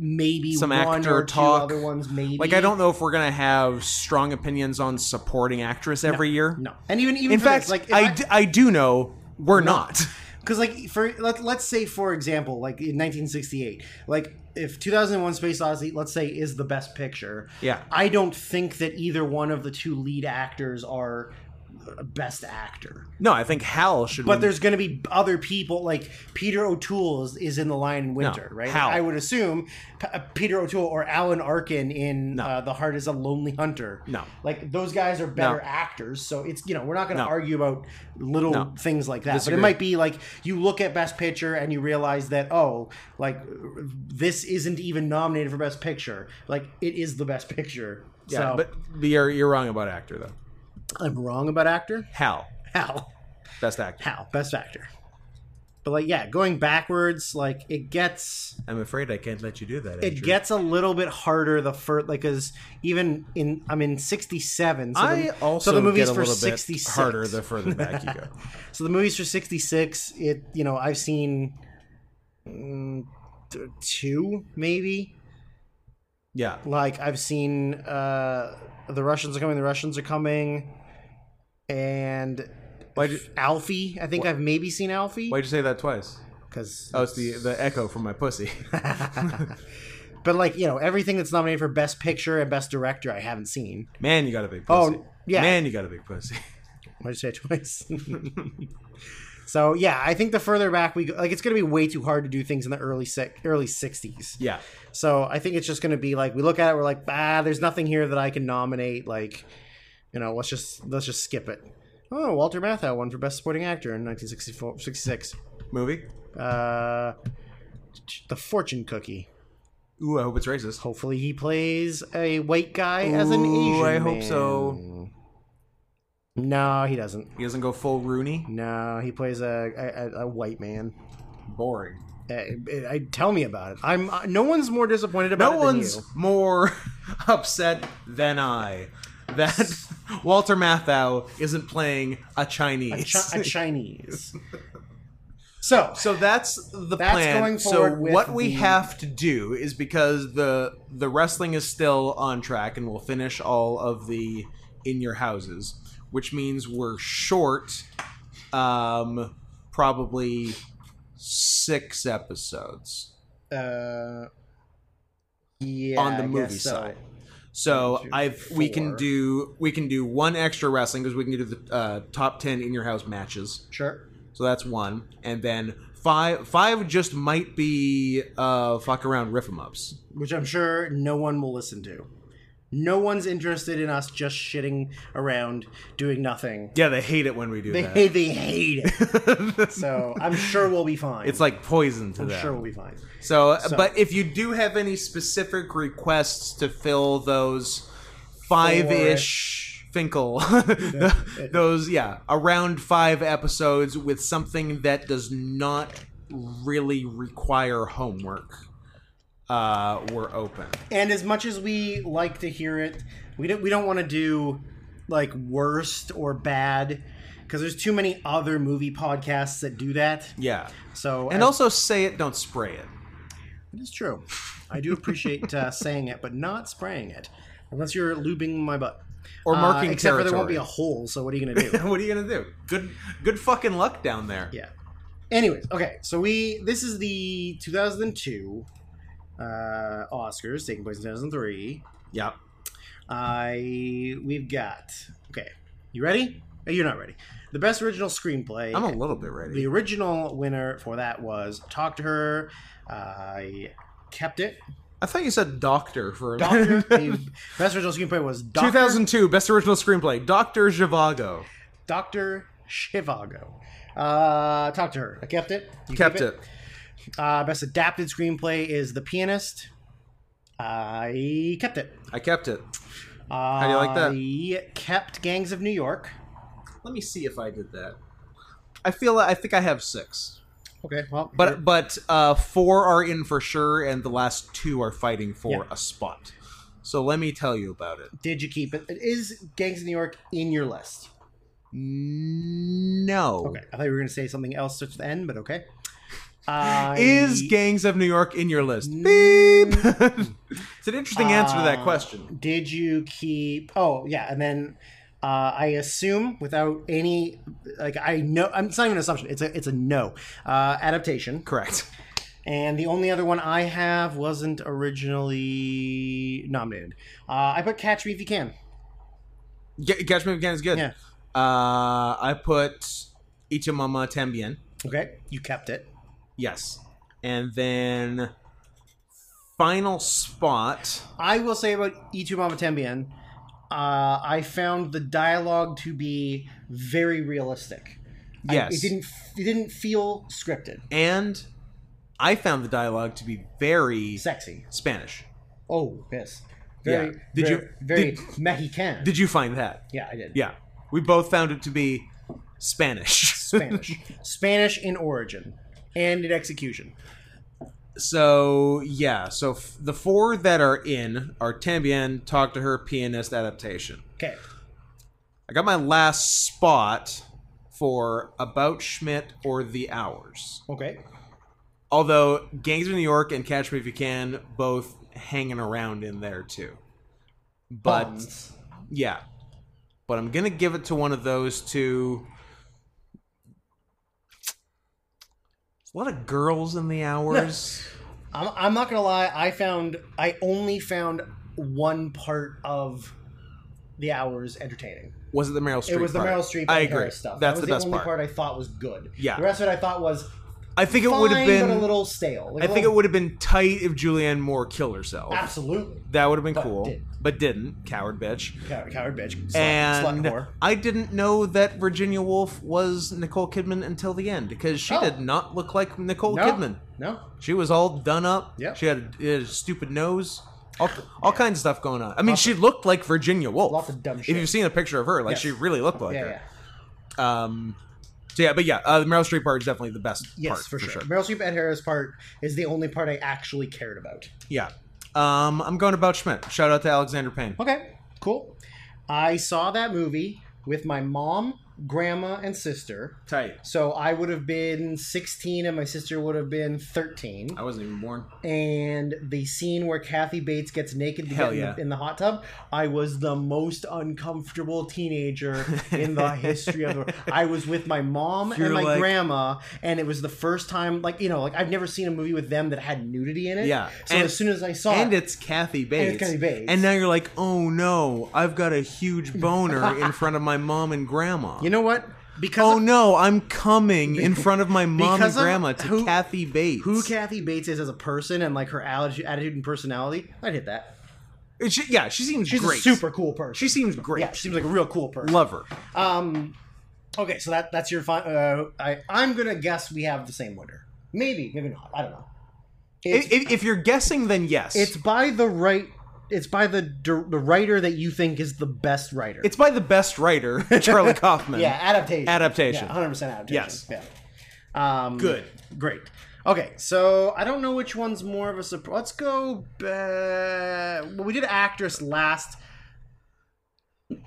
Speaker 2: maybe
Speaker 1: Some
Speaker 2: one
Speaker 1: actor
Speaker 2: or
Speaker 1: talk.
Speaker 2: two other ones. Maybe
Speaker 1: Like, I don't know if we're gonna have strong opinions on supporting actress every year.
Speaker 2: No. And even even
Speaker 1: In
Speaker 2: for
Speaker 1: fact,
Speaker 2: this, like if
Speaker 1: I, d- I do know we're not. *laughs*
Speaker 2: because like for let, let's say for example like in 1968 like if 2001 space odyssey let's say is the best picture
Speaker 1: Yeah.
Speaker 2: i don't think that either one of the two lead actors are uh, best actor
Speaker 1: No, I think Hal should.
Speaker 2: but
Speaker 1: win.
Speaker 2: there's going to be other people like peter o'toole is, is in the line in winter right
Speaker 1: Hal.
Speaker 2: i would assume P- uh, peter o'toole or alan arkin in
Speaker 1: No.
Speaker 2: uh, the heart is a lonely hunter
Speaker 1: no.
Speaker 2: like those guys are better
Speaker 1: No.
Speaker 2: actors, so it's you know we're not going to
Speaker 1: No.
Speaker 2: argue about little
Speaker 1: No.
Speaker 2: things like that. But
Speaker 1: Disagree.
Speaker 2: it might be like you look at Best Picture and you realize that oh, like this isn't even nominated for Best Picture. Like it is the Best Picture.
Speaker 1: Yeah,
Speaker 2: so
Speaker 1: but you're you're wrong about actor though.
Speaker 2: I'm wrong about actor.
Speaker 1: Hal,
Speaker 2: How
Speaker 1: best actor.
Speaker 2: how Best Actor. But like yeah, going backwards, like it gets
Speaker 1: I'm afraid I can't let you do that.
Speaker 2: it
Speaker 1: Andrew.
Speaker 2: gets a little bit harder the first like because even in I'm in 67. So
Speaker 1: I
Speaker 2: the,
Speaker 1: also
Speaker 2: so the
Speaker 1: get
Speaker 2: movie's
Speaker 1: a
Speaker 2: for
Speaker 1: little
Speaker 2: 66.
Speaker 1: bit harder the further back you go.
Speaker 2: So the movie's for 66. It, you know, I've seen mm, t- two, maybe.
Speaker 1: *laughs* Yeah,
Speaker 2: Like, I've seen uh, The Russians Are Coming, The Russians Are Coming, and
Speaker 1: Why'd you-
Speaker 2: Alfie. I think I've maybe seen Alfie.
Speaker 1: why'd you say that twice?
Speaker 2: Because.
Speaker 1: Oh, it's the the echo from my pussy. *laughs*
Speaker 2: But, like, you know, everything that's nominated for Best Picture and Best Director, I haven't seen.
Speaker 1: Man, you got a big
Speaker 2: Oh,
Speaker 1: pussy.
Speaker 2: yeah.
Speaker 1: Man, you got a big pussy. *laughs*
Speaker 2: I just say it twice. so yeah, I think the further back we go, like it's going to be way too hard to do things in the early si- early sixties.
Speaker 1: Yeah,
Speaker 2: So I think it's just going to be like we look at it, we're like, ah, there's nothing here that I can nominate. Like, you know, let's just let's just skip it. Oh, Walter Matthau won for Best Supporting Actor in 1966.
Speaker 1: movie.
Speaker 2: Uh, the Fortune Cookie.
Speaker 1: Ooh, I hope it's racist.
Speaker 2: Hopefully, he plays a white guy as an Asian.
Speaker 1: Ooh, I hope so.
Speaker 2: man. No, he doesn't.
Speaker 1: He doesn't go full Rooney.
Speaker 2: No, he plays a a, a- a white man.
Speaker 1: Boring.
Speaker 2: Uh, I, I- tell me about it. I'm uh, no one's more disappointed about
Speaker 1: No
Speaker 2: it
Speaker 1: one's
Speaker 2: than
Speaker 1: more *laughs* upset than I that *laughs* Walter Matthau isn't playing a
Speaker 2: you.
Speaker 1: *laughs*
Speaker 2: A,
Speaker 1: Chinese.
Speaker 2: chi-
Speaker 1: *laughs*
Speaker 2: a Chinese. so
Speaker 1: so that's the
Speaker 2: That's
Speaker 1: plan.
Speaker 2: going
Speaker 1: so
Speaker 2: forward with
Speaker 1: what we
Speaker 2: the-
Speaker 1: have to do is because the the wrestling is still on track and we'll finish all of the in your houses, which means we're short um probably six episodes
Speaker 2: uh, yeah,
Speaker 1: on
Speaker 2: I
Speaker 1: the
Speaker 2: guess
Speaker 1: movie
Speaker 2: so.
Speaker 1: side. So
Speaker 2: One, two,
Speaker 1: I've we can
Speaker 2: four.
Speaker 1: do we can do one extra wrestling because we can do the uh, top ten in your house matches.
Speaker 2: Sure.
Speaker 1: So that's one, and then five five just might be uh, fuck around riff 'em ups.
Speaker 2: Which I'm sure no one will listen to. No one's interested in us just shitting around doing nothing.
Speaker 1: Yeah, they hate it when we do
Speaker 2: They
Speaker 1: that.
Speaker 2: hate. They hate
Speaker 1: *laughs*
Speaker 2: it. so I'm sure we'll be fine.
Speaker 1: it's like poison to
Speaker 2: I'm
Speaker 1: them.
Speaker 2: sure we'll be fine.
Speaker 1: So,
Speaker 2: So-
Speaker 1: but if you do have any specific requests to fill those five ish Finkel, *laughs* those, yeah, around five episodes with something that does not really require homework, uh, we're open.
Speaker 2: and as much as we like to hear it, we don't we don't want to do like worst or bad because there's too many other movie podcasts that do that.
Speaker 1: Yeah.
Speaker 2: So
Speaker 1: And
Speaker 2: as-
Speaker 1: also say it, don't spray it.
Speaker 2: it is true. I do appreciate uh, *laughs* saying it, but not spraying it unless you're lubing my butt
Speaker 1: Or
Speaker 2: Uh,
Speaker 1: marking
Speaker 2: except for
Speaker 1: territory.
Speaker 2: there won't be a hole. So what are you
Speaker 1: *laughs*
Speaker 2: gonna do?
Speaker 1: what are you gonna do? Good, good fucking luck down there.
Speaker 2: yeah. Anyways, okay. So we this is the 2002 uh, Oscars taking place in 2003.
Speaker 1: Yeah.
Speaker 2: I we've got okay. You ready? Oh, You're not ready. The best original screenplay.
Speaker 1: I'm a little bit
Speaker 2: the
Speaker 1: ready.
Speaker 2: original winner for that was Talk to Her. I kept
Speaker 1: *laughs*
Speaker 2: it.
Speaker 1: I thought you said doctor for a
Speaker 2: Doctor.
Speaker 1: minute.
Speaker 2: the best original screenplay was Doctor.
Speaker 1: 2002 best original screenplay dr zhivago
Speaker 2: Doctor Chivago. Uh, talk to her. I kept it. You
Speaker 1: kept
Speaker 2: keep
Speaker 1: it
Speaker 2: Uh, best adapted screenplay is The Pianist. I kept it.
Speaker 1: i kept it
Speaker 2: Uh, How
Speaker 1: do you like that?
Speaker 2: I kept Gangs of New York.
Speaker 1: let me see if i did that i feel i think i have six
Speaker 2: Okay, well,
Speaker 1: but but uh four are in for sure and the last two are fighting for a spot so let me tell you about it
Speaker 2: Did you keep it? Is Gangs of New York in your list?
Speaker 1: no
Speaker 2: Okay, I thought you were going to say something else towards the end, but
Speaker 1: *laughs*
Speaker 2: okay. I-
Speaker 1: is gangs of new york in your list beep *laughs* it's an interesting answer to that
Speaker 2: Uh,
Speaker 1: question
Speaker 2: Did you keep? Oh yeah, and then Uh, I assume without any, like I know, I'm, it's not even an assumption. It's a it's a no uh, adaptation.
Speaker 1: Correct.
Speaker 2: And the only other one I have wasn't originally nominated. Uh, I put Catch Me If You Can.
Speaker 1: G- Catch Me If You Can is good.
Speaker 2: Yeah.
Speaker 1: Uh, I put Ichimama Tambien.
Speaker 2: Okay, you kept it.
Speaker 1: Yes. And then final spot.
Speaker 2: I will say about Ichu Mama Tembien, uh, I found the dialogue to be very realistic. I-
Speaker 1: Yes.
Speaker 2: it didn't. It didn't feel scripted.
Speaker 1: and I found the dialogue to be very
Speaker 2: Sexy.
Speaker 1: Spanish.
Speaker 2: Oh yes. Very,
Speaker 1: Yeah. Did
Speaker 2: very,
Speaker 1: you-
Speaker 2: very
Speaker 1: did-
Speaker 2: Mexican?
Speaker 1: Did you find that?
Speaker 2: yeah, I did.
Speaker 1: Yeah. We both found it to be Spanish.
Speaker 2: Spanish. Spanish in origin and in execution.
Speaker 1: *laughs* so, yeah. So f- the four that are in are Tambien, Talk to Her, Pianist Adaptation.
Speaker 2: Okay.
Speaker 1: I got my last spot for About Schmidt or The Hours.
Speaker 2: Okay.
Speaker 1: Although Gangs of New York and Catch Me If You Can both hanging around in there too. But
Speaker 2: Buns.
Speaker 1: yeah. But I'm gonna give it to one of those two. There's A lot of girls in the
Speaker 2: *laughs*
Speaker 1: hours.
Speaker 2: I'm, I'm not gonna lie. I found I only found one part of the hours entertaining.
Speaker 1: Was it the Meryl Streep?
Speaker 2: it was the
Speaker 1: part?
Speaker 2: Meryl Streep.
Speaker 1: I
Speaker 2: and
Speaker 1: agree.
Speaker 2: Harris Stuff.
Speaker 1: That's
Speaker 2: that was
Speaker 1: the best
Speaker 2: only
Speaker 1: part.
Speaker 2: part. I thought was good.
Speaker 1: Yeah.
Speaker 2: The rest of it I thought was
Speaker 1: I think it
Speaker 2: fine,
Speaker 1: would have been.
Speaker 2: but a little stale. Like
Speaker 1: I
Speaker 2: a
Speaker 1: think it
Speaker 2: little-
Speaker 1: would have been tight if Julianne Moore killed herself.
Speaker 2: absolutely
Speaker 1: That would have been
Speaker 2: Ah. But
Speaker 1: cool,
Speaker 2: didn't.
Speaker 1: but didn't. Coward bitch.
Speaker 2: coward, coward bitch. Slut,
Speaker 1: and
Speaker 2: slut whore.
Speaker 1: I didn't know that Virginia Woolf was Nicole Kidman until the end because she
Speaker 2: Oh.
Speaker 1: did not look like Nicole
Speaker 2: No,
Speaker 1: Kidman.
Speaker 2: No.
Speaker 1: She was all done up.
Speaker 2: Yep.
Speaker 1: She had a, had a stupid nose. All, all kinds of stuff going on. I mean, she looked like Virginia Woolf.
Speaker 2: lots of dumb
Speaker 1: If
Speaker 2: shit.
Speaker 1: you've seen a picture of her, like
Speaker 2: Yes.
Speaker 1: she really looked like
Speaker 2: yeah.
Speaker 1: her.
Speaker 2: yeah.
Speaker 1: Um, so yeah, but yeah, uh, the Meryl Streep part is definitely the best
Speaker 2: Yes,
Speaker 1: part
Speaker 2: for, sure. Meryl Streep and Harris part is the only part I actually cared about.
Speaker 1: Yeah. Um, I'm going about Schmidt. Shout out to Alexander Payne.
Speaker 2: Okay, cool. I saw that movie with my mom, grandma, and sister.
Speaker 1: Tight.
Speaker 2: So I would have been 16 and my sister would have been 13.
Speaker 1: I wasn't even born.
Speaker 2: and the scene where Kathy Bates gets naked to
Speaker 1: Hell
Speaker 2: get in,
Speaker 1: yeah.
Speaker 2: the, in the hot tub, I was the most uncomfortable teenager
Speaker 1: *laughs*
Speaker 2: in the history of the. I was with my mom
Speaker 1: You're
Speaker 2: and my
Speaker 1: like-
Speaker 2: grandma, and it was the first time, like you know, like I've never seen a movie with them that had nudity in it.
Speaker 1: Yeah.
Speaker 2: So
Speaker 1: And-
Speaker 2: as soon as I saw
Speaker 1: And
Speaker 2: it,
Speaker 1: it's Kathy Bates.
Speaker 2: Kathy Bates.
Speaker 1: And now you're like, oh no, I've got a huge
Speaker 2: *laughs*
Speaker 1: boner in front of my mom and grandma.
Speaker 2: you know what? Because
Speaker 1: Oh
Speaker 2: of
Speaker 1: no, I'm coming in front of my mom and
Speaker 2: Because of
Speaker 1: grandma to
Speaker 2: who-
Speaker 1: Kathy Bates.
Speaker 2: who Kathy Bates is as a person and like her attitude, attitude and personality, I'd hit that.
Speaker 1: And she- yeah, she seems
Speaker 2: She's
Speaker 1: great.
Speaker 2: a super cool person.
Speaker 1: She seems great.
Speaker 2: yeah, she seems like a real cool person.
Speaker 1: Love her.
Speaker 2: Um, okay, so that that's your final. Uh, I I'm gonna guess we have the same winner. Maybe, maybe not. I don't know. It's,
Speaker 1: If, if- if you're guessing, then yes.
Speaker 2: it's by the right. It's by the dir- the writer that you think is the best writer.
Speaker 1: it's by the best
Speaker 2: *laughs*
Speaker 1: writer, Charlie Kaufman.
Speaker 2: yeah, adaptation.
Speaker 1: Adaptation.
Speaker 2: Yeah, 100% adaptation.
Speaker 1: Yes.
Speaker 2: Yeah. Um,
Speaker 1: Good.
Speaker 2: Great. Okay, so I don't know which one's more of a surprise. Let's go. Uh, well, we did actress last.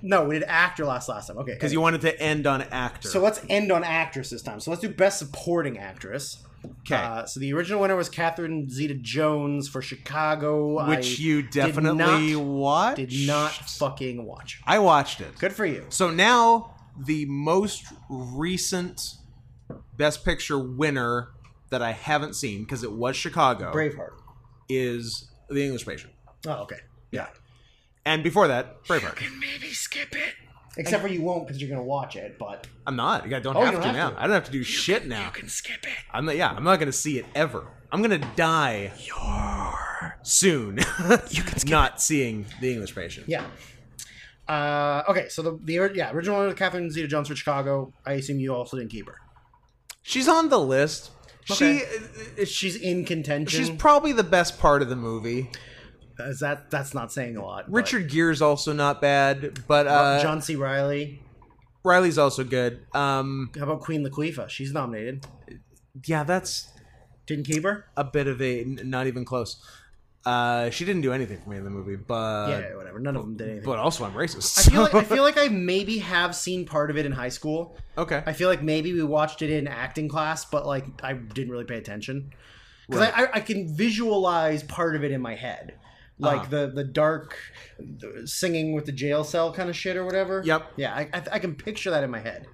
Speaker 2: No, we did actor last last time. Okay,
Speaker 1: Because you wanted to end on actor.
Speaker 2: So let's end on actress this time. So let's do best supporting actress.
Speaker 1: 'Kay.
Speaker 2: Uh, so the original winner was Catherine Zeta Jones for Chicago,
Speaker 1: which
Speaker 2: I
Speaker 1: you definitely
Speaker 2: did not,
Speaker 1: watched.
Speaker 2: did not fucking watch.
Speaker 1: I watched it.
Speaker 2: Good for you.
Speaker 1: So now the most recent Best Picture winner that I haven't seen because it was Chicago
Speaker 2: Braveheart.
Speaker 1: is The English Patient,
Speaker 2: Oh, okay. Yeah.
Speaker 1: and before that, Braveheart.
Speaker 2: Maybe skip it. Except for you won't because you're gonna watch it. But
Speaker 1: I'm not. I don't
Speaker 2: Oh, you
Speaker 1: have
Speaker 2: don't
Speaker 1: to
Speaker 2: have
Speaker 1: now.
Speaker 2: to.
Speaker 1: I don't have to do shit now.
Speaker 2: can skip it.
Speaker 1: I'm not, yeah, I'm not gonna see it ever. I'm gonna die soon. *laughs* you can not seeing the English Patient.
Speaker 2: Yeah. Uh, okay, so the, the or- yeah original one was Catherine Zeta Jones for Chicago. I assume you also didn't keep her.
Speaker 1: She's on the list.
Speaker 2: Okay.
Speaker 1: She she
Speaker 2: She's in contention.
Speaker 1: she's probably the best part of the movie.
Speaker 2: Is that that's not saying a lot. but-
Speaker 1: Richard Gere's also not bad, but uh,
Speaker 2: John C. Riley.
Speaker 1: Riley's also good. Um,
Speaker 2: How about Queen Latifah? She's nominated.
Speaker 1: yeah, that's
Speaker 2: Didn't keep her.
Speaker 1: a bit of a n- not even close. Uh, she didn't do anything for me in the movie, but
Speaker 2: yeah, whatever. None of them did anything.
Speaker 1: Uh, but also I'm racist.
Speaker 2: I feel, like,
Speaker 1: so-
Speaker 2: I feel like I maybe have seen part of it in high school.
Speaker 1: *laughs* okay.
Speaker 2: I feel like maybe we watched it in acting class, but like I didn't really pay attention because
Speaker 1: Right.
Speaker 2: I, I, I can visualize part of it in my head. like
Speaker 1: Uh-huh.
Speaker 2: the the dark the singing with the jail cell kind of shit or whatever.
Speaker 1: Yep.
Speaker 2: Yeah, I, I, I can picture that in my head.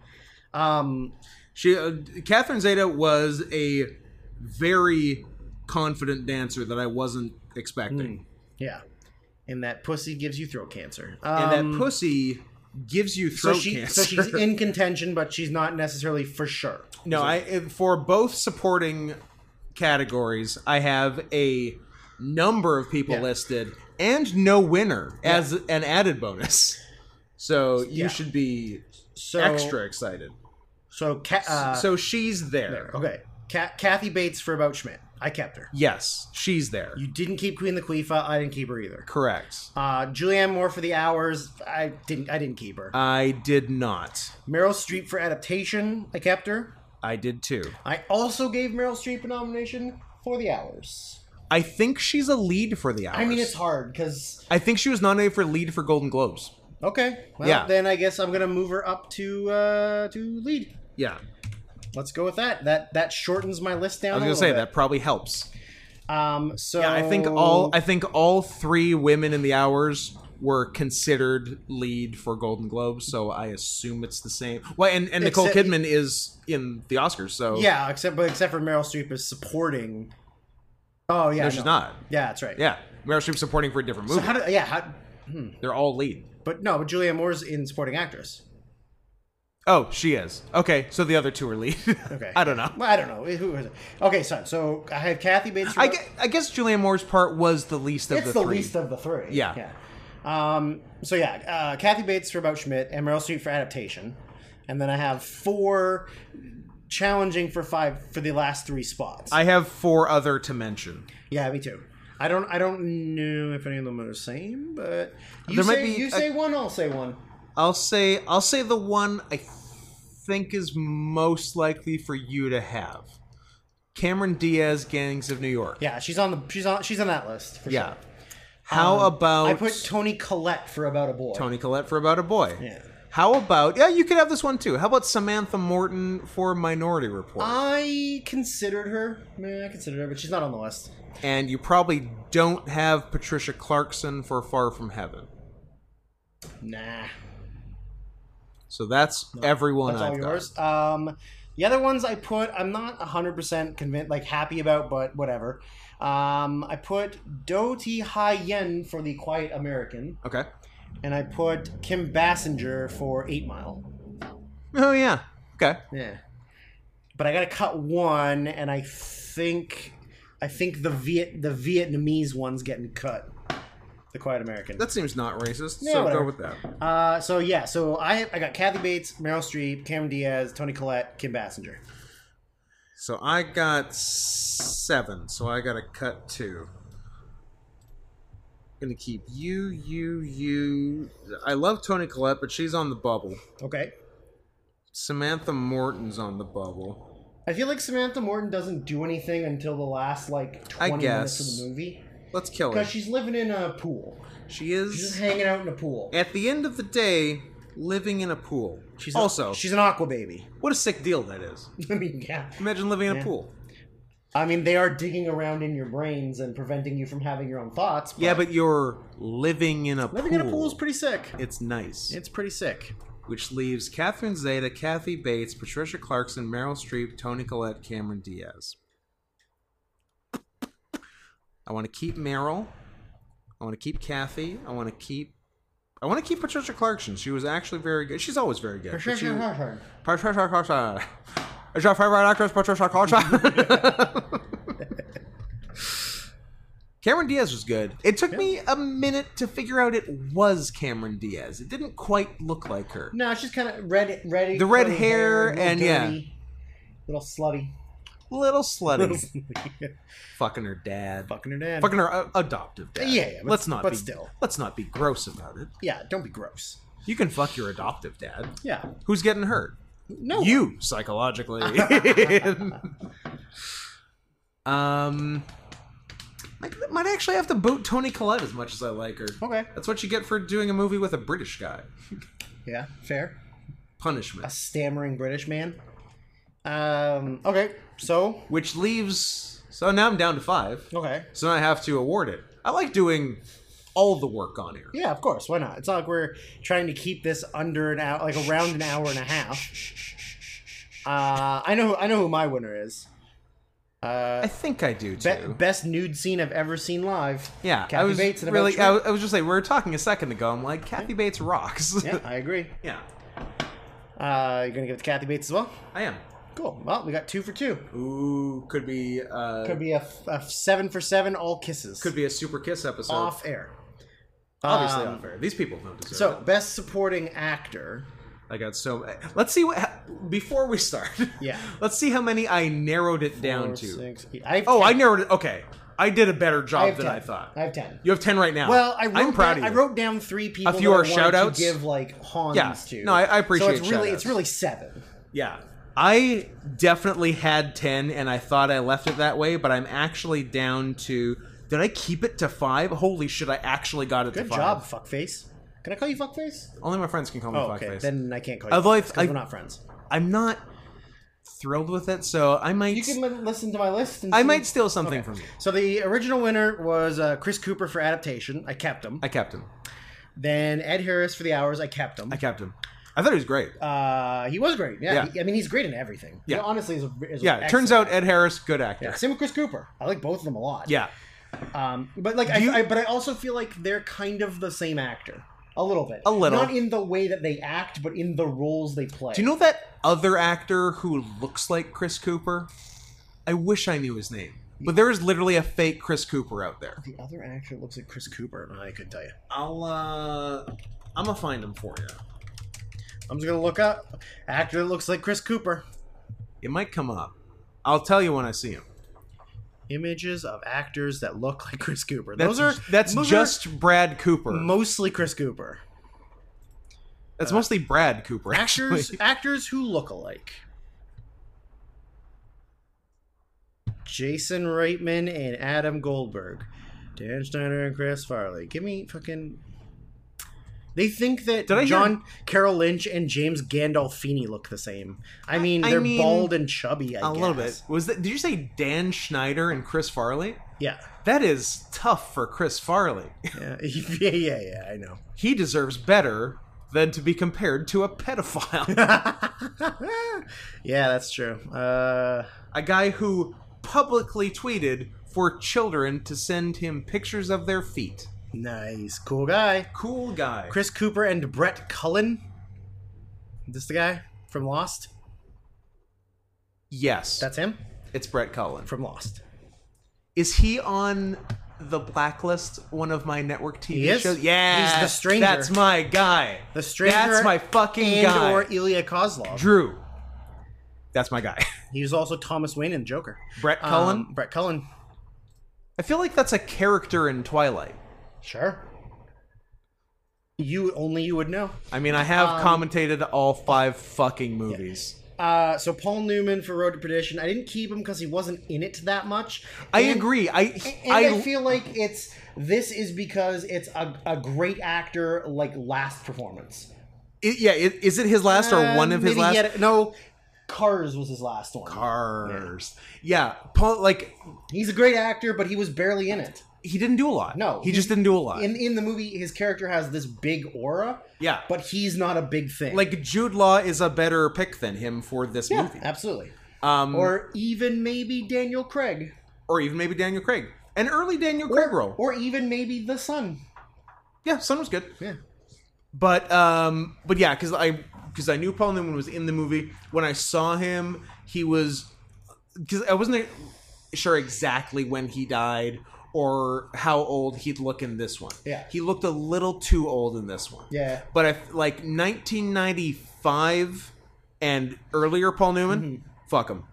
Speaker 2: Um,
Speaker 1: She uh, Catherine Zeta was a very confident dancer that I wasn't
Speaker 2: Hmm.
Speaker 1: expecting,
Speaker 2: yeah, and that pussy gives you throat cancer.
Speaker 1: and
Speaker 2: Um,
Speaker 1: that pussy gives you
Speaker 2: So
Speaker 1: throat
Speaker 2: she
Speaker 1: cancer. *laughs*
Speaker 2: so she's in contention, but she's not necessarily for sure.
Speaker 1: no, I eh, for both supporting categories, I have a number of people
Speaker 2: Yeah.
Speaker 1: listed and no winner as an added bonus. *laughs* So you
Speaker 2: Yeah.
Speaker 1: should be
Speaker 2: So
Speaker 1: extra excited.
Speaker 2: So Ca- uh,
Speaker 1: so she's there.
Speaker 2: okay, Ca- Kathy Bates for about Schmidt. I kept her.
Speaker 1: Yes, she's there.
Speaker 2: You didn't keep Queen Laquifa. I didn't keep her either.
Speaker 1: Correct.
Speaker 2: Uh, Julianne Moore for the hours. I didn't. I didn't keep her.
Speaker 1: I did not.
Speaker 2: Meryl Streep for adaptation. I kept her.
Speaker 1: I did too.
Speaker 2: I also gave Meryl Streep a nomination for the hours.
Speaker 1: I think she's a lead for the hours.
Speaker 2: I mean, it's hard because
Speaker 1: I think she was nominated for lead for Golden Globes.
Speaker 2: okay. Well,
Speaker 1: Yeah.
Speaker 2: then I guess I'm gonna move her up to uh, to lead.
Speaker 1: Yeah,
Speaker 2: Let's go with that. That that shortens my list down.
Speaker 1: I was gonna say that probably helps.
Speaker 2: that. Um. So
Speaker 1: Yeah, I think
Speaker 2: Oh.
Speaker 1: all I think all three women in the hours were considered lead for Golden Globes, so I assume it's the same. Well, and, and Nicole
Speaker 2: Except-
Speaker 1: Kidman is in the Oscars, so
Speaker 2: Yeah, except but except for Meryl Streep is supporting. Oh yeah,
Speaker 1: no, she's not.
Speaker 2: Yeah, that's right.
Speaker 1: Yeah, Meryl Streep supporting for a different
Speaker 2: So
Speaker 1: movie.
Speaker 2: how do yeah? How, hmm.
Speaker 1: They're all lead.
Speaker 2: But no, but Julia Moore's in supporting actress.
Speaker 1: Oh, she is. Okay, so the other two are lead.
Speaker 2: Okay,
Speaker 1: *laughs* I don't know.
Speaker 2: Well, I don't know who is it. Okay, so so I have Kathy Bates.
Speaker 1: I guess, I guess Julianne Moore's part was the least of
Speaker 2: it's
Speaker 1: the,
Speaker 2: the,
Speaker 1: three.
Speaker 2: least of the three.
Speaker 1: Yeah.
Speaker 2: Yeah. Um, so yeah, uh, Kathy Bates for about Schmidt and Meryl Streep for adaptation, and then I have four challenging for five for the last three spots.
Speaker 1: I have four other to mention.
Speaker 2: yeah, me too. I don't I don't know if any of them are the same, but you
Speaker 1: There
Speaker 2: say
Speaker 1: might be
Speaker 2: you
Speaker 1: a-
Speaker 2: say one, I'll say one.
Speaker 1: I'll say I'll say the one I think is most likely for you to have. Cameron Diaz, Gangs of New York.
Speaker 2: Yeah, she's on the she's on she's on that list. For
Speaker 1: Yeah.
Speaker 2: sure.
Speaker 1: How about
Speaker 2: Um, I put Tony Collette for about a boy.
Speaker 1: Tony Collette for About a Boy?
Speaker 2: Yeah.
Speaker 1: How about yeah? You could have this one too. How about Samantha Morton for Minority Report?
Speaker 2: Um, I considered her. Yeah, I considered her, but she's not on the list.
Speaker 1: and you probably don't have Patricia Clarkson for Far From Heaven.
Speaker 2: Nah.
Speaker 1: So that's everyone
Speaker 2: That's
Speaker 1: I've
Speaker 2: all
Speaker 1: got.
Speaker 2: yours. Um, the other ones I put, I'm not 100% convinced, like happy about, but whatever. Um, I put Doti Hai Yen for The Quiet American,
Speaker 1: Okay.
Speaker 2: and I put Kim Bassinger for Eight Mile.
Speaker 1: Oh yeah. Okay.
Speaker 2: Yeah. But I got to cut one, and I think, I think the Viet the Vietnamese one's getting cut. The Quiet American.
Speaker 1: That seems not racist.
Speaker 2: Yeah,
Speaker 1: so
Speaker 2: whatever.
Speaker 1: go with that.
Speaker 2: Uh, so yeah, so I I got Kathy Bates, Meryl Streep, Cameron Diaz, Tony Collette, Kim Bassinger.
Speaker 1: So I got seven, so I gotta cut two. Gonna keep you, you, you. I love Tony Collette, but she's on the bubble.
Speaker 2: Okay.
Speaker 1: Samantha Morton's on the bubble.
Speaker 2: I feel like Samantha Morton doesn't do anything until the last like
Speaker 1: I
Speaker 2: twenty minutes
Speaker 1: guess.
Speaker 2: of the movie
Speaker 1: Let's kill her.
Speaker 2: because she's living in a pool.
Speaker 1: She
Speaker 2: She's just
Speaker 1: is,
Speaker 2: hanging out in a pool.
Speaker 1: at the end of the day, living in a pool.
Speaker 2: She's a-
Speaker 1: also,
Speaker 2: she's an aqua baby. *laughs*
Speaker 1: what a sick deal that is.
Speaker 2: I mean, yeah.
Speaker 1: Imagine living in a
Speaker 2: Yeah.
Speaker 1: pool.
Speaker 2: I mean, they are digging around in your brains and preventing you from having your own thoughts.
Speaker 1: Yeah, but you're living in a
Speaker 2: living
Speaker 1: pool.
Speaker 2: in a pool is pretty sick.
Speaker 1: It's nice.
Speaker 2: It's pretty sick.
Speaker 1: which leaves Catherine Zeta, Kathy Bates, Patricia Clarkson, Meryl Streep, Tony Collette, Cameron Diaz. I want to keep Meryl. I want to keep Kathy. I want to keep. I want to keep Patricia Clarkson. She was actually very good. She's always very good. but she- Patricia Clarkson. Is your favorite actress Patricia Clarkson? *laughs* Cameron Diaz was good. It took me a minute to figure out it was Cameron Diaz. It didn't quite look like her.
Speaker 2: No, she's kind of red, ready.
Speaker 1: The red hair and, yeah.
Speaker 2: little slutty.
Speaker 1: *laughs* Little slutty. Fucking her dad.
Speaker 2: Fucking her dad.
Speaker 1: Fucking her uh, adoptive dad.
Speaker 2: Yeah, yeah, but-
Speaker 1: let's not.
Speaker 2: but
Speaker 1: be,
Speaker 2: still.
Speaker 1: let's not be gross about it.
Speaker 2: Yeah, don't be gross.
Speaker 1: You can fuck your adoptive dad.
Speaker 2: Yeah.
Speaker 1: Who's getting hurt?
Speaker 2: No.
Speaker 1: You
Speaker 2: *laughs*
Speaker 1: psychologically. *laughs* um, I could- might actually have to boot Tony Collette as much as I like her.
Speaker 2: Okay.
Speaker 1: That's what you get for doing a movie with a British guy.
Speaker 2: Yeah, fair. A
Speaker 1: Punishment.
Speaker 2: stammering British man. Um. Okay. So.
Speaker 1: Which leaves. So now I'm down to five.
Speaker 2: Okay.
Speaker 1: So now I have to award it. I like doing all the work on air.
Speaker 2: Yeah, of course. Why not? It's not like we're trying to keep this under an hour, like around an hour and a half. Uh, I know. I know who my winner is. Uh,
Speaker 1: I think I do
Speaker 2: Be-
Speaker 1: too.
Speaker 2: best nude scene I've ever seen live.
Speaker 1: yeah, I
Speaker 2: Kathy
Speaker 1: was
Speaker 2: Bates in a
Speaker 1: really.
Speaker 2: boat
Speaker 1: I
Speaker 2: trip.
Speaker 1: was, I was just like, we were talking a second ago. I'm like, Kathy Bates rocks.
Speaker 2: Yeah, I agree.
Speaker 1: *laughs* yeah,
Speaker 2: Uh, you're gonna give it to Kathy Bates as well.
Speaker 1: I am.
Speaker 2: Cool. Well, we got two for two.
Speaker 1: Ooh, could be. Uh,
Speaker 2: Could be a, a seven for seven, all kisses.
Speaker 1: could be a super kiss episode.
Speaker 2: off air.
Speaker 1: Obviously
Speaker 2: Um,
Speaker 1: off air. These people don't deserve
Speaker 2: So
Speaker 1: it.
Speaker 2: best supporting actor.
Speaker 1: I got so. eh, Let's see what. Before we start, *laughs*
Speaker 2: Yeah.
Speaker 1: Let's see how many I narrowed it down
Speaker 2: Four,
Speaker 1: to.
Speaker 2: six, eight. I have
Speaker 1: Oh, I
Speaker 2: ten.
Speaker 1: narrowed it. Okay, I did a better job
Speaker 2: have
Speaker 1: than
Speaker 2: 10.
Speaker 1: I thought.
Speaker 2: I have ten.
Speaker 1: You have ten right now.
Speaker 2: Well, I wrote
Speaker 1: I'm proud of
Speaker 2: down,
Speaker 1: you.
Speaker 2: I wrote down three people.
Speaker 1: few
Speaker 2: that I
Speaker 1: are
Speaker 2: wanted
Speaker 1: shout-outs?
Speaker 2: To give like Hans
Speaker 1: Yeah.
Speaker 2: to.
Speaker 1: No, I- I appreciate
Speaker 2: So it's really
Speaker 1: shout-outs.
Speaker 2: it's really seven.
Speaker 1: Yeah. I definitely had 10 and I thought I left it that way, but I'm actually down to. Did I keep it to five? Holy shit, I actually got it
Speaker 2: Good
Speaker 1: to five.
Speaker 2: job, fuckface. Can I call you fuckface?
Speaker 1: Only my friends can call me
Speaker 2: Oh,
Speaker 1: fuckface.
Speaker 2: okay. Then I can't call you.
Speaker 1: Although I-
Speaker 2: fuckface 'cause
Speaker 1: I-
Speaker 2: we're not friends.
Speaker 1: I'm not thrilled with it, so I might.
Speaker 2: You can li- listen to my list. And
Speaker 1: I
Speaker 2: see-
Speaker 1: might steal something from you.
Speaker 2: So the original winner was uh, Chris Cooper for adaptation. I kept him.
Speaker 1: I kept him.
Speaker 2: then Ed Harris for the hours. I kept him.
Speaker 1: I kept him. I thought he was great.
Speaker 2: uh, he was great. Yeah,
Speaker 1: Yeah.
Speaker 2: He- I mean he's great in everything.
Speaker 1: Yeah.
Speaker 2: He honestly, is a, is
Speaker 1: yeah, it turns out Ed Harris, good actor.
Speaker 2: excellent. Same with Chris Cooper. I like both of them a lot.
Speaker 1: Yeah.
Speaker 2: Um, but like, I, I, but I also feel like they're kind of the same actor, a little bit,
Speaker 1: A little.
Speaker 2: not in the way that they act, but in the roles they play.
Speaker 1: Do you know that other actor who looks like Chris Cooper? I wish I knew his name. But there is literally a fake Chris Cooper out there.
Speaker 2: the other actor looks like Chris Cooper? Oh, I could tell you.
Speaker 1: I'll uh I'm gonna find him for you.
Speaker 2: I'm just gonna look up actor that looks like Chris Cooper.
Speaker 1: It might come up. I'll tell you when I see him.
Speaker 2: Images of actors that look like Chris Cooper.
Speaker 1: That's,
Speaker 2: those are
Speaker 1: that's
Speaker 2: those are
Speaker 1: just Brad Cooper.
Speaker 2: mostly Chris Cooper
Speaker 1: that's mostly Brad Cooper. Actually, *laughs*
Speaker 2: actors. actors who look alike. Jason Reitman and Adam Goldberg, Dan Schneider and Chris Farley. Give me fucking. They think that
Speaker 1: Did I hear-
Speaker 2: John Carroll Lynch and James Gandolfini look the same. I mean,
Speaker 1: I
Speaker 2: they're
Speaker 1: mean,
Speaker 2: bald and chubby. I
Speaker 1: a little bit.
Speaker 2: guess.
Speaker 1: Was that? Did you say Dan Schneider and Chris Farley?
Speaker 2: Yeah.
Speaker 1: That is tough for Chris Farley. *laughs*
Speaker 2: yeah, *laughs* yeah, yeah, yeah. I know. *laughs*
Speaker 1: He deserves better than to be compared to a pedophile, *laughs*
Speaker 2: yeah, that's true. Uh,
Speaker 1: a guy who publicly tweeted for children to send him pictures of their feet.
Speaker 2: nice, cool guy.
Speaker 1: Cool guy.
Speaker 2: Chris Cooper and Brett Cullen. This the guy from Lost.
Speaker 1: yes,
Speaker 2: That's him
Speaker 1: it's Brett Cullen.
Speaker 2: from Lost.
Speaker 1: Is he on the Blacklist, one of my network TV
Speaker 2: He is?
Speaker 1: shows? Yeah,
Speaker 2: He's the stranger.
Speaker 1: That's my guy.
Speaker 2: The Stranger.
Speaker 1: That's my fucking
Speaker 2: and
Speaker 1: guy.
Speaker 2: or Ilya Kozlov.
Speaker 1: Drew. That's my guy. *laughs*
Speaker 2: He was also Thomas Wayne in Joker.
Speaker 1: Brett
Speaker 2: Um,
Speaker 1: Cullen.
Speaker 2: Brett Cullen.
Speaker 1: I feel like that's a character in Twilight.
Speaker 2: Sure. You only you would know.
Speaker 1: I mean, I have commentated all five fucking movies.
Speaker 2: Uh, so Paul Newman for Road to Perdition. I didn't keep him because he wasn't in it that much.
Speaker 1: I
Speaker 2: And-
Speaker 1: agree. I
Speaker 2: And I, feel like it's this is because it's a, a great actor like last performance.
Speaker 1: it- yeah. It, is it his last or
Speaker 2: Uh,
Speaker 1: one of his
Speaker 2: maybe he
Speaker 1: last?
Speaker 2: had- no, Cars was his last one.
Speaker 1: Cars. Yeah. Paul. Like
Speaker 2: He's a great actor, but he was barely in it.
Speaker 1: he didn't do a lot.
Speaker 2: No,
Speaker 1: he, just didn't do a lot.
Speaker 2: In in the movie, his character has this big aura,
Speaker 1: yeah.
Speaker 2: but he's not a big thing.
Speaker 1: like Jude Law is a better pick than him for this
Speaker 2: yeah,
Speaker 1: movie.
Speaker 2: absolutely.
Speaker 1: Um, or,
Speaker 2: Or even maybe Daniel Craig,
Speaker 1: even maybe Daniel Craig. An early Daniel Craig
Speaker 2: or,
Speaker 1: role.
Speaker 2: or even maybe the son.
Speaker 1: yeah, Son was good.
Speaker 2: Yeah,
Speaker 1: But um, but yeah, because I because I knew Paul Newman was in the movie. When I saw him, he was because I wasn't sure exactly when he died or how old he'd look in this one.
Speaker 2: Yeah.
Speaker 1: he looked a little too old in this one.
Speaker 2: yeah.
Speaker 1: but I f- like 1995 and earlier Paul Newman, fuck him.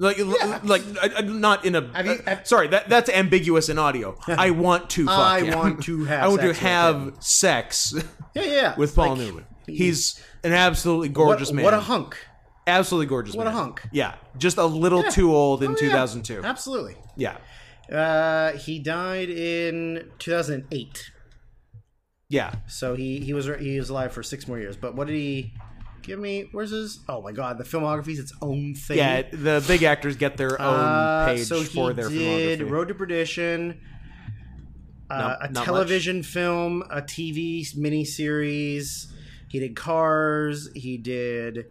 Speaker 1: Like, l-
Speaker 2: Mm-hmm. Yeah.
Speaker 1: like I, am not in a.
Speaker 2: Have you-
Speaker 1: uh,
Speaker 2: have-
Speaker 1: sorry, that that's ambiguous in
Speaker 2: *laughs*
Speaker 1: audio. I want to. Fuck
Speaker 2: I
Speaker 1: him.
Speaker 2: want to
Speaker 1: *laughs*
Speaker 2: have.
Speaker 1: I want to
Speaker 2: sex with him.
Speaker 1: have sex *laughs*
Speaker 2: Yeah, yeah.
Speaker 1: with Paul
Speaker 2: Like,
Speaker 1: Newman. He's an absolutely gorgeous
Speaker 2: what,
Speaker 1: man.
Speaker 2: What a hunk!
Speaker 1: absolutely gorgeous
Speaker 2: what a
Speaker 1: man.
Speaker 2: hunk.
Speaker 1: Yeah, just a little too old in
Speaker 2: Oh, yeah.
Speaker 1: 2002. Yeah.
Speaker 2: Absolutely. Uh, he died in 2008,
Speaker 1: yeah,
Speaker 2: so he he was he was alive for six more years. But what did he? Give me where's his? Oh my God, the filmography's its own thing.
Speaker 1: yeah. The big actors get their own
Speaker 2: Uh,
Speaker 1: page
Speaker 2: so he
Speaker 1: for their
Speaker 2: did
Speaker 1: filmography.
Speaker 2: Road to Perdition, uh,
Speaker 1: Not-
Speaker 2: a
Speaker 1: not
Speaker 2: television film, a TV miniseries. He did Cars. He did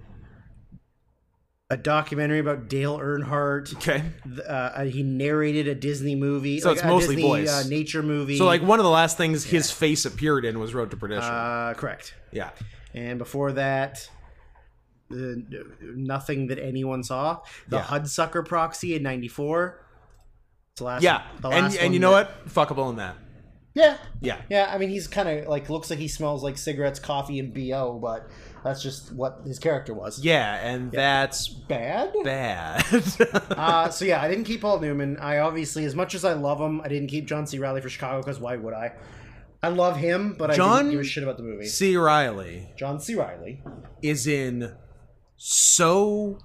Speaker 2: a documentary about Dale Earnhardt.
Speaker 1: Okay.
Speaker 2: Th- Uh, uh, he narrated a Disney movie.
Speaker 1: So it's
Speaker 2: a
Speaker 1: mostly
Speaker 2: Disney,
Speaker 1: voice.
Speaker 2: Uh, nature movie.
Speaker 1: So like one of the last things his face appeared in was Road to Perdition.
Speaker 2: uh, correct.
Speaker 1: yeah.
Speaker 2: And before that, uh, n- nothing that anyone saw. The
Speaker 1: Yeah.
Speaker 2: Hudsucker Proxy in '94. It's the last.
Speaker 1: Yeah.
Speaker 2: the
Speaker 1: and
Speaker 2: last
Speaker 1: and you
Speaker 2: one
Speaker 1: know
Speaker 2: that-
Speaker 1: what? Fuckable in that.
Speaker 2: Yeah.
Speaker 1: Yeah.
Speaker 2: Yeah, I mean, he's kind of like looks like he smells like cigarettes, coffee, and bo, but that's just what his character was.
Speaker 1: Yeah, and that's *laughs*
Speaker 2: Bad.
Speaker 1: bad.
Speaker 2: *laughs* uh, so yeah, I didn't keep Paul Newman. I obviously, as much as I love him, I didn't keep John C. Riley for Chicago because why would I? I love him, but I
Speaker 1: John-
Speaker 2: didn't give a shit about the movie.
Speaker 1: C. Riley
Speaker 2: John C. Riley.
Speaker 1: is in so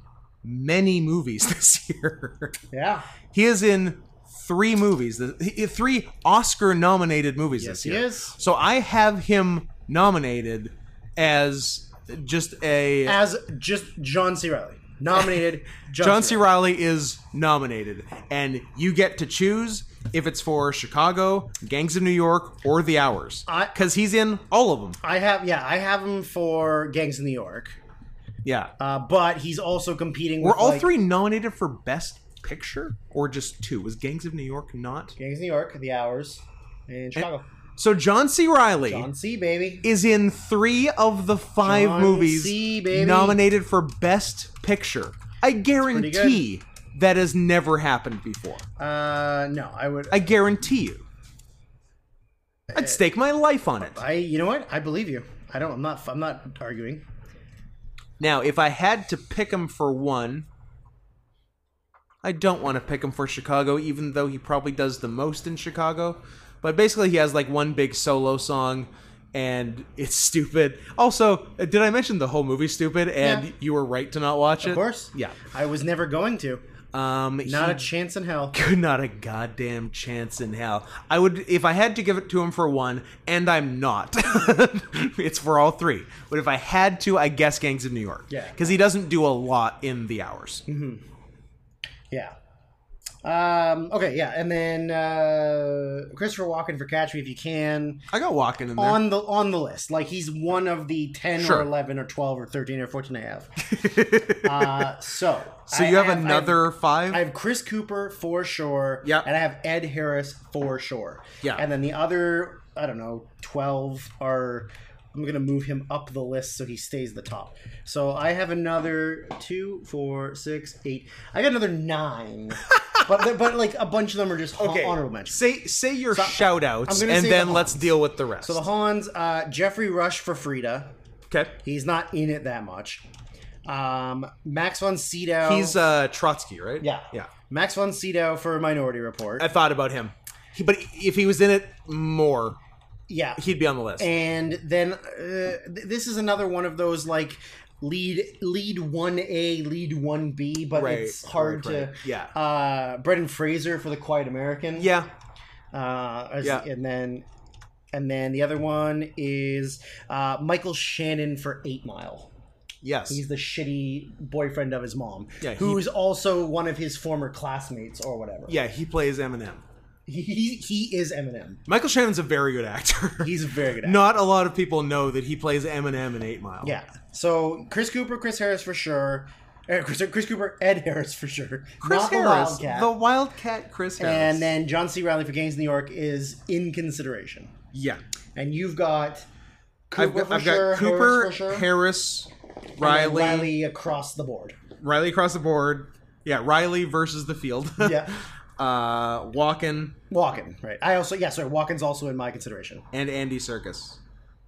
Speaker 1: many movies *laughs* this year.
Speaker 2: Yeah,
Speaker 1: he is in three movies, th- he- three Oscar-nominated movies
Speaker 2: yes,
Speaker 1: this
Speaker 2: he
Speaker 1: year.
Speaker 2: is.
Speaker 1: So I have him nominated as just a
Speaker 2: As just John C. Riley
Speaker 1: *laughs*
Speaker 2: nominated. John,
Speaker 1: John C. Riley is nominated, and you get to choose if it's for Chicago, Gangs of New York, or The Hours,
Speaker 2: I-
Speaker 1: because he's in all of them.
Speaker 2: I have yeah, I have him for Gangs of New York,
Speaker 1: Yeah,
Speaker 2: uh, but he's also competing.
Speaker 1: were
Speaker 2: with,
Speaker 1: all
Speaker 2: like,
Speaker 1: three nominated for Best Picture, or just two? Was Gangs of New York not?
Speaker 2: Gangs of New York, The Hours, and Chicago.
Speaker 1: So John C. Riley
Speaker 2: John C. Baby.
Speaker 1: is in three of the five
Speaker 2: John
Speaker 1: movies
Speaker 2: C., baby.
Speaker 1: nominated for Best Picture. I guarantee that has never happened before.
Speaker 2: Uh, no, I would.
Speaker 1: I guarantee you. I'd stake my life on it.
Speaker 2: I, you know what? I believe you. I don't. I'm not. I'm not arguing.
Speaker 1: Now, if I had to pick him for one, I don't want to pick him for Chicago, even though he probably does the most in Chicago. But basically, he has like one big solo song, and *laughs* it's stupid. Also, did I mention the whole movie's stupid? And
Speaker 2: Yeah.
Speaker 1: you were right to not watch it.
Speaker 2: Of course.
Speaker 1: Yeah.
Speaker 2: I was never going to.
Speaker 1: Um,
Speaker 2: Not
Speaker 1: he
Speaker 2: a chance in hell.
Speaker 1: could not a goddamn chance in hell. I would if I had to give it to him for one, and I'm not. *laughs* it's for all three. But if I had to, I guess Gangs of New York.
Speaker 2: Yeah. Mm-hmm.
Speaker 1: Because he doesn't do a lot in the hours.
Speaker 2: Yeah. Um. Okay. Yeah. And then uh, Christopher Walken for Catch Me If You Can
Speaker 1: I got walking in there.
Speaker 2: on the on the list. Like he's one of the ten
Speaker 1: Sure.
Speaker 2: or eleven or twelve or thirteen or fourteen I have.
Speaker 1: *laughs*
Speaker 2: uh, so.
Speaker 1: so
Speaker 2: I
Speaker 1: you have,
Speaker 2: I
Speaker 1: another five?
Speaker 2: I have Chris Cooper for sure.
Speaker 1: Yep.
Speaker 2: And I have Ed Harris for sure.
Speaker 1: Yeah.
Speaker 2: And then the other, I don't know, 12 are. I'm going to move him up the list so he stays at the top. So I have another two, four, six, eight. I got
Speaker 1: *laughs*
Speaker 2: another nine. but, but like a bunch of them are just hon- honorable mentions.
Speaker 1: Say say your shout outs
Speaker 2: I'm gonna
Speaker 1: and
Speaker 2: say
Speaker 1: then
Speaker 2: the
Speaker 1: let's
Speaker 2: Hans.
Speaker 1: deal with the rest.
Speaker 2: So the Hans, uh, Jeffrey Rush for Frida.
Speaker 1: okay.
Speaker 2: He's not in it that much. Um, Max von Sydow.
Speaker 1: He's uh Trotsky, right?
Speaker 2: Yeah.
Speaker 1: Yeah.
Speaker 2: Max von Sydow for Minority Report.
Speaker 1: I thought about him. He, but if he was in it more,
Speaker 2: yeah.
Speaker 1: he'd be on the list.
Speaker 2: and then uh, th- this is another one of those like lead lead one A, lead one B, but
Speaker 1: Right,
Speaker 2: it's hard
Speaker 1: right, right.
Speaker 2: to
Speaker 1: Yeah.
Speaker 2: Uh, Brendan Fraser for the Quiet American.
Speaker 1: yeah.
Speaker 2: Uh, as-
Speaker 1: Yeah.
Speaker 2: And then and then the other one is uh, Michael Shannon for Eight Mile.
Speaker 1: Yes.
Speaker 2: He's the shitty boyfriend of his mom,
Speaker 1: Yeah, he-
Speaker 2: who's also one of his former classmates or whatever.
Speaker 1: Yeah, he plays Eminem.
Speaker 2: He, he is Eminem.
Speaker 1: Michael Shannon's a very good actor.
Speaker 2: *laughs* He's very good.
Speaker 1: *laughs*
Speaker 2: At
Speaker 1: Not a lot of people know that he plays Eminem in Eight Mile.
Speaker 2: Yeah. So Chris Cooper, Chris Harris for sure. Eh, Chris, Chris Cooper, Ed Harris for sure.
Speaker 1: Chris
Speaker 2: Not the
Speaker 1: Harris,
Speaker 2: Wildcat.
Speaker 1: the Wildcat Chris Harris.
Speaker 2: and then John C. Riley for Gaines New York is in consideration.
Speaker 1: yeah,
Speaker 2: And you've got Cooper
Speaker 1: I've got,
Speaker 2: for
Speaker 1: I've got
Speaker 2: sure,
Speaker 1: Cooper,
Speaker 2: Harris for sure,
Speaker 1: Harris,
Speaker 2: and
Speaker 1: Riley,
Speaker 2: then
Speaker 1: Riley,
Speaker 2: Riley across the board.
Speaker 1: across the board. Yeah, Riley versus the field. *laughs*
Speaker 2: Yeah.
Speaker 1: uh, Walken
Speaker 2: Walken, right. I also yeah, sorry, Walken's also in my consideration.
Speaker 1: and Andy Circus.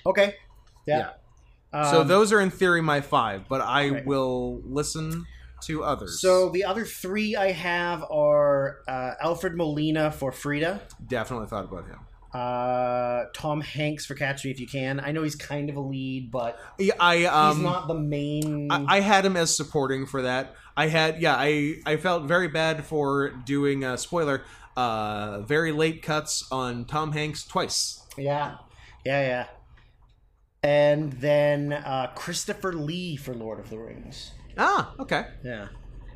Speaker 2: Okay. Yeah. Um,
Speaker 1: so those are in theory my five, but I
Speaker 2: right.
Speaker 1: will listen to others.
Speaker 2: so the other three I have are uh, Alfred Molina for Frida.
Speaker 1: definitely thought about him.
Speaker 2: Uh, Tom Hanks for Catch Me If You Can. I know he's kind of a lead, but
Speaker 1: Yeah, I um,
Speaker 2: he's not the main.
Speaker 1: I, I had him as supporting for that. I had yeah, I I felt very bad for doing uh, spoiler uh very late cuts on Tom Hanks twice.
Speaker 2: yeah, yeah, yeah. And then uh, Christopher Lee for Lord of the Rings.
Speaker 1: Ah, okay.
Speaker 2: Yeah,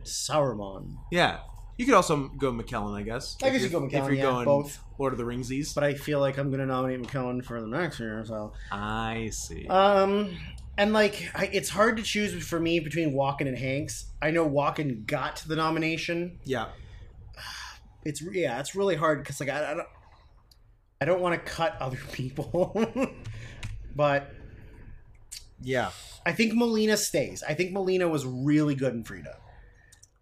Speaker 2: Sauron.
Speaker 1: Yeah. You could also go McKellen, I guess.
Speaker 2: I
Speaker 1: if
Speaker 2: guess you
Speaker 1: you're-
Speaker 2: go
Speaker 1: If
Speaker 2: McKellen,
Speaker 1: you're
Speaker 2: yeah,
Speaker 1: going
Speaker 2: both.
Speaker 1: Lord of the Ringsies.
Speaker 2: But I feel like I'm going to nominate McKellen for the next year. So,
Speaker 1: I see.
Speaker 2: um, and like I, it's hard to choose for me between Walken and Hanks. I know Walken got the nomination.
Speaker 1: yeah.
Speaker 2: It's yeah, it's really hard because like I, I don't, I don't want to cut *laughs* other people, but
Speaker 1: Yeah.
Speaker 2: I think Molina stays. I think Molina was really good in Frida.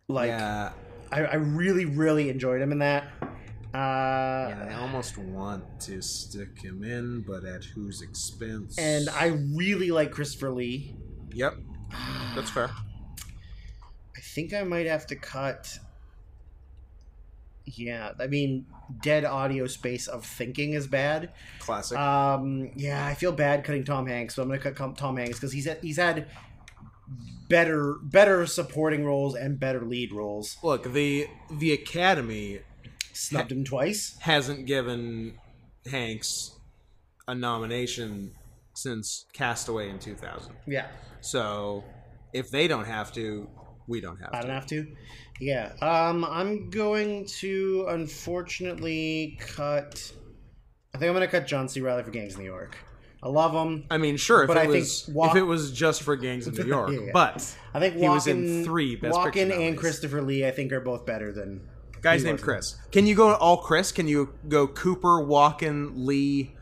Speaker 2: Like uh,
Speaker 1: yeah.
Speaker 2: I, I really, really enjoyed him in that. Uh,
Speaker 1: Yeah, I almost want to stick him in, but at whose expense?
Speaker 2: And I really like Christopher Lee.
Speaker 1: Yep, that's fair.
Speaker 2: I think I might have to cut. Yeah, I mean, dead audio space of thinking is bad.
Speaker 1: Classic.
Speaker 2: Um, yeah, I feel bad cutting Tom Hanks, so I'm gonna cut Com- Tom Hanks because he's had, he's had better better supporting roles and better lead roles.
Speaker 1: Look, the the Academy
Speaker 2: Snubbed him twice.
Speaker 1: hasn't given Hanks a nomination since Castaway in 2000.
Speaker 2: Yeah,
Speaker 1: So, if they don't have to, we don't have
Speaker 2: I
Speaker 1: to.
Speaker 2: don't have to. Yeah, um, I'm going to unfortunately cut. I think I'm gonna cut John C. Riley for Gangs of New York. I love him.
Speaker 1: I mean, sure, if
Speaker 2: But
Speaker 1: it
Speaker 2: I think
Speaker 1: was
Speaker 2: Wa-
Speaker 1: if it was just for Gangs
Speaker 2: *laughs*
Speaker 1: of New York,
Speaker 2: Yeah, yeah.
Speaker 1: but
Speaker 2: I think Walken,
Speaker 1: He was in three Best Picture
Speaker 2: Walken and
Speaker 1: nominees.
Speaker 2: Christopher Lee, I think, are both better than.
Speaker 1: Guy's named Chris. Can you go all Chris? Can you go Cooper, Walken, Lee,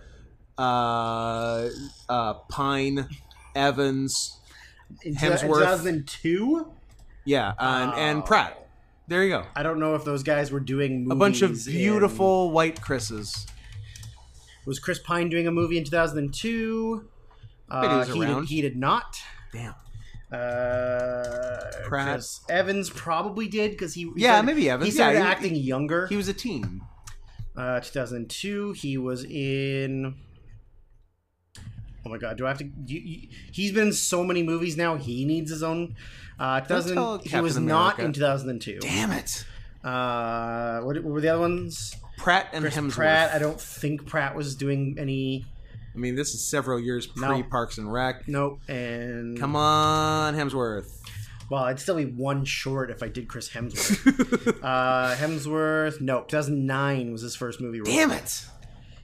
Speaker 1: uh, uh, Pine, Evans?
Speaker 2: In
Speaker 1: Hemsworth.
Speaker 2: 2002,
Speaker 1: Yeah, and,
Speaker 2: Oh.
Speaker 1: and Pratt. There you go.
Speaker 2: I don't know if those guys were doing movies.
Speaker 1: A bunch of
Speaker 2: in-
Speaker 1: beautiful white Chris's.
Speaker 2: was Chris Pine doing a movie in 2002?
Speaker 1: bet he
Speaker 2: Uh,
Speaker 1: was
Speaker 2: he, did,
Speaker 1: around.
Speaker 2: he did not.
Speaker 1: Damn.
Speaker 2: Uh,
Speaker 1: Pratt.
Speaker 2: Chris Evans probably did because he, he
Speaker 1: Yeah,
Speaker 2: started-
Speaker 1: maybe Evans.
Speaker 2: He started
Speaker 1: Yeah, he-
Speaker 2: acting younger.
Speaker 1: He was a teen.
Speaker 2: uh, 2002. He was in. Oh my god! Do I have to? You, you, he's been in so many movies now. He needs his own. Uh, 2000.
Speaker 1: tell
Speaker 2: He
Speaker 1: Captain
Speaker 2: was not
Speaker 1: America.
Speaker 2: in 2002.
Speaker 1: Damn it.
Speaker 2: Uh, what, what were the other ones?
Speaker 1: Pratt and
Speaker 2: Chris
Speaker 1: Hemsworth.
Speaker 2: Pratt. I don't think Pratt was doing any.
Speaker 1: I mean, this is several years
Speaker 2: No.
Speaker 1: pre Parks and Rec.
Speaker 2: Nope. And
Speaker 1: Come on, Hemsworth.
Speaker 2: Well, I'd still be one short if I did Chris Hemsworth.
Speaker 1: *laughs*
Speaker 2: uh, Hemsworth. No, 2009 was his first movie. Role.
Speaker 1: Damn it.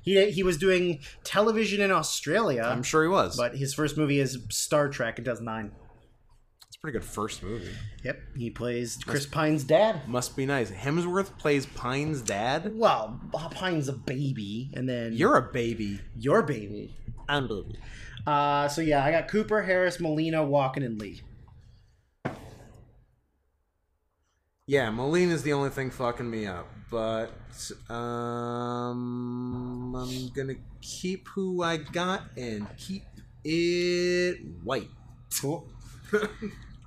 Speaker 2: He he was doing television in Australia.
Speaker 1: I'm sure he was.
Speaker 2: But his first movie is Star Trek in 2009.
Speaker 1: it's a pretty good first movie.
Speaker 2: Yep, he plays Chris Pine's dad.
Speaker 1: Must be nice. Hemsworth plays Pine's dad.
Speaker 2: Well, Bob Pine's a baby, and then
Speaker 1: You're a baby.
Speaker 2: your baby.
Speaker 1: I'm baby.
Speaker 2: Uh, so yeah, I got Cooper, Harris, Molina, Walken, and Lee.
Speaker 1: Yeah, Molina's the only thing fucking me up, but um, I'm gonna keep who I got and keep it white. *laughs*
Speaker 2: Cool.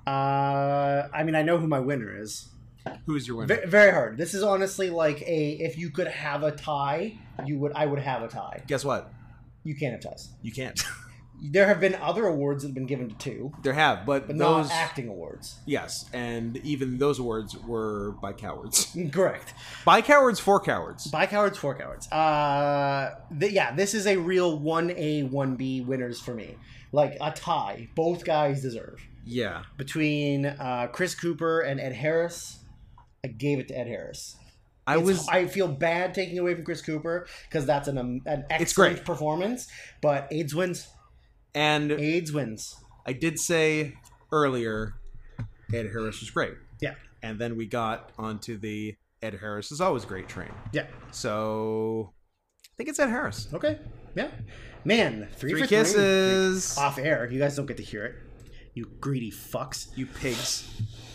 Speaker 2: uh, I mean, I know who my winner is.
Speaker 1: Who's your winner?
Speaker 2: Ve- very hard. This is honestly like a if you could have a tie, you would. I would have a tie.
Speaker 1: Guess what?
Speaker 2: You can't have ties.
Speaker 1: You can't. *laughs*
Speaker 2: There have been other awards that have been given to two,
Speaker 1: there have, but,
Speaker 2: but
Speaker 1: those
Speaker 2: not acting awards. *laughs*
Speaker 1: yes, and even those words were by cowards, *laughs*
Speaker 2: Correct.
Speaker 1: by cowards for cowards.
Speaker 2: By cowards for cowards. Uh, th- yeah, this is a real one A one B winners for me. Like a tie, both guys deserve
Speaker 1: Yeah,
Speaker 2: between uh, Chris Cooper and Ed Harris. I gave it to Ed Harris.
Speaker 1: I
Speaker 2: It's-
Speaker 1: was.
Speaker 2: I feel bad taking away from Chris Cooper because that's an um, an excellent
Speaker 1: great.
Speaker 2: performance, but AIDS wins.
Speaker 1: and
Speaker 2: AIDS wins.
Speaker 1: I did say earlier, Ed Harris was great,
Speaker 2: Yeah,
Speaker 1: and then we got onto the Ed Harris is always great train.
Speaker 2: yeah.
Speaker 1: So I think it's Ed Harris.
Speaker 2: Okay, yeah. Man, three,
Speaker 1: Three
Speaker 2: for
Speaker 1: kisses.
Speaker 2: Three. Off air, you guys don't get to hear it. You greedy fucks.
Speaker 1: You pigs.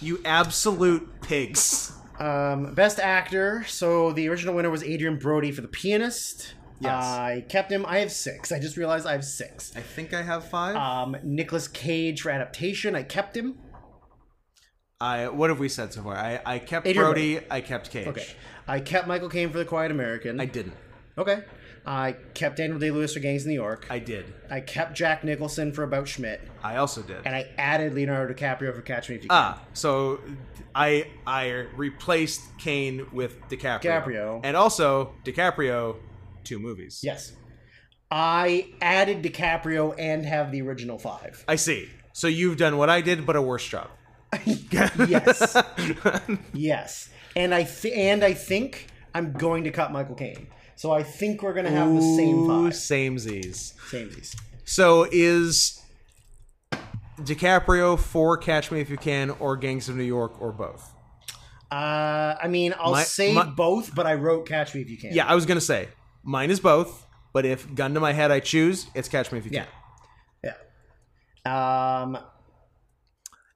Speaker 1: You absolute pigs.
Speaker 2: Um, best actor. So the original winner was Adrian Brody for The Pianist.
Speaker 1: Yes.
Speaker 2: I kept him. I have six. I just realized I have six.
Speaker 1: I think I have five.
Speaker 2: Um, Nicholas Cage for adaptation. I kept him.
Speaker 1: I what have we said so far? I, I kept
Speaker 2: Adrian
Speaker 1: Brody, I kept Cage.
Speaker 2: Okay. I kept Michael Caine for The Quiet American.
Speaker 1: I didn't.
Speaker 2: okay. I kept Daniel Day Lewis for Gangs of New York.
Speaker 1: I did.
Speaker 2: I kept Jack Nicholson for About Schmidt,
Speaker 1: I also did.
Speaker 2: and I added Leonardo DiCaprio for Catch Me If You Can.
Speaker 1: ah, so I I replaced Kane with DiCaprio.
Speaker 2: DiCaprio.
Speaker 1: And also DiCaprio, two movies.
Speaker 2: Yes. I added DiCaprio and have the
Speaker 1: *laughs*
Speaker 2: original five.
Speaker 1: I see. So you've done what I did, but a worse job.
Speaker 2: Yes. yes. and I th- and I think I'm going to cut Michael Caine. So I think we're gonna have the same
Speaker 1: Ooh,
Speaker 2: vibe.
Speaker 1: Samesies.
Speaker 2: Samesies.
Speaker 1: So is DiCaprio for Catch Me If You Can or Gangs of New York or both?
Speaker 2: Uh, I mean, I'll
Speaker 1: My-
Speaker 2: say
Speaker 1: my-
Speaker 2: both, but I wrote Catch Me If You Can.
Speaker 1: Yeah, I was gonna say mine is both, but if gun to my head I choose, it's Catch Me If You
Speaker 2: Yeah.
Speaker 1: Can.
Speaker 2: Yeah. Um,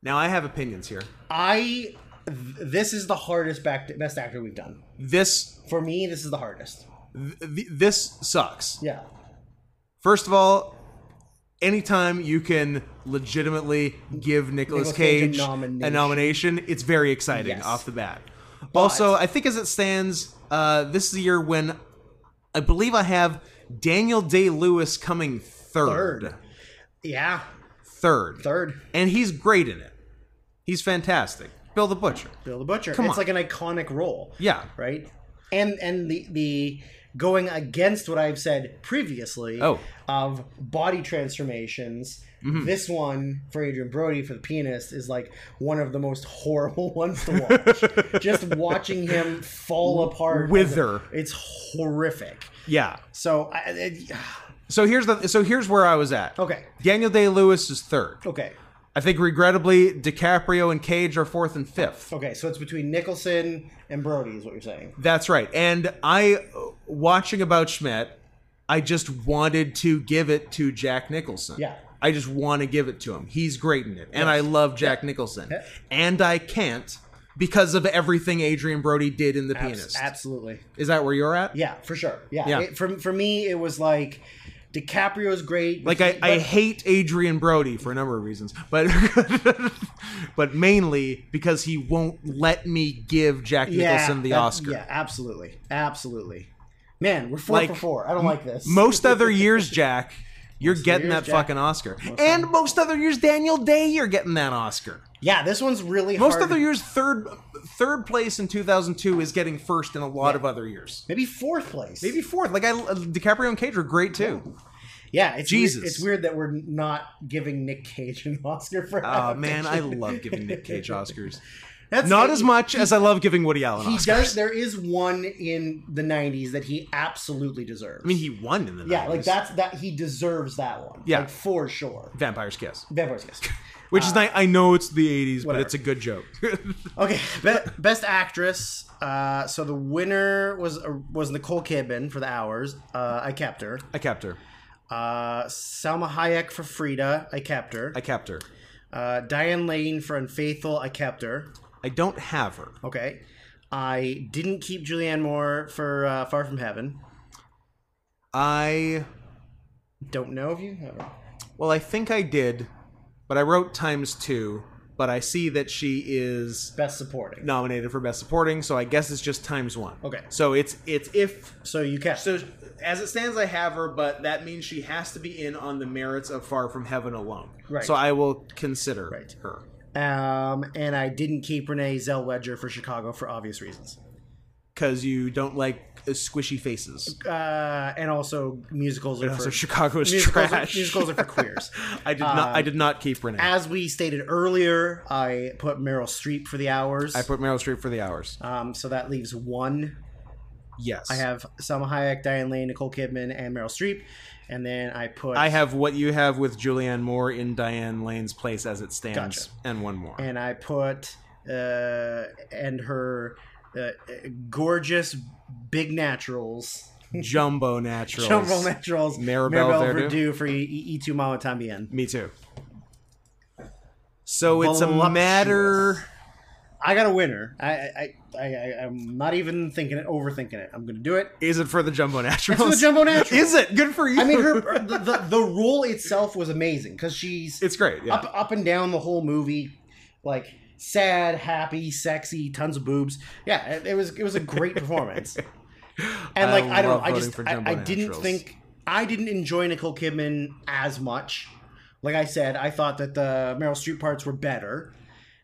Speaker 1: Now I have opinions here.
Speaker 2: I. th- This is the hardest back best actor we've done.
Speaker 1: This
Speaker 2: For me, this is the hardest.
Speaker 1: th- th- this sucks.
Speaker 2: Yeah.
Speaker 1: First of all, anytime you can legitimately give Nicolas,
Speaker 2: Nicolas Cage a
Speaker 1: Cage, a
Speaker 2: nomination.
Speaker 1: nomination, it's very exciting
Speaker 2: Yes.
Speaker 1: off the bat. also, I think as it stands, uh, this is the year when I believe I have Daniel Day Lewis coming third.
Speaker 2: Third. Yeah.
Speaker 1: Third.
Speaker 2: Third.
Speaker 1: And he's great in it. He's fantastic. Bill the Butcher.
Speaker 2: Bill the Butcher.
Speaker 1: Come on.
Speaker 2: it's like an iconic role.
Speaker 1: Yeah.
Speaker 2: Right. And and the the going against what I've said previously
Speaker 1: Oh. Mm-hmm.
Speaker 2: of body transformations. This one for Adrian Brody for the pianist is like one of the most horrible *laughs* ones to watch. Just watching him fall apart, as a-
Speaker 1: Wither.
Speaker 2: it's horrific.
Speaker 1: Yeah.
Speaker 2: So I, I,
Speaker 1: So here's the so here's where I was at.
Speaker 2: okay,
Speaker 1: Daniel Day Lewis is third.
Speaker 2: okay,
Speaker 1: I think regrettably DiCaprio and Cage are fourth and fifth.
Speaker 2: okay. So it's between Nicholson and Brody, is what you're saying.
Speaker 1: That's right. And I, watching about Schmidt, I just wanted to give it to Jack Nicholson.
Speaker 2: Yeah.
Speaker 1: I just want to give it to him. He's great in it. And I love Jack Nicholson.
Speaker 2: Yeah.
Speaker 1: And I can't because of everything Adrian Brody did in The Pianist.
Speaker 2: Absolutely.
Speaker 1: Is that where you're at?
Speaker 2: Yeah, for sure. Yeah.
Speaker 1: Yeah.
Speaker 2: It, for, for me, it was like DiCaprio's great.
Speaker 1: Like I, I hate Adrian Brody for a number of reasons, but *laughs* but mainly because he won't let me give Jack Nicholson the
Speaker 2: that-
Speaker 1: Oscar.
Speaker 2: Yeah, absolutely. Absolutely. Man, we're four
Speaker 1: Like,
Speaker 2: for four. I don't like this. *laughs*
Speaker 1: Most other years, Jack, you're getting
Speaker 2: years,
Speaker 1: that
Speaker 2: Jack.
Speaker 1: fucking Oscar. and most other years, Daniel Day, you're getting that Oscar.
Speaker 2: yeah, this one's really
Speaker 1: Most
Speaker 2: hard.
Speaker 1: other years, third third place in 2002 is getting first in a lot of other years.
Speaker 2: Maybe fourth place.
Speaker 1: Maybe fourth. Like I, uh, DiCaprio and Cage were great too.
Speaker 2: Yeah, it's
Speaker 1: Jesus.
Speaker 2: Weird, it's weird that we're not giving Nick Cage an Oscar for. *laughs*
Speaker 1: Oh man, I love giving Nick Cage Oscars.
Speaker 2: That's
Speaker 1: Not as much as I love giving Woody Allen
Speaker 2: He
Speaker 1: Oscars.
Speaker 2: does. There is one in the '90s that he absolutely deserves.
Speaker 1: I mean, he won in the
Speaker 2: yeah,
Speaker 1: 90s.
Speaker 2: like that's that he deserves that one.
Speaker 1: Yeah.
Speaker 2: like, for sure.
Speaker 1: Vampire's Kiss,
Speaker 2: Vampire's Kiss.
Speaker 1: which is nice. I know it's the 80s,
Speaker 2: Uh, whatever.
Speaker 1: but it's a good joke. *laughs*
Speaker 2: Okay, be- best actress. Uh, so the winner was uh, was Nicole Kidman for The Hours. Uh, I kept her.
Speaker 1: I kept her.
Speaker 2: Uh, Salma Hayek for Frida. I kept her.
Speaker 1: I kept her.
Speaker 2: Uh, Diane Lane for Unfaithful. I kept her.
Speaker 1: I don't have her.
Speaker 2: Okay. I didn't keep Julianne Moore for uh, Far From Heaven.
Speaker 1: I
Speaker 2: Don't know if you have her.
Speaker 1: Well, I think I did, but I wrote times two, but I see that she is
Speaker 2: Best supporting.
Speaker 1: nominated for best supporting, so I guess it's just times one.
Speaker 2: Okay.
Speaker 1: So it's it's if
Speaker 2: So you kept.
Speaker 1: so as it stands I have her, but that means she has to be in on the merits of Far From Heaven alone.
Speaker 2: Right.
Speaker 1: So I will consider
Speaker 2: Right.
Speaker 1: her.
Speaker 2: um, and I didn't keep Renee Zellweger for Chicago for obvious reasons.
Speaker 1: Cause you don't like uh, squishy faces.
Speaker 2: Uh, and also musicals are
Speaker 1: So
Speaker 2: for
Speaker 1: Chicago's
Speaker 2: musicals are,
Speaker 1: trash.
Speaker 2: musicals are for queers.
Speaker 1: *laughs* I did not I did not keep Renee.
Speaker 2: As we stated earlier, I put Meryl Streep for the hours.
Speaker 1: I put Meryl Streep for the hours.
Speaker 2: um, so that leaves one.
Speaker 1: Yes.
Speaker 2: I have Selma Hayek, Diane Lane, Nicole Kidman, and Meryl Streep. And then I put
Speaker 1: I have what you have with Julianne Moore in Diane Lane's place as it stands,
Speaker 2: Gotcha.
Speaker 1: and one more.
Speaker 2: and *laughs* I put uh, and her uh, gorgeous big naturals,
Speaker 1: Jumbo Naturals.
Speaker 2: jumbo naturals,
Speaker 1: Maribel Verdú.
Speaker 2: for E- E- E2 Mama Tambien.
Speaker 1: Me too. So it's a matter.
Speaker 2: I got a winner. I, I, I, I, I'm not even thinking it, overthinking it. I'm gonna do it.
Speaker 1: Is it for the Jumbo *laughs* Naturals?
Speaker 2: It's for the Jumbo Naturals.
Speaker 1: Is it good for you?
Speaker 2: I mean, her
Speaker 1: *laughs*
Speaker 2: the, the the role itself was amazing because she's
Speaker 1: It's great. Yeah.
Speaker 2: up up and down the whole movie, like sad, happy, sexy, tons of boobs. Yeah, it, it was it was a great
Speaker 1: *laughs*
Speaker 2: performance. And
Speaker 1: I
Speaker 2: like I,
Speaker 1: love
Speaker 2: don't know, I
Speaker 1: voting
Speaker 2: just
Speaker 1: for
Speaker 2: I,
Speaker 1: Jumbo
Speaker 2: I didn't
Speaker 1: Naturals.
Speaker 2: think I didn't enjoy Nicole Kidman as much. Like I said, I thought that the Meryl Streep parts were better.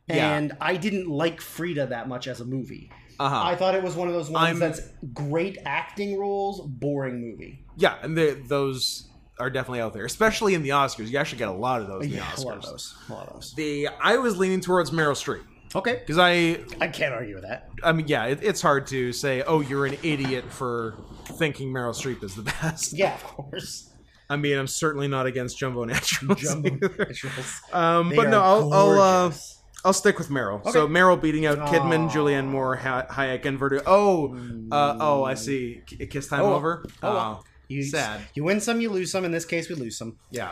Speaker 1: Yeah.
Speaker 2: And I didn't like Frida that much as a movie.
Speaker 1: Uh-huh.
Speaker 2: I thought it was one of those ones
Speaker 1: I'm-
Speaker 2: that's great acting roles, boring movie.
Speaker 1: yeah, and the, those are definitely out there, especially in the Oscars. You actually get a lot of those in the
Speaker 2: Yeah, a lot of
Speaker 1: Oscars.
Speaker 2: those. A lot of those.
Speaker 1: The I was leaning towards Meryl Streep
Speaker 2: Okay.
Speaker 1: because I
Speaker 2: I can't argue with
Speaker 1: *laughs*
Speaker 2: that.
Speaker 1: I mean, yeah, it, it's hard to say, oh, you're an idiot for thinking Meryl Streep is the *laughs* best.
Speaker 2: Yeah,
Speaker 1: *laughs*
Speaker 2: of course.
Speaker 1: I mean, I'm certainly not against Jumbo *laughs* Naturals.
Speaker 2: Jumbo
Speaker 1: either.
Speaker 2: Naturals.
Speaker 1: Um,
Speaker 2: They
Speaker 1: but
Speaker 2: are
Speaker 1: no, I'll I'll, uh,
Speaker 2: gorgeous.
Speaker 1: I'll stick with Meryl. So
Speaker 2: Okay.
Speaker 1: Meryl beating out Kidman,
Speaker 2: Aw.
Speaker 1: Julianne Moore, ha- Hayek, and Verdu. Oh, uh, oh, I see. K- Kiss time
Speaker 2: Oh.
Speaker 1: over.
Speaker 2: Oh, well.
Speaker 1: Oh,
Speaker 2: you,
Speaker 1: sad.
Speaker 2: You win some, you lose some. In this case, we lose some.
Speaker 1: yeah.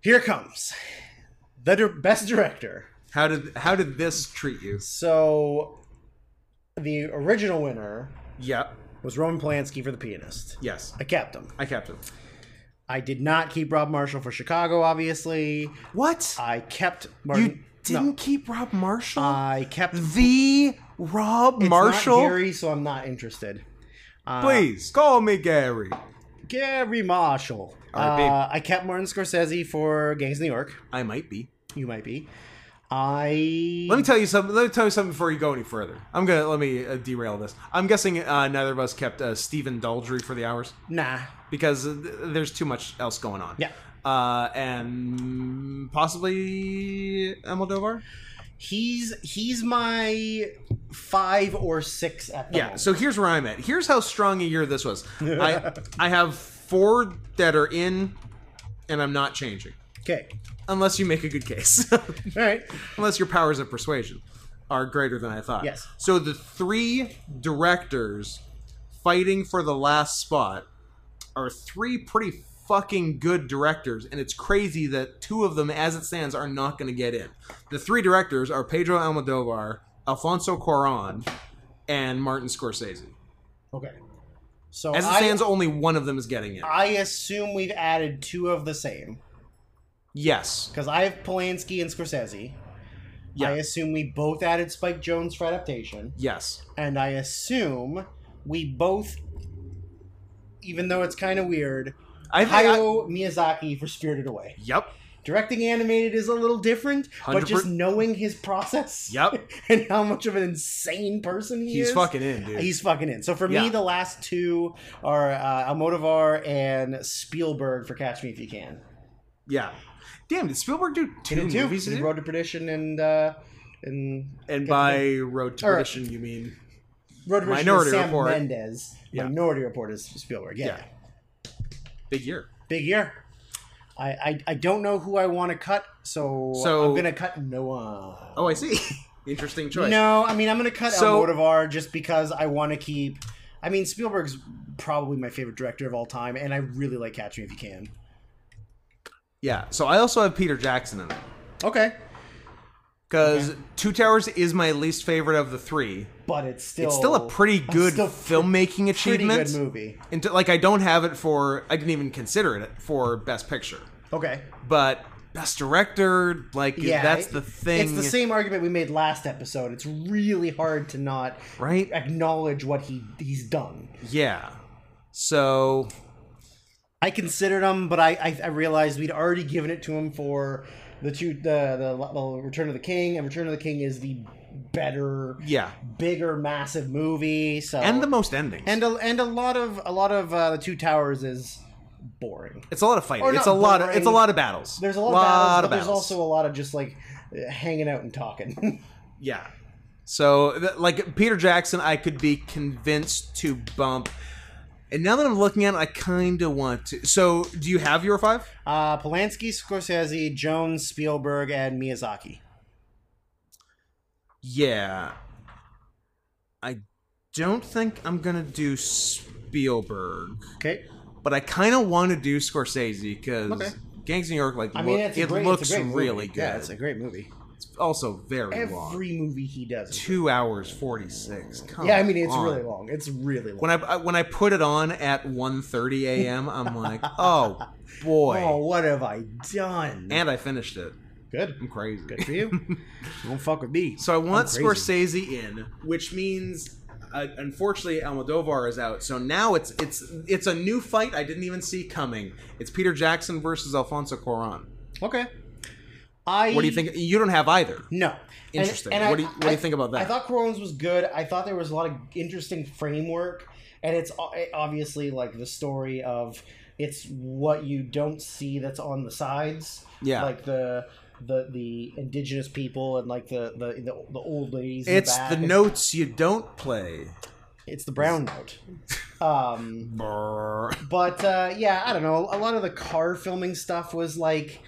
Speaker 2: Here comes the dir- best director.
Speaker 1: How did how did this treat you?
Speaker 2: So, the original winner
Speaker 1: Yeah.
Speaker 2: was Roman Polanski for The Pianist.
Speaker 1: Yes.
Speaker 2: I kept him.
Speaker 1: I kept it.
Speaker 2: I did not keep Rob Marshall for Chicago, obviously.
Speaker 1: What?
Speaker 2: I kept Martin.
Speaker 1: you didn't
Speaker 2: Uh, no.
Speaker 1: keep Rob Marshall?
Speaker 2: I kept it's
Speaker 1: the Rob
Speaker 2: not
Speaker 1: Marshall?
Speaker 2: Gary, so I'm not interested. Uh,
Speaker 1: Please call me Gary.
Speaker 2: Gary Marshall.
Speaker 1: R.I.P.
Speaker 2: Uh, I kept Martin Scorsese for Gangs of New York.
Speaker 1: I might be.
Speaker 2: You might be. I
Speaker 1: Let me tell you something. Let me tell you something before you go any further. I'm gonna let me uh, derail this. I'm guessing uh, neither of us kept uh, Stephen Daldry for the hours
Speaker 2: nah.
Speaker 1: because uh, th- there's too much else going on.
Speaker 2: Yeah.
Speaker 1: Uh, and possibly Almodovar.
Speaker 2: He's he's my five or six at the
Speaker 1: Yeah.
Speaker 2: moment.
Speaker 1: So here's where I'm at. Here's how strong a year this was. I I have four that are in, and I'm not changing
Speaker 2: Okay.
Speaker 1: unless you make a good case. *laughs*
Speaker 2: All right.
Speaker 1: unless your powers of persuasion are greater than I thought.
Speaker 2: Yes.
Speaker 1: So the three directors fighting for the last spot are three pretty fucking good directors, and it's crazy that two of them, as it stands, are not going to get in. The three directors are Pedro Almodovar, Alfonso Cuarón, and Martin Scorsese.
Speaker 2: Okay. So
Speaker 1: As it
Speaker 2: I,
Speaker 1: stands, only one of them is getting in.
Speaker 2: I assume we've added two of the same
Speaker 1: yes.
Speaker 2: because I have Polanski and Scorsese.
Speaker 1: Yeah.
Speaker 2: I assume we both added Spike Jones for adaptation,
Speaker 1: Yes.
Speaker 2: and I assume we both, even though it's kind of weird,
Speaker 1: I think. I-
Speaker 2: Hayao Miyazaki for Spirited Away.
Speaker 1: Yep.
Speaker 2: Directing animated is a little different, but
Speaker 1: 100%.
Speaker 2: just knowing his process
Speaker 1: Yep.
Speaker 2: *laughs* and how much of an insane person he
Speaker 1: He's
Speaker 2: is.
Speaker 1: fucking in, dude.
Speaker 2: He's fucking in. So for me,
Speaker 1: Yeah.
Speaker 2: the last two are uh, Almodovar and Spielberg for Catch Me If You Can.
Speaker 1: Yeah. Damn, did Spielberg do
Speaker 2: He
Speaker 1: two
Speaker 2: did two.
Speaker 1: movies?
Speaker 2: He
Speaker 1: this
Speaker 2: did
Speaker 1: year?
Speaker 2: Road to Perdition and uh, and
Speaker 1: And by road to
Speaker 2: Or-
Speaker 1: perdition, you mean?
Speaker 2: Road to Perdition
Speaker 1: Minority
Speaker 2: is Sam
Speaker 1: Report.
Speaker 2: Mendes.
Speaker 1: Yeah.
Speaker 2: Minority Report is Spielberg. Yeah.
Speaker 1: Yeah. Big year.
Speaker 2: big year. I, I I don't know who I want to cut, so,
Speaker 1: So-
Speaker 2: I'm gonna cut no one.
Speaker 1: Oh, I see. *laughs* Interesting choice.
Speaker 2: No, I mean I'm gonna cut
Speaker 1: So-
Speaker 2: Almodovar just because I want to keep. I mean Spielberg's probably my favorite director of all time, and I really like Catch Me If You Can.
Speaker 1: Yeah. So I also have Peter Jackson in there
Speaker 2: Okay,
Speaker 1: because Two Towers is my least favorite of the three.
Speaker 2: but it's still
Speaker 1: It's still a pretty
Speaker 2: it's
Speaker 1: good
Speaker 2: still
Speaker 1: filmmaking
Speaker 2: pretty
Speaker 1: achievement.
Speaker 2: good movie.
Speaker 1: And like I don't have it for I didn't even consider it for best picture,
Speaker 2: Okay,
Speaker 1: but best director like
Speaker 2: yeah,
Speaker 1: that's
Speaker 2: it-
Speaker 1: the thing.
Speaker 2: It's the same argument we made last episode. It's really hard to not
Speaker 1: Right?
Speaker 2: acknowledge what he he's done.
Speaker 1: Yeah. So
Speaker 2: I considered him, but I, I I realized we'd already given it to him for the two the the, the Return of the King, and Return of the King is the better,
Speaker 1: yeah,
Speaker 2: bigger, massive movie. So
Speaker 1: and the most endings.
Speaker 2: and a, and a lot of a lot of uh, the Two Towers is boring.
Speaker 1: it's a lot of fighting.
Speaker 2: Or
Speaker 1: It's a
Speaker 2: not
Speaker 1: lot. Of,
Speaker 2: Oh, boring.
Speaker 1: it's a lot of battles.
Speaker 2: There's a lot, of battles, but there's also a lot of just like uh, hanging out and talking. *laughs*
Speaker 1: Yeah. So, th- like Peter Jackson, I could be convinced to bump. And now that I'm looking at it, I kind of want to. So, do you have your five?
Speaker 2: uh, Polanski, Scorsese, Jones, Spielberg, and Miyazaki.
Speaker 1: Yeah. I don't think I'm gonna do Spielberg,
Speaker 2: Okay,
Speaker 1: but I kind of want to do Scorsese because
Speaker 2: Okay.
Speaker 1: Gangs of New York, like,
Speaker 2: I mean
Speaker 1: look-
Speaker 2: it's a
Speaker 1: it
Speaker 2: great,
Speaker 1: looks
Speaker 2: it's a great movie.
Speaker 1: really good.
Speaker 2: Yeah, it's a great movie.
Speaker 1: It's also very long.
Speaker 2: Every movie he does, is
Speaker 1: Two hours forty six. Come
Speaker 2: Yeah, I mean it's
Speaker 1: on.
Speaker 2: really long. It's really long.
Speaker 1: when I, I- when I put it on at 1.30 a.m., I'm
Speaker 2: *laughs*
Speaker 1: like, oh boy,
Speaker 2: oh, what have I done?
Speaker 1: and I finished it.
Speaker 2: Good.
Speaker 1: I'm crazy.
Speaker 2: Good
Speaker 1: *laughs*
Speaker 2: for you. Don't fuck with me.
Speaker 1: So I want
Speaker 2: I'm crazy.
Speaker 1: Scorsese in, which means uh, unfortunately Almodovar is out. So now it's it's it's a new fight I didn't even see coming. It's Peter Jackson versus Alfonso Cuarón.
Speaker 2: Okay. I.
Speaker 1: What do you think? You don't have either.
Speaker 2: No.
Speaker 1: Interesting. What do you- what do you think about that?
Speaker 2: I thought Corona's was good. I thought there was a lot of interesting framework, and it's o- obviously like the story of it's what you don't see that's on the sides.
Speaker 1: Yeah.
Speaker 2: Like the the the indigenous people and like the the the, the old ladies. in
Speaker 1: It's
Speaker 2: back.
Speaker 1: the notes you don't play.
Speaker 2: It's the brown note. Um,
Speaker 1: Brrr.
Speaker 2: but uh, yeah, I don't know. A lot of the car filming stuff was like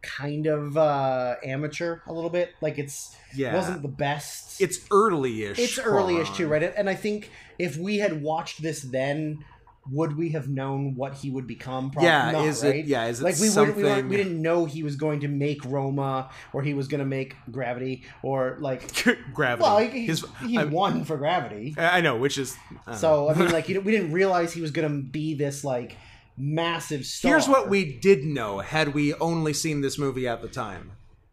Speaker 2: kind of uh, amateur a little bit. Like it's
Speaker 1: Yeah.
Speaker 2: wasn't the best.
Speaker 1: It's early-ish.
Speaker 2: it's early-ish
Speaker 1: Quaron.
Speaker 2: too, right? And I think if we had watched this then, would we have known what he would become? Probably
Speaker 1: Yeah,
Speaker 2: not,
Speaker 1: is
Speaker 2: right?
Speaker 1: it? Yeah, is it
Speaker 2: like we
Speaker 1: something?
Speaker 2: wouldn't, we, weren't, we didn't know he was going to make Roma or he was going to make Gravity or like
Speaker 1: *laughs* gravity.
Speaker 2: well he,
Speaker 1: His-
Speaker 2: he
Speaker 1: I,
Speaker 2: won for Gravity.
Speaker 1: I know, which is I don't know.
Speaker 2: So I
Speaker 1: *laughs*
Speaker 2: mean, like you know, we didn't realize he was going to be this like massive star.
Speaker 1: Here's what we did know had we only seen this movie at the time.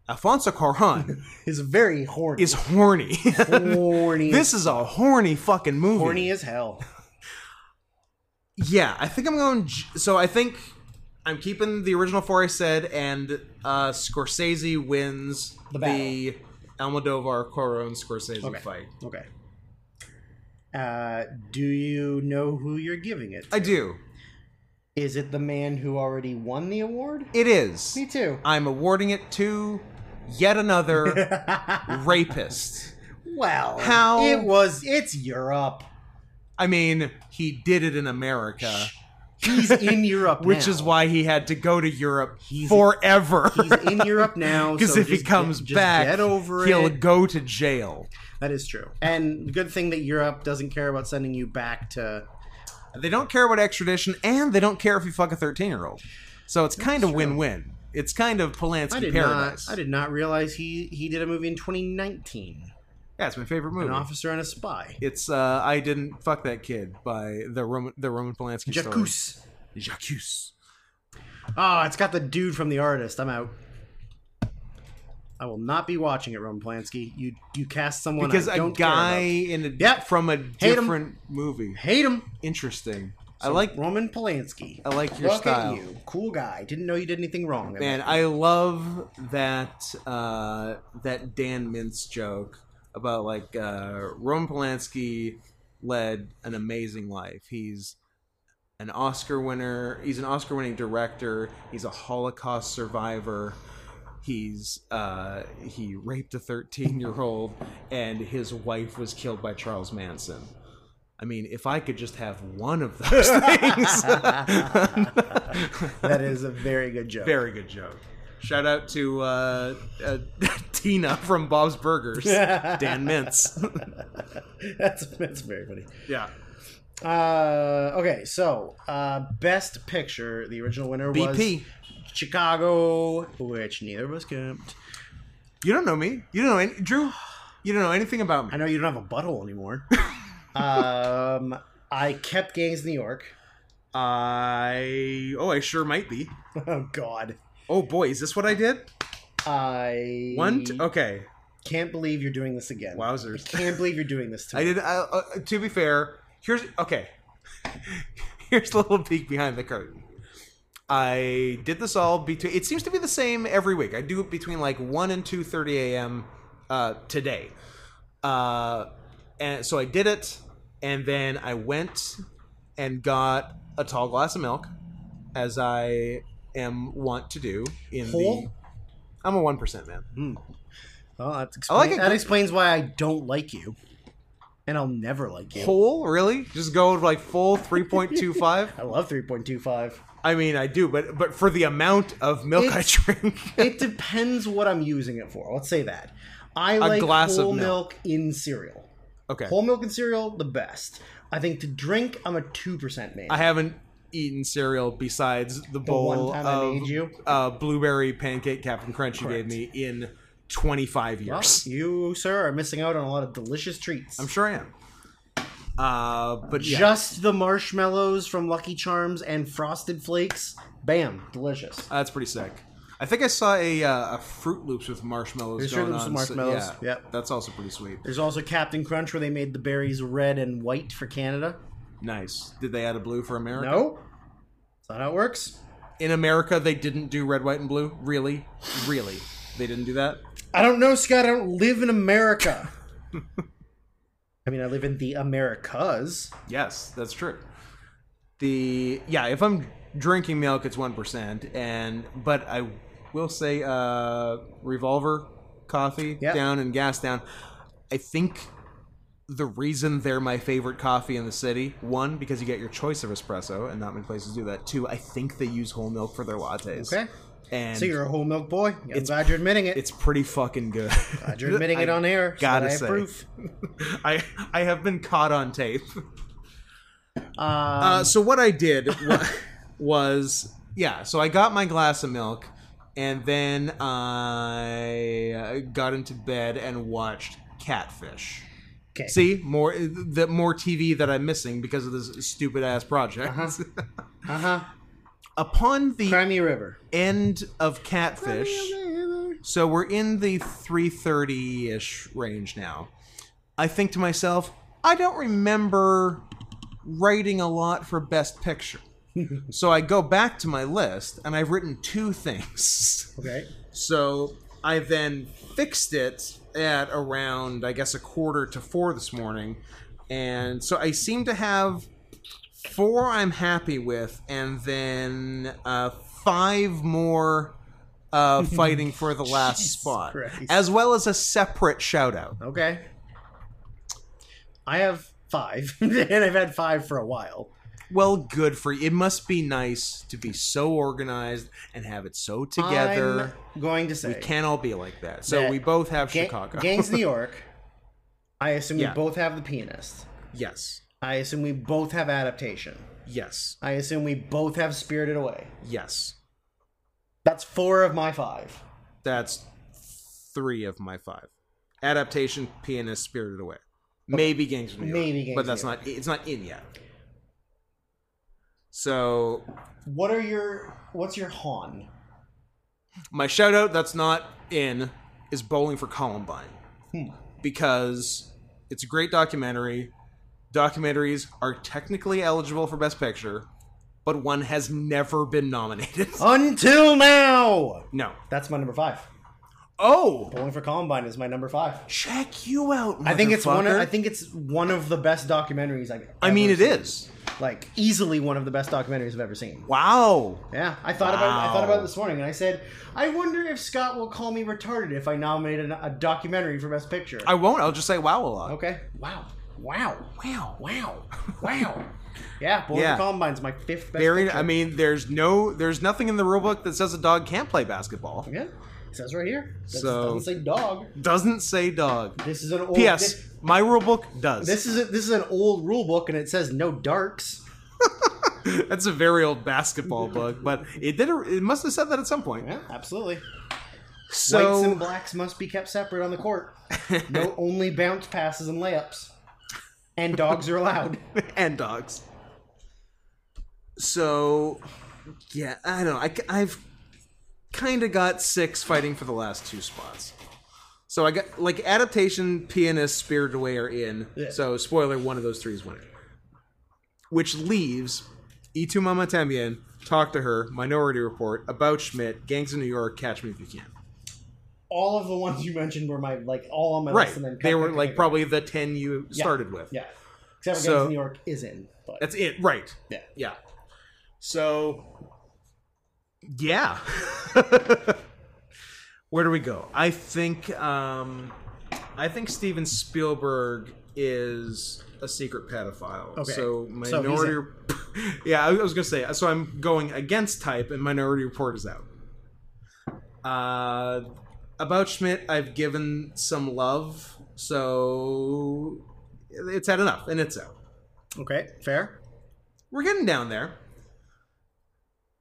Speaker 1: Alfonso Cuarón
Speaker 2: *laughs* is very horny.
Speaker 1: is *laughs* horny.
Speaker 2: horny.
Speaker 1: this is a horny fucking movie.
Speaker 2: horny as hell.
Speaker 1: Yeah, I think I'm going. J- So I think I'm keeping the original four I said, and uh, Scorsese wins the,
Speaker 2: The battle.
Speaker 1: Almodovar Cuarón Scorsese
Speaker 2: Okay.
Speaker 1: fight.
Speaker 2: Okay. Uh, do you know who you're giving it?
Speaker 1: I do.
Speaker 2: Is it the man who already won the award?
Speaker 1: It is. *laughs*
Speaker 2: Me too.
Speaker 1: I'm awarding it to yet
Speaker 2: *laughs*
Speaker 1: another rapist.
Speaker 2: Well,
Speaker 1: How-
Speaker 2: it was. It's Europe.
Speaker 1: I mean, he did it in America, *laughs*
Speaker 2: He's in Europe,
Speaker 1: which
Speaker 2: now.
Speaker 1: is why he had to go to Europe
Speaker 2: He's-
Speaker 1: forever. *laughs*
Speaker 2: he's in Europe now.
Speaker 1: Because
Speaker 2: so
Speaker 1: if he
Speaker 2: just-
Speaker 1: comes
Speaker 2: just
Speaker 1: back,
Speaker 2: get over
Speaker 1: he'll
Speaker 2: it.
Speaker 1: go to jail.
Speaker 2: That is true. And good thing that Europe doesn't care about sending you back to.
Speaker 1: They don't care about extradition, and they don't care if you fuck a thirteen-year-old. So it's kind of win-win. It's kind of Polanski
Speaker 2: I did
Speaker 1: paradise.
Speaker 2: not. I did not realize he he did a movie in 2019,
Speaker 1: Yeah, it's my favorite movie.
Speaker 2: an officer and a spy.
Speaker 1: It's uh, I didn't fuck that kid by the Roman the Roman Polanski story.
Speaker 2: Jacuse.
Speaker 1: Jacuse.
Speaker 2: Oh, it's got the dude from the artist. I'm out. I will not be watching it, Roman Polanski. You you cast someone
Speaker 1: Because
Speaker 2: I
Speaker 1: a
Speaker 2: don't
Speaker 1: guy
Speaker 2: care
Speaker 1: in a
Speaker 2: Yep.
Speaker 1: from a
Speaker 2: him.
Speaker 1: different movie.
Speaker 2: about. hate him.
Speaker 1: Interesting. I like
Speaker 2: Roman Polanski.
Speaker 1: I like Oh, your
Speaker 2: Look
Speaker 1: style.
Speaker 2: at you, cool guy. Didn't know you did anything wrong.
Speaker 1: Man, I love that uh, that Dan Mintz joke about like uh, Roman Polanski led an amazing life. He's an Oscar winner. He's an Oscar winning director. He's a Holocaust survivor. He's uh, he raped a thirteen year old, and his wife was killed by Charles Manson. I mean, if I could just have one of those *laughs* things.
Speaker 2: that is a very good joke.
Speaker 1: Very good joke. Shout out to uh, uh, *laughs* Tina from Bob's Burgers, Dan Mintz.
Speaker 2: *laughs* that's that's very funny.
Speaker 1: yeah.
Speaker 2: Uh, okay, so uh, best picture, the original winner
Speaker 1: BP.
Speaker 2: was Chicago, which neither of us kept.
Speaker 1: You don't know me. You don't know any- Drew. You don't know anything about
Speaker 2: I
Speaker 1: me.
Speaker 2: know you don't have a butthole
Speaker 1: *laughs*
Speaker 2: anymore. um, I kept Gangs of New York.
Speaker 1: I oh, I sure might be.
Speaker 2: *laughs* Oh God,
Speaker 1: Oh boy, is this what I did?
Speaker 2: I
Speaker 1: One. T- okay.
Speaker 2: can't believe you're doing this again. I
Speaker 1: Wowzers.
Speaker 2: can't believe you're doing this to me.
Speaker 1: I did. I, uh, to be fair, here's okay. *laughs* here's a little peek behind the curtain. I did this all between. It seems to be the same every week. I do it between like one and two thirty a.m. Uh, today, uh, and so I did it, and then I went and got a tall glass of milk, as I am wont to do. In the,
Speaker 2: Whole?
Speaker 1: I'm a one percent man.
Speaker 2: Well, Oh, that, explains,
Speaker 1: I like it.
Speaker 2: that explains why I don't like you, and I'll never like you.
Speaker 1: Whole, really? Just go like full three point two five.
Speaker 2: I love three point two five.
Speaker 1: I mean, I do, but but for the amount of milk I
Speaker 2: It's-
Speaker 1: drink, *laughs*
Speaker 2: it depends what I'm using it for. Let's say that. I like
Speaker 1: glass of
Speaker 2: whole
Speaker 1: milk.
Speaker 2: milk. in cereal.
Speaker 1: okay,
Speaker 2: Whole milk in cereal, the best. I think to drink, I'm a two percent man.
Speaker 1: I haven't eaten cereal besides the, bowl
Speaker 2: one time I
Speaker 1: of
Speaker 2: made you?
Speaker 1: Uh, blueberry pancake Captain Crunch you gave me in twenty five
Speaker 2: Well,
Speaker 1: years.
Speaker 2: you, sir, are missing out on a lot of delicious treats.
Speaker 1: I'm sure I am. Uh, but yeah,
Speaker 2: Just the marshmallows from Lucky Charms and Frosted Flakes. Bam, delicious.
Speaker 1: that's pretty sick. I think I saw a, uh, a Fruit Loops with marshmallows.
Speaker 2: There's
Speaker 1: going
Speaker 2: Froot Loops
Speaker 1: on,
Speaker 2: with
Speaker 1: so-
Speaker 2: marshmallows,
Speaker 1: yeah,
Speaker 2: yep.
Speaker 1: that's also pretty sweet.
Speaker 2: There's also Captain Crunch where they made the berries red and white for Canada.
Speaker 1: Nice. Did they add a blue for America?
Speaker 2: No, that's not how it works.
Speaker 1: In America, they didn't do red, white, and blue. Really, really, they didn't do that.
Speaker 2: I don't know, Scott. I don't live in America. *laughs* I mean, I live in the Americas.
Speaker 1: Yes, that's true. The yeah, if I'm drinking milk, it's one percent, and but I will say uh, revolver coffee
Speaker 2: Yeah.
Speaker 1: down and gas down. I think the reason they're my favorite coffee in the city one because you get your choice of espresso and not many places do that two i think they use whole milk for their lattes
Speaker 2: Okay.
Speaker 1: and
Speaker 2: So you're a whole milk boy. I'm
Speaker 1: It's-
Speaker 2: glad you're admitting it.
Speaker 1: it's pretty fucking good
Speaker 2: Glad you're admitting it
Speaker 1: *laughs* I-
Speaker 2: on air. so
Speaker 1: gotta
Speaker 2: that I
Speaker 1: say.
Speaker 2: have proof.
Speaker 1: I I have been caught on tape.
Speaker 2: Uh,
Speaker 1: Uh, so what I did wa- *laughs* was yeah. So I got my glass of milk, and then I uh, got into bed and watched Catfish.
Speaker 2: 'Kay.
Speaker 1: See more the more TV that I'm missing because of this stupid ass project.
Speaker 2: Uh huh.
Speaker 1: *laughs* Upon the
Speaker 2: Crimea River.
Speaker 1: end of Catfish. So we're in the 330 ish range now. I think to myself, I don't remember writing a lot for Best Picture. so I go back to my list and I've written two things. *laughs*
Speaker 2: Okay.
Speaker 1: So I then fixed it at around, I guess, a quarter to four this morning. And so I seem to have four I'm happy with, and then uh, five more
Speaker 2: *laughs*
Speaker 1: uh, fighting for the last
Speaker 2: Jesus
Speaker 1: spot,
Speaker 2: Christ.
Speaker 1: as well as a separate shout out.
Speaker 2: Okay. I have five, *laughs* and I've had five for a while.
Speaker 1: Well, good for you. It must be nice to be so organized and have it so together.
Speaker 2: I'm going to say
Speaker 1: we can't all be like that. So
Speaker 2: that
Speaker 1: we both have
Speaker 2: Ga-
Speaker 1: Chicago.
Speaker 2: Gangs of New York. I assume
Speaker 1: Yeah.
Speaker 2: we both have the pianist.
Speaker 1: *laughs* yes.
Speaker 2: I assume we both have adaptation.
Speaker 1: Yes.
Speaker 2: I assume we both have Spirited Away.
Speaker 1: Yes.
Speaker 2: That's four of my five.
Speaker 1: That's three of my five. Adaptation, pianist, Spirited Away, maybe Gangs of New York,
Speaker 2: Maybe Gangs
Speaker 1: but
Speaker 2: of
Speaker 1: that's
Speaker 2: New
Speaker 1: not it's not in yet. So
Speaker 2: What are your what's your hon?
Speaker 1: my shout out that's not in is Bowling for Columbine
Speaker 2: Hmm.
Speaker 1: because it's a great documentary. Documentaries are technically eligible for Best Picture, but one has never been nominated.
Speaker 2: Oh. Until now.
Speaker 1: *laughs* No.
Speaker 2: That's my number five.
Speaker 1: Oh,
Speaker 2: Bowling for Columbine is my number five.
Speaker 1: check you out.
Speaker 2: I think it's one. Of,
Speaker 1: motherfucker.
Speaker 2: I think it's one of the best documentaries. Like
Speaker 1: I mean,
Speaker 2: it
Speaker 1: it
Speaker 2: is.
Speaker 1: is.
Speaker 2: like easily one of the best documentaries I've ever seen.
Speaker 1: Wow.
Speaker 2: Yeah, I thought about it, I thought about
Speaker 1: Wow.
Speaker 2: it this morning, and I said, I wonder if Scott will call me retarded if I nominate an, a documentary for Best Picture.
Speaker 1: I won't. I'll just say wow a lot.
Speaker 2: okay. Wow. Wow.
Speaker 1: Wow.
Speaker 2: *laughs* Wow. Wow. yeah, Bowling
Speaker 1: Yeah.
Speaker 2: for Columbine's my fifth best.
Speaker 1: Buried.
Speaker 2: Picture.
Speaker 1: I mean, there's no, there's nothing in the rule book that says a dog can't play basketball.
Speaker 2: yeah, it says right here. It
Speaker 1: So-
Speaker 2: doesn't say dog.
Speaker 1: Doesn't say dog.
Speaker 2: This is an old.
Speaker 1: P.S.
Speaker 2: This,
Speaker 1: My rule book does.
Speaker 2: this is a, this is an old rule book, and it says no darks.
Speaker 1: That's a very old basketball book, but it did. It must have said that at some point.
Speaker 2: Yeah, absolutely. Whites and
Speaker 1: So
Speaker 2: blacks must be kept separate on
Speaker 1: *laughs*
Speaker 2: the court. No only bounce passes and layups. And dogs are allowed.
Speaker 1: *laughs* and dogs. So yeah, I don't know. I, I've kind of got six fighting for the last two spots. So I got like adaptation, pianist, Spirited Away are in.
Speaker 2: Yeah.
Speaker 1: So spoiler, one of those three is winning, which leaves Itu Mama Tambien, Talk to Her, Minority Report, About Schmidt, Gangs of New York, Catch Me If You Can.
Speaker 2: All of the ones you mentioned were my like all on my
Speaker 1: Right,
Speaker 2: list, and then
Speaker 1: they
Speaker 2: cut,
Speaker 1: were
Speaker 2: cut,
Speaker 1: like
Speaker 2: cut,
Speaker 1: probably the ten you started with.
Speaker 2: cut. yeah, except for
Speaker 1: So-
Speaker 2: Gangs of New York is in, but
Speaker 1: That's it, right?
Speaker 2: yeah,
Speaker 1: Yeah. So, yeah. *laughs* Where do we go? I think um, I think Steven Spielberg is a secret pedophile. So
Speaker 2: Okay. So he's
Speaker 1: minority. *laughs* yeah, I was gonna say. So I'm going against type, and Minority Report is out. Uh, about Schmidt, I've given some love, so it's had enough, and it's out
Speaker 2: okay, fair.
Speaker 1: we're getting down there.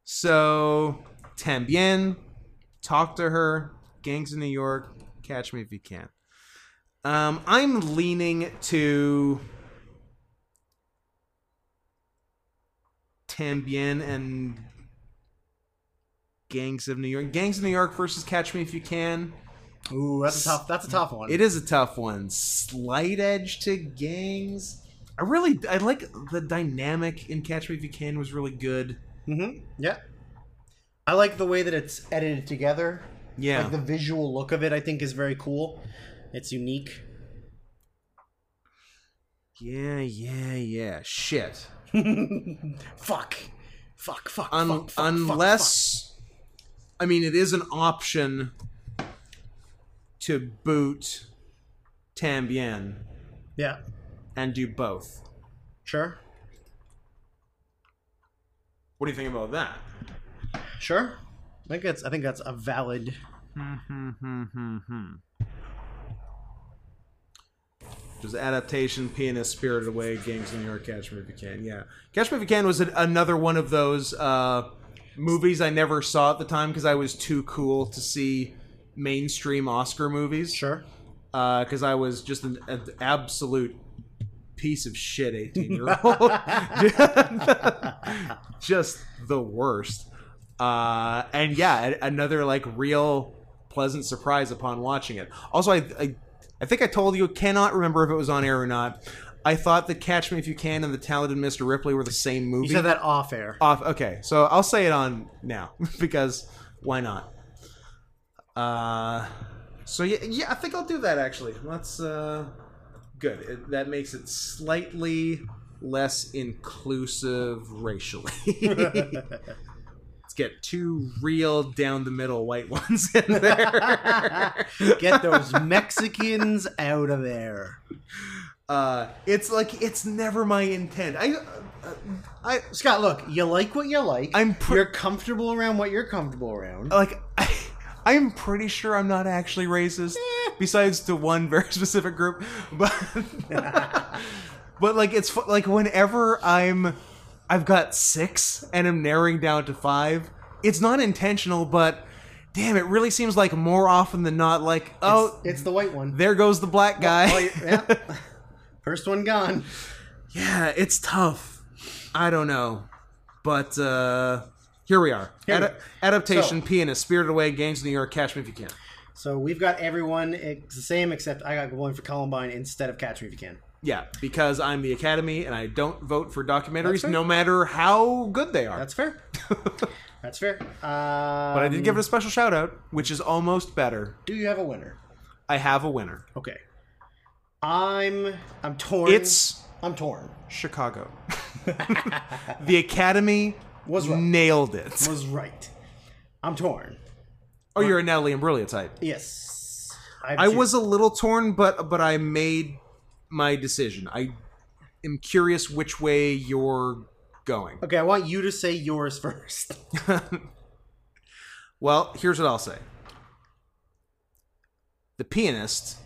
Speaker 1: So, Tambien, talk to her. Gangs in New York, catch me if you can. Um, I'm leaning to Tambien and Gangs of New York. Gangs of New York versus Catch Me If You Can.
Speaker 2: Ooh, that's a tough. That's a tough one.
Speaker 1: It is a tough one. Slight edge to gangs. I really I like the dynamic in Catch Me If You Can was really good.
Speaker 2: Mm-hmm. Yeah, I like the way that it's edited together.
Speaker 1: Yeah.
Speaker 2: Like the visual look of it, I think is very cool. It's unique.
Speaker 1: yeah, yeah, yeah. Shit.
Speaker 2: fuck, fuck, fuck.
Speaker 1: Un-
Speaker 2: fuck, fuck, fuck,
Speaker 1: unless I mean, it is an option to boot Tambien
Speaker 2: Yeah.
Speaker 1: and do both.
Speaker 2: Sure.
Speaker 1: What do you think about that?
Speaker 2: Sure. I think that's I think that's a valid
Speaker 1: There's adaptation, pianist, Spirited Away, Gangs of New York, Catch Me If You Can. Yeah, Catch Me If You Can was an, another one of those uh, movies I never saw at the time because I was too cool to see mainstream Oscar movies.
Speaker 2: sure.
Speaker 1: because uh, I was just an, an absolute piece of shit 18 year
Speaker 2: *laughs*
Speaker 1: old. *laughs* just the worst. Uh, and yeah, a- another like real pleasant surprise upon watching it. Also, I, I, I think I told you, cannot remember if it was on air or not. I thought that Catch Me If You Can and The Talented Mr. Ripley were the same movie.
Speaker 2: You said that
Speaker 1: *laughs*
Speaker 2: off air.
Speaker 1: Off. Okay, so I'll say it on now *laughs* because why not? Uh, so yeah, yeah, I think I'll do that actually. That's uh, good. It, that makes it slightly less inclusive racially. *laughs* Let's get two real down the middle white *laughs* ones in there. *laughs*
Speaker 2: Get those Mexicans out of there.
Speaker 1: uh, it's like it's never my intent. I, uh, I
Speaker 2: Scott, look, you like what you like.
Speaker 1: I'm pr-
Speaker 2: you're comfortable around what you're comfortable around.
Speaker 1: like *laughs* I, I'm pretty sure I'm not actually racist,
Speaker 2: Eh.
Speaker 1: besides to one very *laughs* specific group. But *laughs* but like it's fu- like whenever I'm I've got six and I'm narrowing down to five. It's not intentional, but damn, it really seems like more often than not, like oh,
Speaker 2: it's the white one.
Speaker 1: there goes the black guy.
Speaker 2: Oh, yeah.
Speaker 1: *laughs*
Speaker 2: yeah. First one gone.
Speaker 1: yeah, it's tough. I don't know, but. uh here we are.
Speaker 2: Here we
Speaker 1: Ad-
Speaker 2: are.
Speaker 1: adaptation,
Speaker 2: So-
Speaker 1: pianist, Spirited Away, Gangs of New York, Catch Me If You Can.
Speaker 2: So we've got everyone it's the same except I got going for Columbine instead of Catch Me If You Can.
Speaker 1: Yeah, because I'm the Academy and I don't vote for
Speaker 2: That's
Speaker 1: documentaries,
Speaker 2: fair.
Speaker 1: no matter how good they are.
Speaker 2: That's fair.
Speaker 1: *laughs*
Speaker 2: That's fair. Um,
Speaker 1: but I did give it a special shout out, which is almost better.
Speaker 2: Do you have a winner?
Speaker 1: I have a winner.
Speaker 2: Okay. I'm I'm torn.
Speaker 1: It's
Speaker 2: I'm torn.
Speaker 1: Chicago. *laughs* the Academy
Speaker 2: Was right.
Speaker 1: nailed it.
Speaker 2: Was right. I'm torn.
Speaker 1: Oh, you're a Natalie Imbruglia type.
Speaker 2: Yes. have
Speaker 1: I
Speaker 2: two.
Speaker 1: was a little torn, but but I made my decision. I am curious which way you're going.
Speaker 2: Okay, I want you to say yours *laughs* first.
Speaker 1: Well, here's what I'll say. The pianist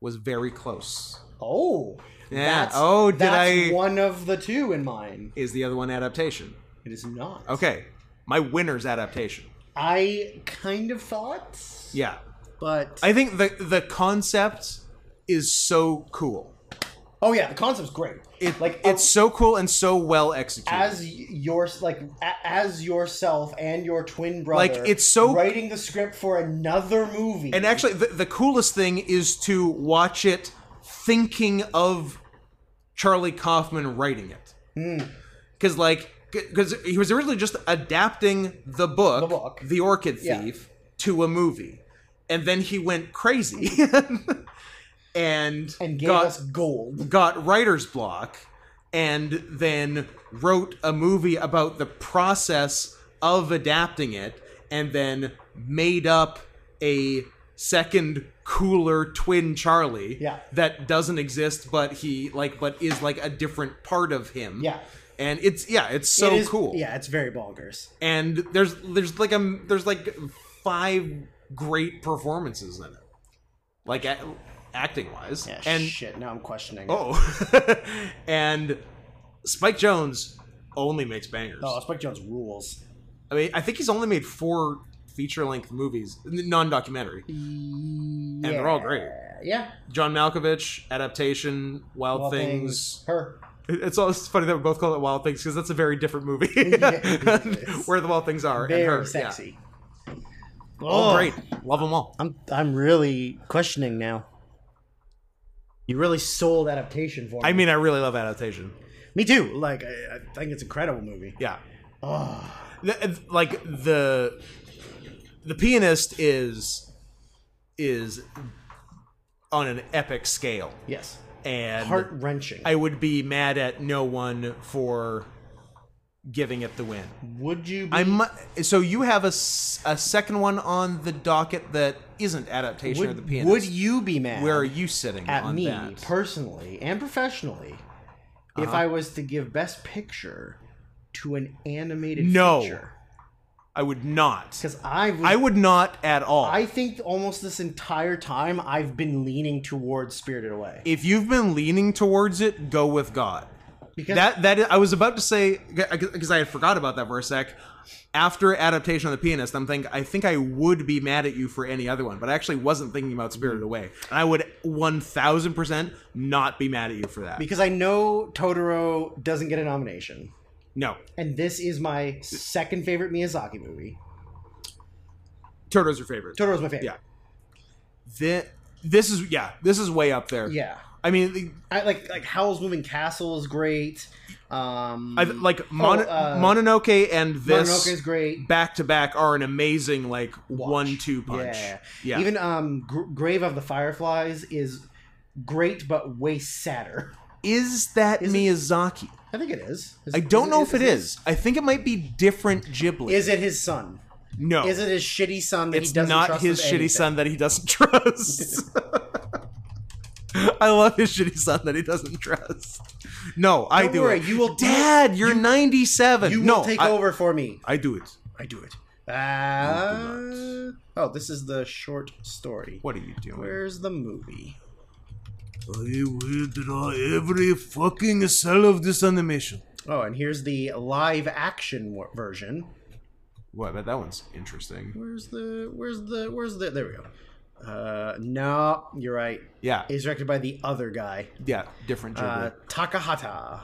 Speaker 1: was very close.
Speaker 2: Oh.
Speaker 1: Yeah. Oh, did
Speaker 2: that's
Speaker 1: I-
Speaker 2: one of the two in mine.
Speaker 1: Is the other one adaptation?
Speaker 2: It is not.
Speaker 1: Okay. My winner's adaptation.
Speaker 2: I kind of thought,
Speaker 1: Yeah.
Speaker 2: but
Speaker 1: I think the the concept is so cool.
Speaker 2: oh yeah, the concept's great.
Speaker 1: It
Speaker 2: like um,
Speaker 1: like it's so cool and so well executed.
Speaker 2: as your like a- as yourself and your twin brother.
Speaker 1: Like, it's so-
Speaker 2: writing the script for another movie.
Speaker 1: and actually the, the coolest thing is to watch it thinking of Charlie Kaufman writing it.
Speaker 2: Hmm.
Speaker 1: Cuz like cuz he was originally just adapting the book,
Speaker 2: The book.
Speaker 1: The Orchid
Speaker 2: Yeah.
Speaker 1: Thief to a movie. And then he went crazy. *laughs* and
Speaker 2: and gave
Speaker 1: got-
Speaker 2: us gold.
Speaker 1: got writer's block and then wrote a movie about the process of adapting it and then made up a second cooler twin charlie
Speaker 2: Yeah.
Speaker 1: that doesn't exist but he like but is like a different part of him
Speaker 2: Yeah.
Speaker 1: and it's yeah it's so
Speaker 2: It is-
Speaker 1: cool
Speaker 2: Yeah, it's very bonkers.
Speaker 1: and there's there's like a there's like five great performances in it like a- acting wise
Speaker 2: Yeah,
Speaker 1: and
Speaker 2: shit. Now I'm questioning. it.
Speaker 1: Oh, *laughs* and Spike Jones only makes bangers.
Speaker 2: oh, Spike Jones rules.
Speaker 1: I mean, I think he's only made four feature-length movies, n- non-documentary,
Speaker 2: And
Speaker 1: and they're all great.
Speaker 2: Yeah.
Speaker 1: John Malkovich adaptation, Wild,
Speaker 2: All
Speaker 1: Things.
Speaker 2: Her.
Speaker 1: It's all it's funny that we both call it Wild Things because that's a very different movie. *laughs*
Speaker 2: Yes.
Speaker 1: Where the Wild Things are
Speaker 2: Very
Speaker 1: and her, Yeah. Oh.
Speaker 2: sexy.
Speaker 1: All
Speaker 2: Oh.
Speaker 1: great, love them all.
Speaker 2: I'm I'm really questioning now. You really sold adaptation for me.
Speaker 1: I mean, I really love adaptation.
Speaker 2: me too. Like I, I think it's an incredible movie.
Speaker 1: Yeah,
Speaker 2: Oh,
Speaker 1: The- like the the pianist is is on an epic scale
Speaker 2: yes,
Speaker 1: and
Speaker 2: heart wrenching.
Speaker 1: i would be mad at no one for giving it the win.
Speaker 2: Would you? Be,
Speaker 1: I mu- so you have a, s- a second one on the docket that isn't adaptation
Speaker 2: would,
Speaker 1: of the pianist.
Speaker 2: would you be mad?
Speaker 1: Where are you sitting
Speaker 2: at
Speaker 1: on
Speaker 2: me
Speaker 1: that? Uh-huh.
Speaker 2: personally and professionally if I was to give Best Picture to an animated
Speaker 1: No.
Speaker 2: feature?
Speaker 1: I would not.
Speaker 2: Because I would.
Speaker 1: I
Speaker 2: I,
Speaker 1: would not at all.
Speaker 2: think almost this entire time I've been leaning towards Spirited Away.
Speaker 1: if you've been leaning towards it, go with God.
Speaker 2: Because
Speaker 1: That that is, I was about to say because I had forgot about that for a sec. After adaptation of the pianist, I'm thinking I think I would be mad at you for any other one, but I actually wasn't thinking about
Speaker 2: Mm-hmm.
Speaker 1: Spirited Away, and I would 1,000 percent not be mad at you for that.
Speaker 2: because I know Totoro doesn't get a nomination,
Speaker 1: no,
Speaker 2: and this is my second favorite Miyazaki movie.
Speaker 1: Turtles are favorite.
Speaker 2: Totoro's my favorite.
Speaker 1: Thi- this is yeah, this is way up there.
Speaker 2: Yeah.
Speaker 1: I mean, the-
Speaker 2: I, like like Howl's Moving Castle is great. Um,
Speaker 1: I like Mon-
Speaker 2: uh,
Speaker 1: Mononoke and
Speaker 2: Mononoke
Speaker 1: this
Speaker 2: is great.
Speaker 1: back to back are an amazing like
Speaker 2: Watch.
Speaker 1: one two punch.
Speaker 2: Yeah.
Speaker 1: Yeah.
Speaker 2: Even um, Gr- Grave of the Fireflies is great, but way sadder.
Speaker 1: is that
Speaker 2: Is it-
Speaker 1: Miyazaki?
Speaker 2: I think it is. Is-
Speaker 1: I don't know if it
Speaker 2: it
Speaker 1: is. I think it might be different Ghibli.
Speaker 2: Is it his son?
Speaker 1: no,
Speaker 2: Is it his shitty son that
Speaker 1: it's
Speaker 2: he doesn't
Speaker 1: not
Speaker 2: trust
Speaker 1: his
Speaker 2: with
Speaker 1: shitty
Speaker 2: anything?
Speaker 1: son that he doesn't *laughs*
Speaker 2: *laughs*
Speaker 1: trust. I love his shitty son that he doesn't trust. No, I
Speaker 2: Don't
Speaker 1: do
Speaker 2: worry,
Speaker 1: it.
Speaker 2: you will-
Speaker 1: Dad, you're *laughs* 97.
Speaker 2: You
Speaker 1: no,
Speaker 2: will take
Speaker 1: I,
Speaker 2: over for me.
Speaker 1: I do it.
Speaker 2: I do it. Uh, oh, this is the short story.
Speaker 1: What are you doing?
Speaker 2: Where's the movie?
Speaker 1: I will draw every fucking cell of this animation.
Speaker 2: Oh, and here's the live action w- version.
Speaker 1: Well, I bet that one's interesting.
Speaker 2: Where's the? Where's the? Where's the? There we go. Uh, no, you're right.
Speaker 1: Yeah,
Speaker 2: It's directed by the other guy.
Speaker 1: yeah, different Ghibli.
Speaker 2: Uh, Takahata.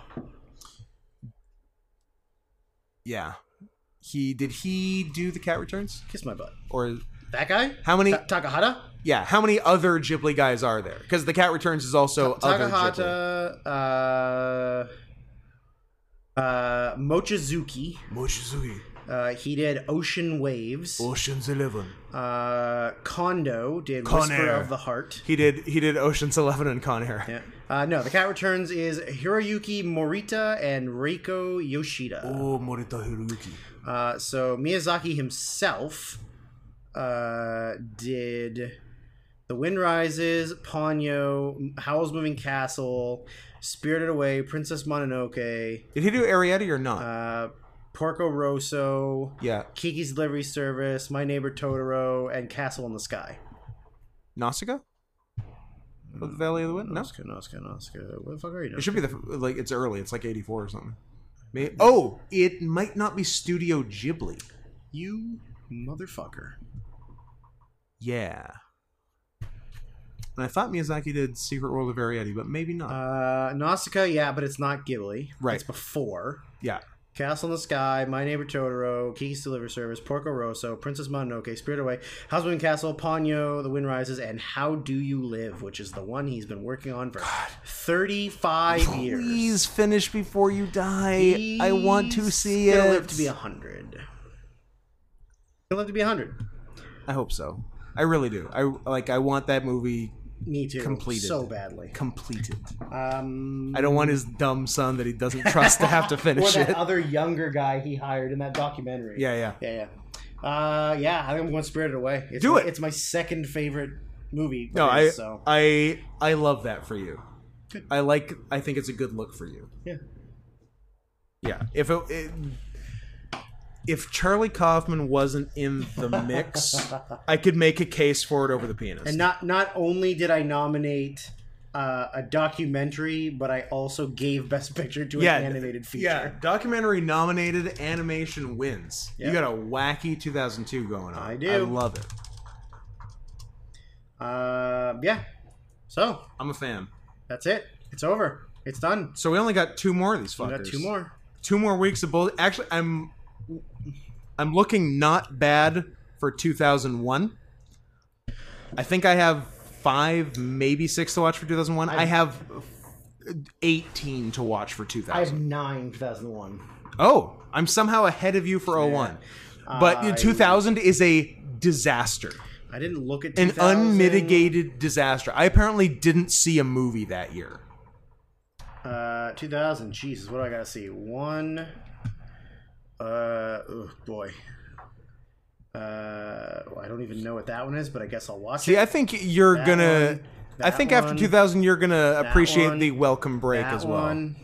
Speaker 1: yeah, he did he do the cat returns
Speaker 2: Kiss my butt.
Speaker 1: or
Speaker 2: That guy?
Speaker 1: how many?
Speaker 2: Ta- Takahata?
Speaker 1: Yeah, how many other Ghibli guys are there? Because the Cat Returns is also other Ghibli.
Speaker 2: Takahata. Uh, uh, Mochizuki.
Speaker 1: Mochizuki,
Speaker 2: Uh, he did Ocean Waves.
Speaker 1: Ocean's Eleven.
Speaker 2: Uh, Kondo did
Speaker 1: Con
Speaker 2: Whisper
Speaker 1: Air.
Speaker 2: of the Heart.
Speaker 1: He did. He did Ocean's Eleven and Con Air.
Speaker 2: Yeah. Uh, no, The Cat Returns is Hiroyuki Morita and Reiko Yoshida.
Speaker 1: Oh, Morita Hiroyuki.
Speaker 2: Uh, so Miyazaki himself uh, did The Wind Rises, Ponyo, Howl's Moving Castle, Spirited Away, Princess Mononoke,
Speaker 1: Did he do Ariete or not?
Speaker 2: uh, Porco Rosso,
Speaker 1: yeah,
Speaker 2: Kiki's Delivery Service, My Neighbor Totoro, and Castle in the Sky.
Speaker 1: Nausicaa. Of the Valley of the Wind. No,
Speaker 2: Nosca, Nosca, Nosca. Where the fuck are you?
Speaker 1: it should be the like. It's early. It's like eighty four or something. May oh, it might not be Studio Ghibli.
Speaker 2: You motherfucker.
Speaker 1: Yeah. And I thought Miyazaki did Secret World of Ariete, but maybe not.
Speaker 2: Uh, Nausicaa, yeah, but it's not Ghibli.
Speaker 1: Right.
Speaker 2: It's before.
Speaker 1: yeah.
Speaker 2: Castle in the Sky, My Neighbor Totoro, Kiki's Delivery Service, Porco Rosso, Princess Mononoke, Spirit Away, Houseman Castle, Ponyo, The Wind Rises, and How Do You Live, which is the one he's been working on for 35 years.
Speaker 1: Please finish before you die. I want to
Speaker 2: He's
Speaker 1: see it.
Speaker 2: gonna live to be 100. He'll live to be 100.
Speaker 1: I hope so. I really do. I like. I want that movie
Speaker 2: Me too.
Speaker 1: Completed.
Speaker 2: So badly.
Speaker 1: completed.
Speaker 2: Um,
Speaker 1: I don't want his dumb son that he doesn't trust to
Speaker 2: *laughs*
Speaker 1: have to
Speaker 2: or
Speaker 1: finish
Speaker 2: that
Speaker 1: it.
Speaker 2: other younger guy he hired in that documentary.
Speaker 1: Yeah, yeah.
Speaker 2: Yeah, yeah. Uh, yeah, I think I'm going Spirited Away. It's
Speaker 1: Do
Speaker 2: my,
Speaker 1: it.
Speaker 2: It's my second favorite movie.
Speaker 1: No,
Speaker 2: of
Speaker 1: I,
Speaker 2: his, so
Speaker 1: I, I love that for you.
Speaker 2: Good.
Speaker 1: I like. I think it's a good look for you.
Speaker 2: yeah.
Speaker 1: Yeah. If it, it if Charlie Kaufman wasn't in the mix,
Speaker 2: *laughs*
Speaker 1: I could make a case for it over the pianist.
Speaker 2: And not not only did I nominate uh, a documentary, but I also gave Best Picture to an
Speaker 1: Yeah,
Speaker 2: animated feature.
Speaker 1: Yeah, documentary nominated animation wins.
Speaker 2: Yeah.
Speaker 1: You got a wacky 2002 going on.
Speaker 2: I do.
Speaker 1: I love it.
Speaker 2: Uh, yeah. So
Speaker 1: I'm a fan.
Speaker 2: that's it. It's over. It's done.
Speaker 1: So we only got two more of these
Speaker 2: We
Speaker 1: fuckers.
Speaker 2: got two more.
Speaker 1: Two more weeks of bull. Actually, I'm I'm looking not bad for 2001. I think I have five, maybe six to watch for 2001. i have 18 to watch for
Speaker 2: I have
Speaker 1: 2000.
Speaker 2: nine 2001.
Speaker 1: oh, I'm somehow ahead of you for 01. But
Speaker 2: I-
Speaker 1: 2000 is a disaster.
Speaker 2: I didn't look at
Speaker 1: an
Speaker 2: 2000.
Speaker 1: unmitigated disaster. I apparently didn't see a movie that year.
Speaker 2: Uh, 2000. Jesus, what do I gotta see? One, Uh, oh boy. Uh, well, I don't even know what that one is, but I guess I'll watch
Speaker 1: See,
Speaker 2: it.
Speaker 1: I think you're
Speaker 2: That
Speaker 1: gonna.
Speaker 2: one,
Speaker 1: I
Speaker 2: that
Speaker 1: think after
Speaker 2: one,
Speaker 1: 2000, you're gonna appreciate
Speaker 2: one,
Speaker 1: the welcome break
Speaker 2: that
Speaker 1: as well.
Speaker 2: one.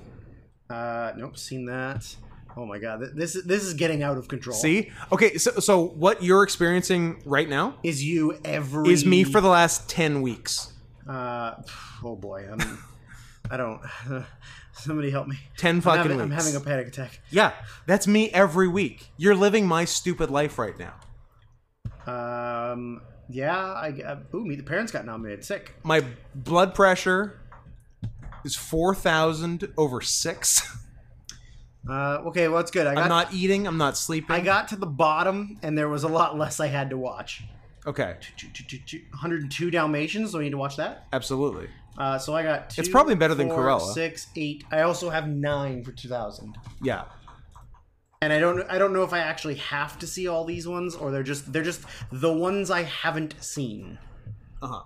Speaker 2: Uh, nope, seen that. Oh my god, th- this is- this is getting out of control.
Speaker 1: See, okay, so so what you're experiencing right now
Speaker 2: is you every
Speaker 1: is me for the last ten weeks.
Speaker 2: Uh, oh boy, I'm. I don't. *laughs* somebody help me.
Speaker 1: 10
Speaker 2: I'm
Speaker 1: fucking
Speaker 2: having- I'm
Speaker 1: weeks.
Speaker 2: having a panic attack.
Speaker 1: Yeah, that's me every week. You're living my stupid life right now.
Speaker 2: Um. Yeah. I. Uh, ooh, meet the parents got nominated. Sick.
Speaker 1: My blood pressure is four thousand over six.
Speaker 2: Uh. Okay. Well, it's good. I got.
Speaker 1: I'm not eating. I'm not sleeping.
Speaker 2: I got to the bottom, and there was a lot less I had to watch.
Speaker 1: okay,
Speaker 2: 102 Dalmatians. Do I need to watch that?
Speaker 1: absolutely.
Speaker 2: Uh, so I got. Two,
Speaker 1: It's probably better than
Speaker 2: four,
Speaker 1: Cruella.
Speaker 2: Six, eight. I also have nine for 2000.
Speaker 1: Yeah,
Speaker 2: and I don't I don't know if I actually have to see all these ones or they're just they're just the ones I haven't seen.
Speaker 1: Uh-huh.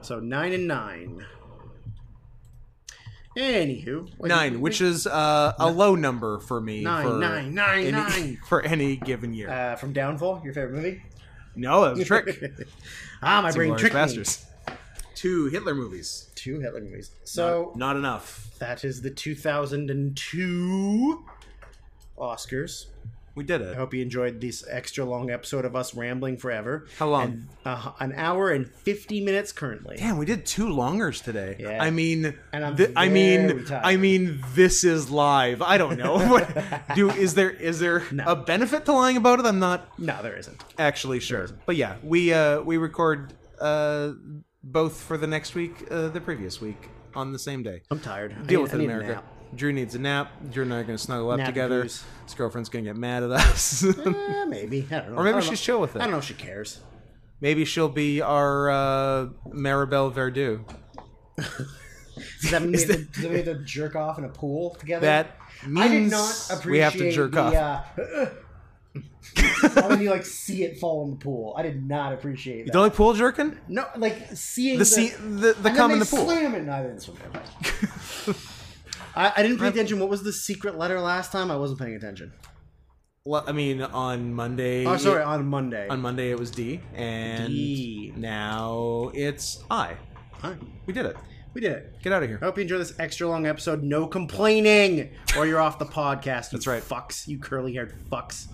Speaker 2: So nine and nine. Anywho, wait,
Speaker 1: nine,
Speaker 2: wait,
Speaker 1: which is uh, a low number for me.
Speaker 2: Nine,
Speaker 1: for
Speaker 2: nine, nine,
Speaker 1: any,
Speaker 2: nine.
Speaker 1: *laughs* for any given year.
Speaker 2: uh, from Downfall, your favorite movie?
Speaker 1: no, that was a trick.
Speaker 2: ah, my *laughs* brain
Speaker 1: Inglourious
Speaker 2: tricked me.
Speaker 1: Basterds. Two Hitler movies.
Speaker 2: Two Hitler movies. So
Speaker 1: not enough.
Speaker 2: that is the 2002 Oscars.
Speaker 1: We did
Speaker 2: I
Speaker 1: it.
Speaker 2: hope you enjoyed this extra long episode of us rambling forever.
Speaker 1: How long?
Speaker 2: And, uh, an hour and 50 minutes currently.
Speaker 1: Damn, we did two longers today.
Speaker 2: Yeah.
Speaker 1: I mean,
Speaker 2: And I'm
Speaker 1: thi- I mean,
Speaker 2: very tired.
Speaker 1: I mean, this is live. I don't
Speaker 2: *laughs*
Speaker 1: know. What- Do is there is there a benefit to lying about it? I'm not
Speaker 2: No, there isn't.
Speaker 1: actually sure. But yeah, we uh we record uh both for the next week, uh, the previous week on the same day.
Speaker 2: I'm tired. I
Speaker 1: Deal
Speaker 2: need-
Speaker 1: with
Speaker 2: I
Speaker 1: it,
Speaker 2: need a
Speaker 1: America.
Speaker 2: nap.
Speaker 1: Drew needs a nap. Drew and I are gonna snuggle up
Speaker 2: Nap
Speaker 1: together.
Speaker 2: goose.
Speaker 1: His girlfriend's gonna get mad at us. *laughs*
Speaker 2: Eh, maybe. I don't know.
Speaker 1: or maybe
Speaker 2: I don't
Speaker 1: she's
Speaker 2: know.
Speaker 1: chill with
Speaker 2: I don't
Speaker 1: it.
Speaker 2: know if she cares.
Speaker 1: Maybe she'll be our uh, Maribel Verdú.
Speaker 2: Does
Speaker 1: *laughs*
Speaker 2: that mean, we, have to, does that mean we have to jerk off in a pool together?
Speaker 1: That
Speaker 2: I
Speaker 1: means
Speaker 2: did not appreciate
Speaker 1: we have to jerk
Speaker 2: the,
Speaker 1: off.
Speaker 2: *laughs* Uh, when you like see it fall in the pool, I did not appreciate that.
Speaker 1: Don't like pool jerking?
Speaker 2: No, like seeing
Speaker 1: The sea, the, the
Speaker 2: and
Speaker 1: cum in
Speaker 2: then they
Speaker 1: the pool.
Speaker 2: Slam it and I didn't swim. I, I didn't pay attention. What was the secret letter last time? I wasn't paying attention.
Speaker 1: Well, I mean, on Monday.
Speaker 2: Oh, sorry, on Monday.
Speaker 1: On Monday it was D, and
Speaker 2: D.
Speaker 1: now it's I.
Speaker 2: All right,
Speaker 1: We did it.
Speaker 2: we did it.
Speaker 1: Get out of here.
Speaker 2: I hope you enjoy this extra long episode. No complaining, or you're off the podcast. You
Speaker 1: That's right.
Speaker 2: Fucks, you curly haired fucks.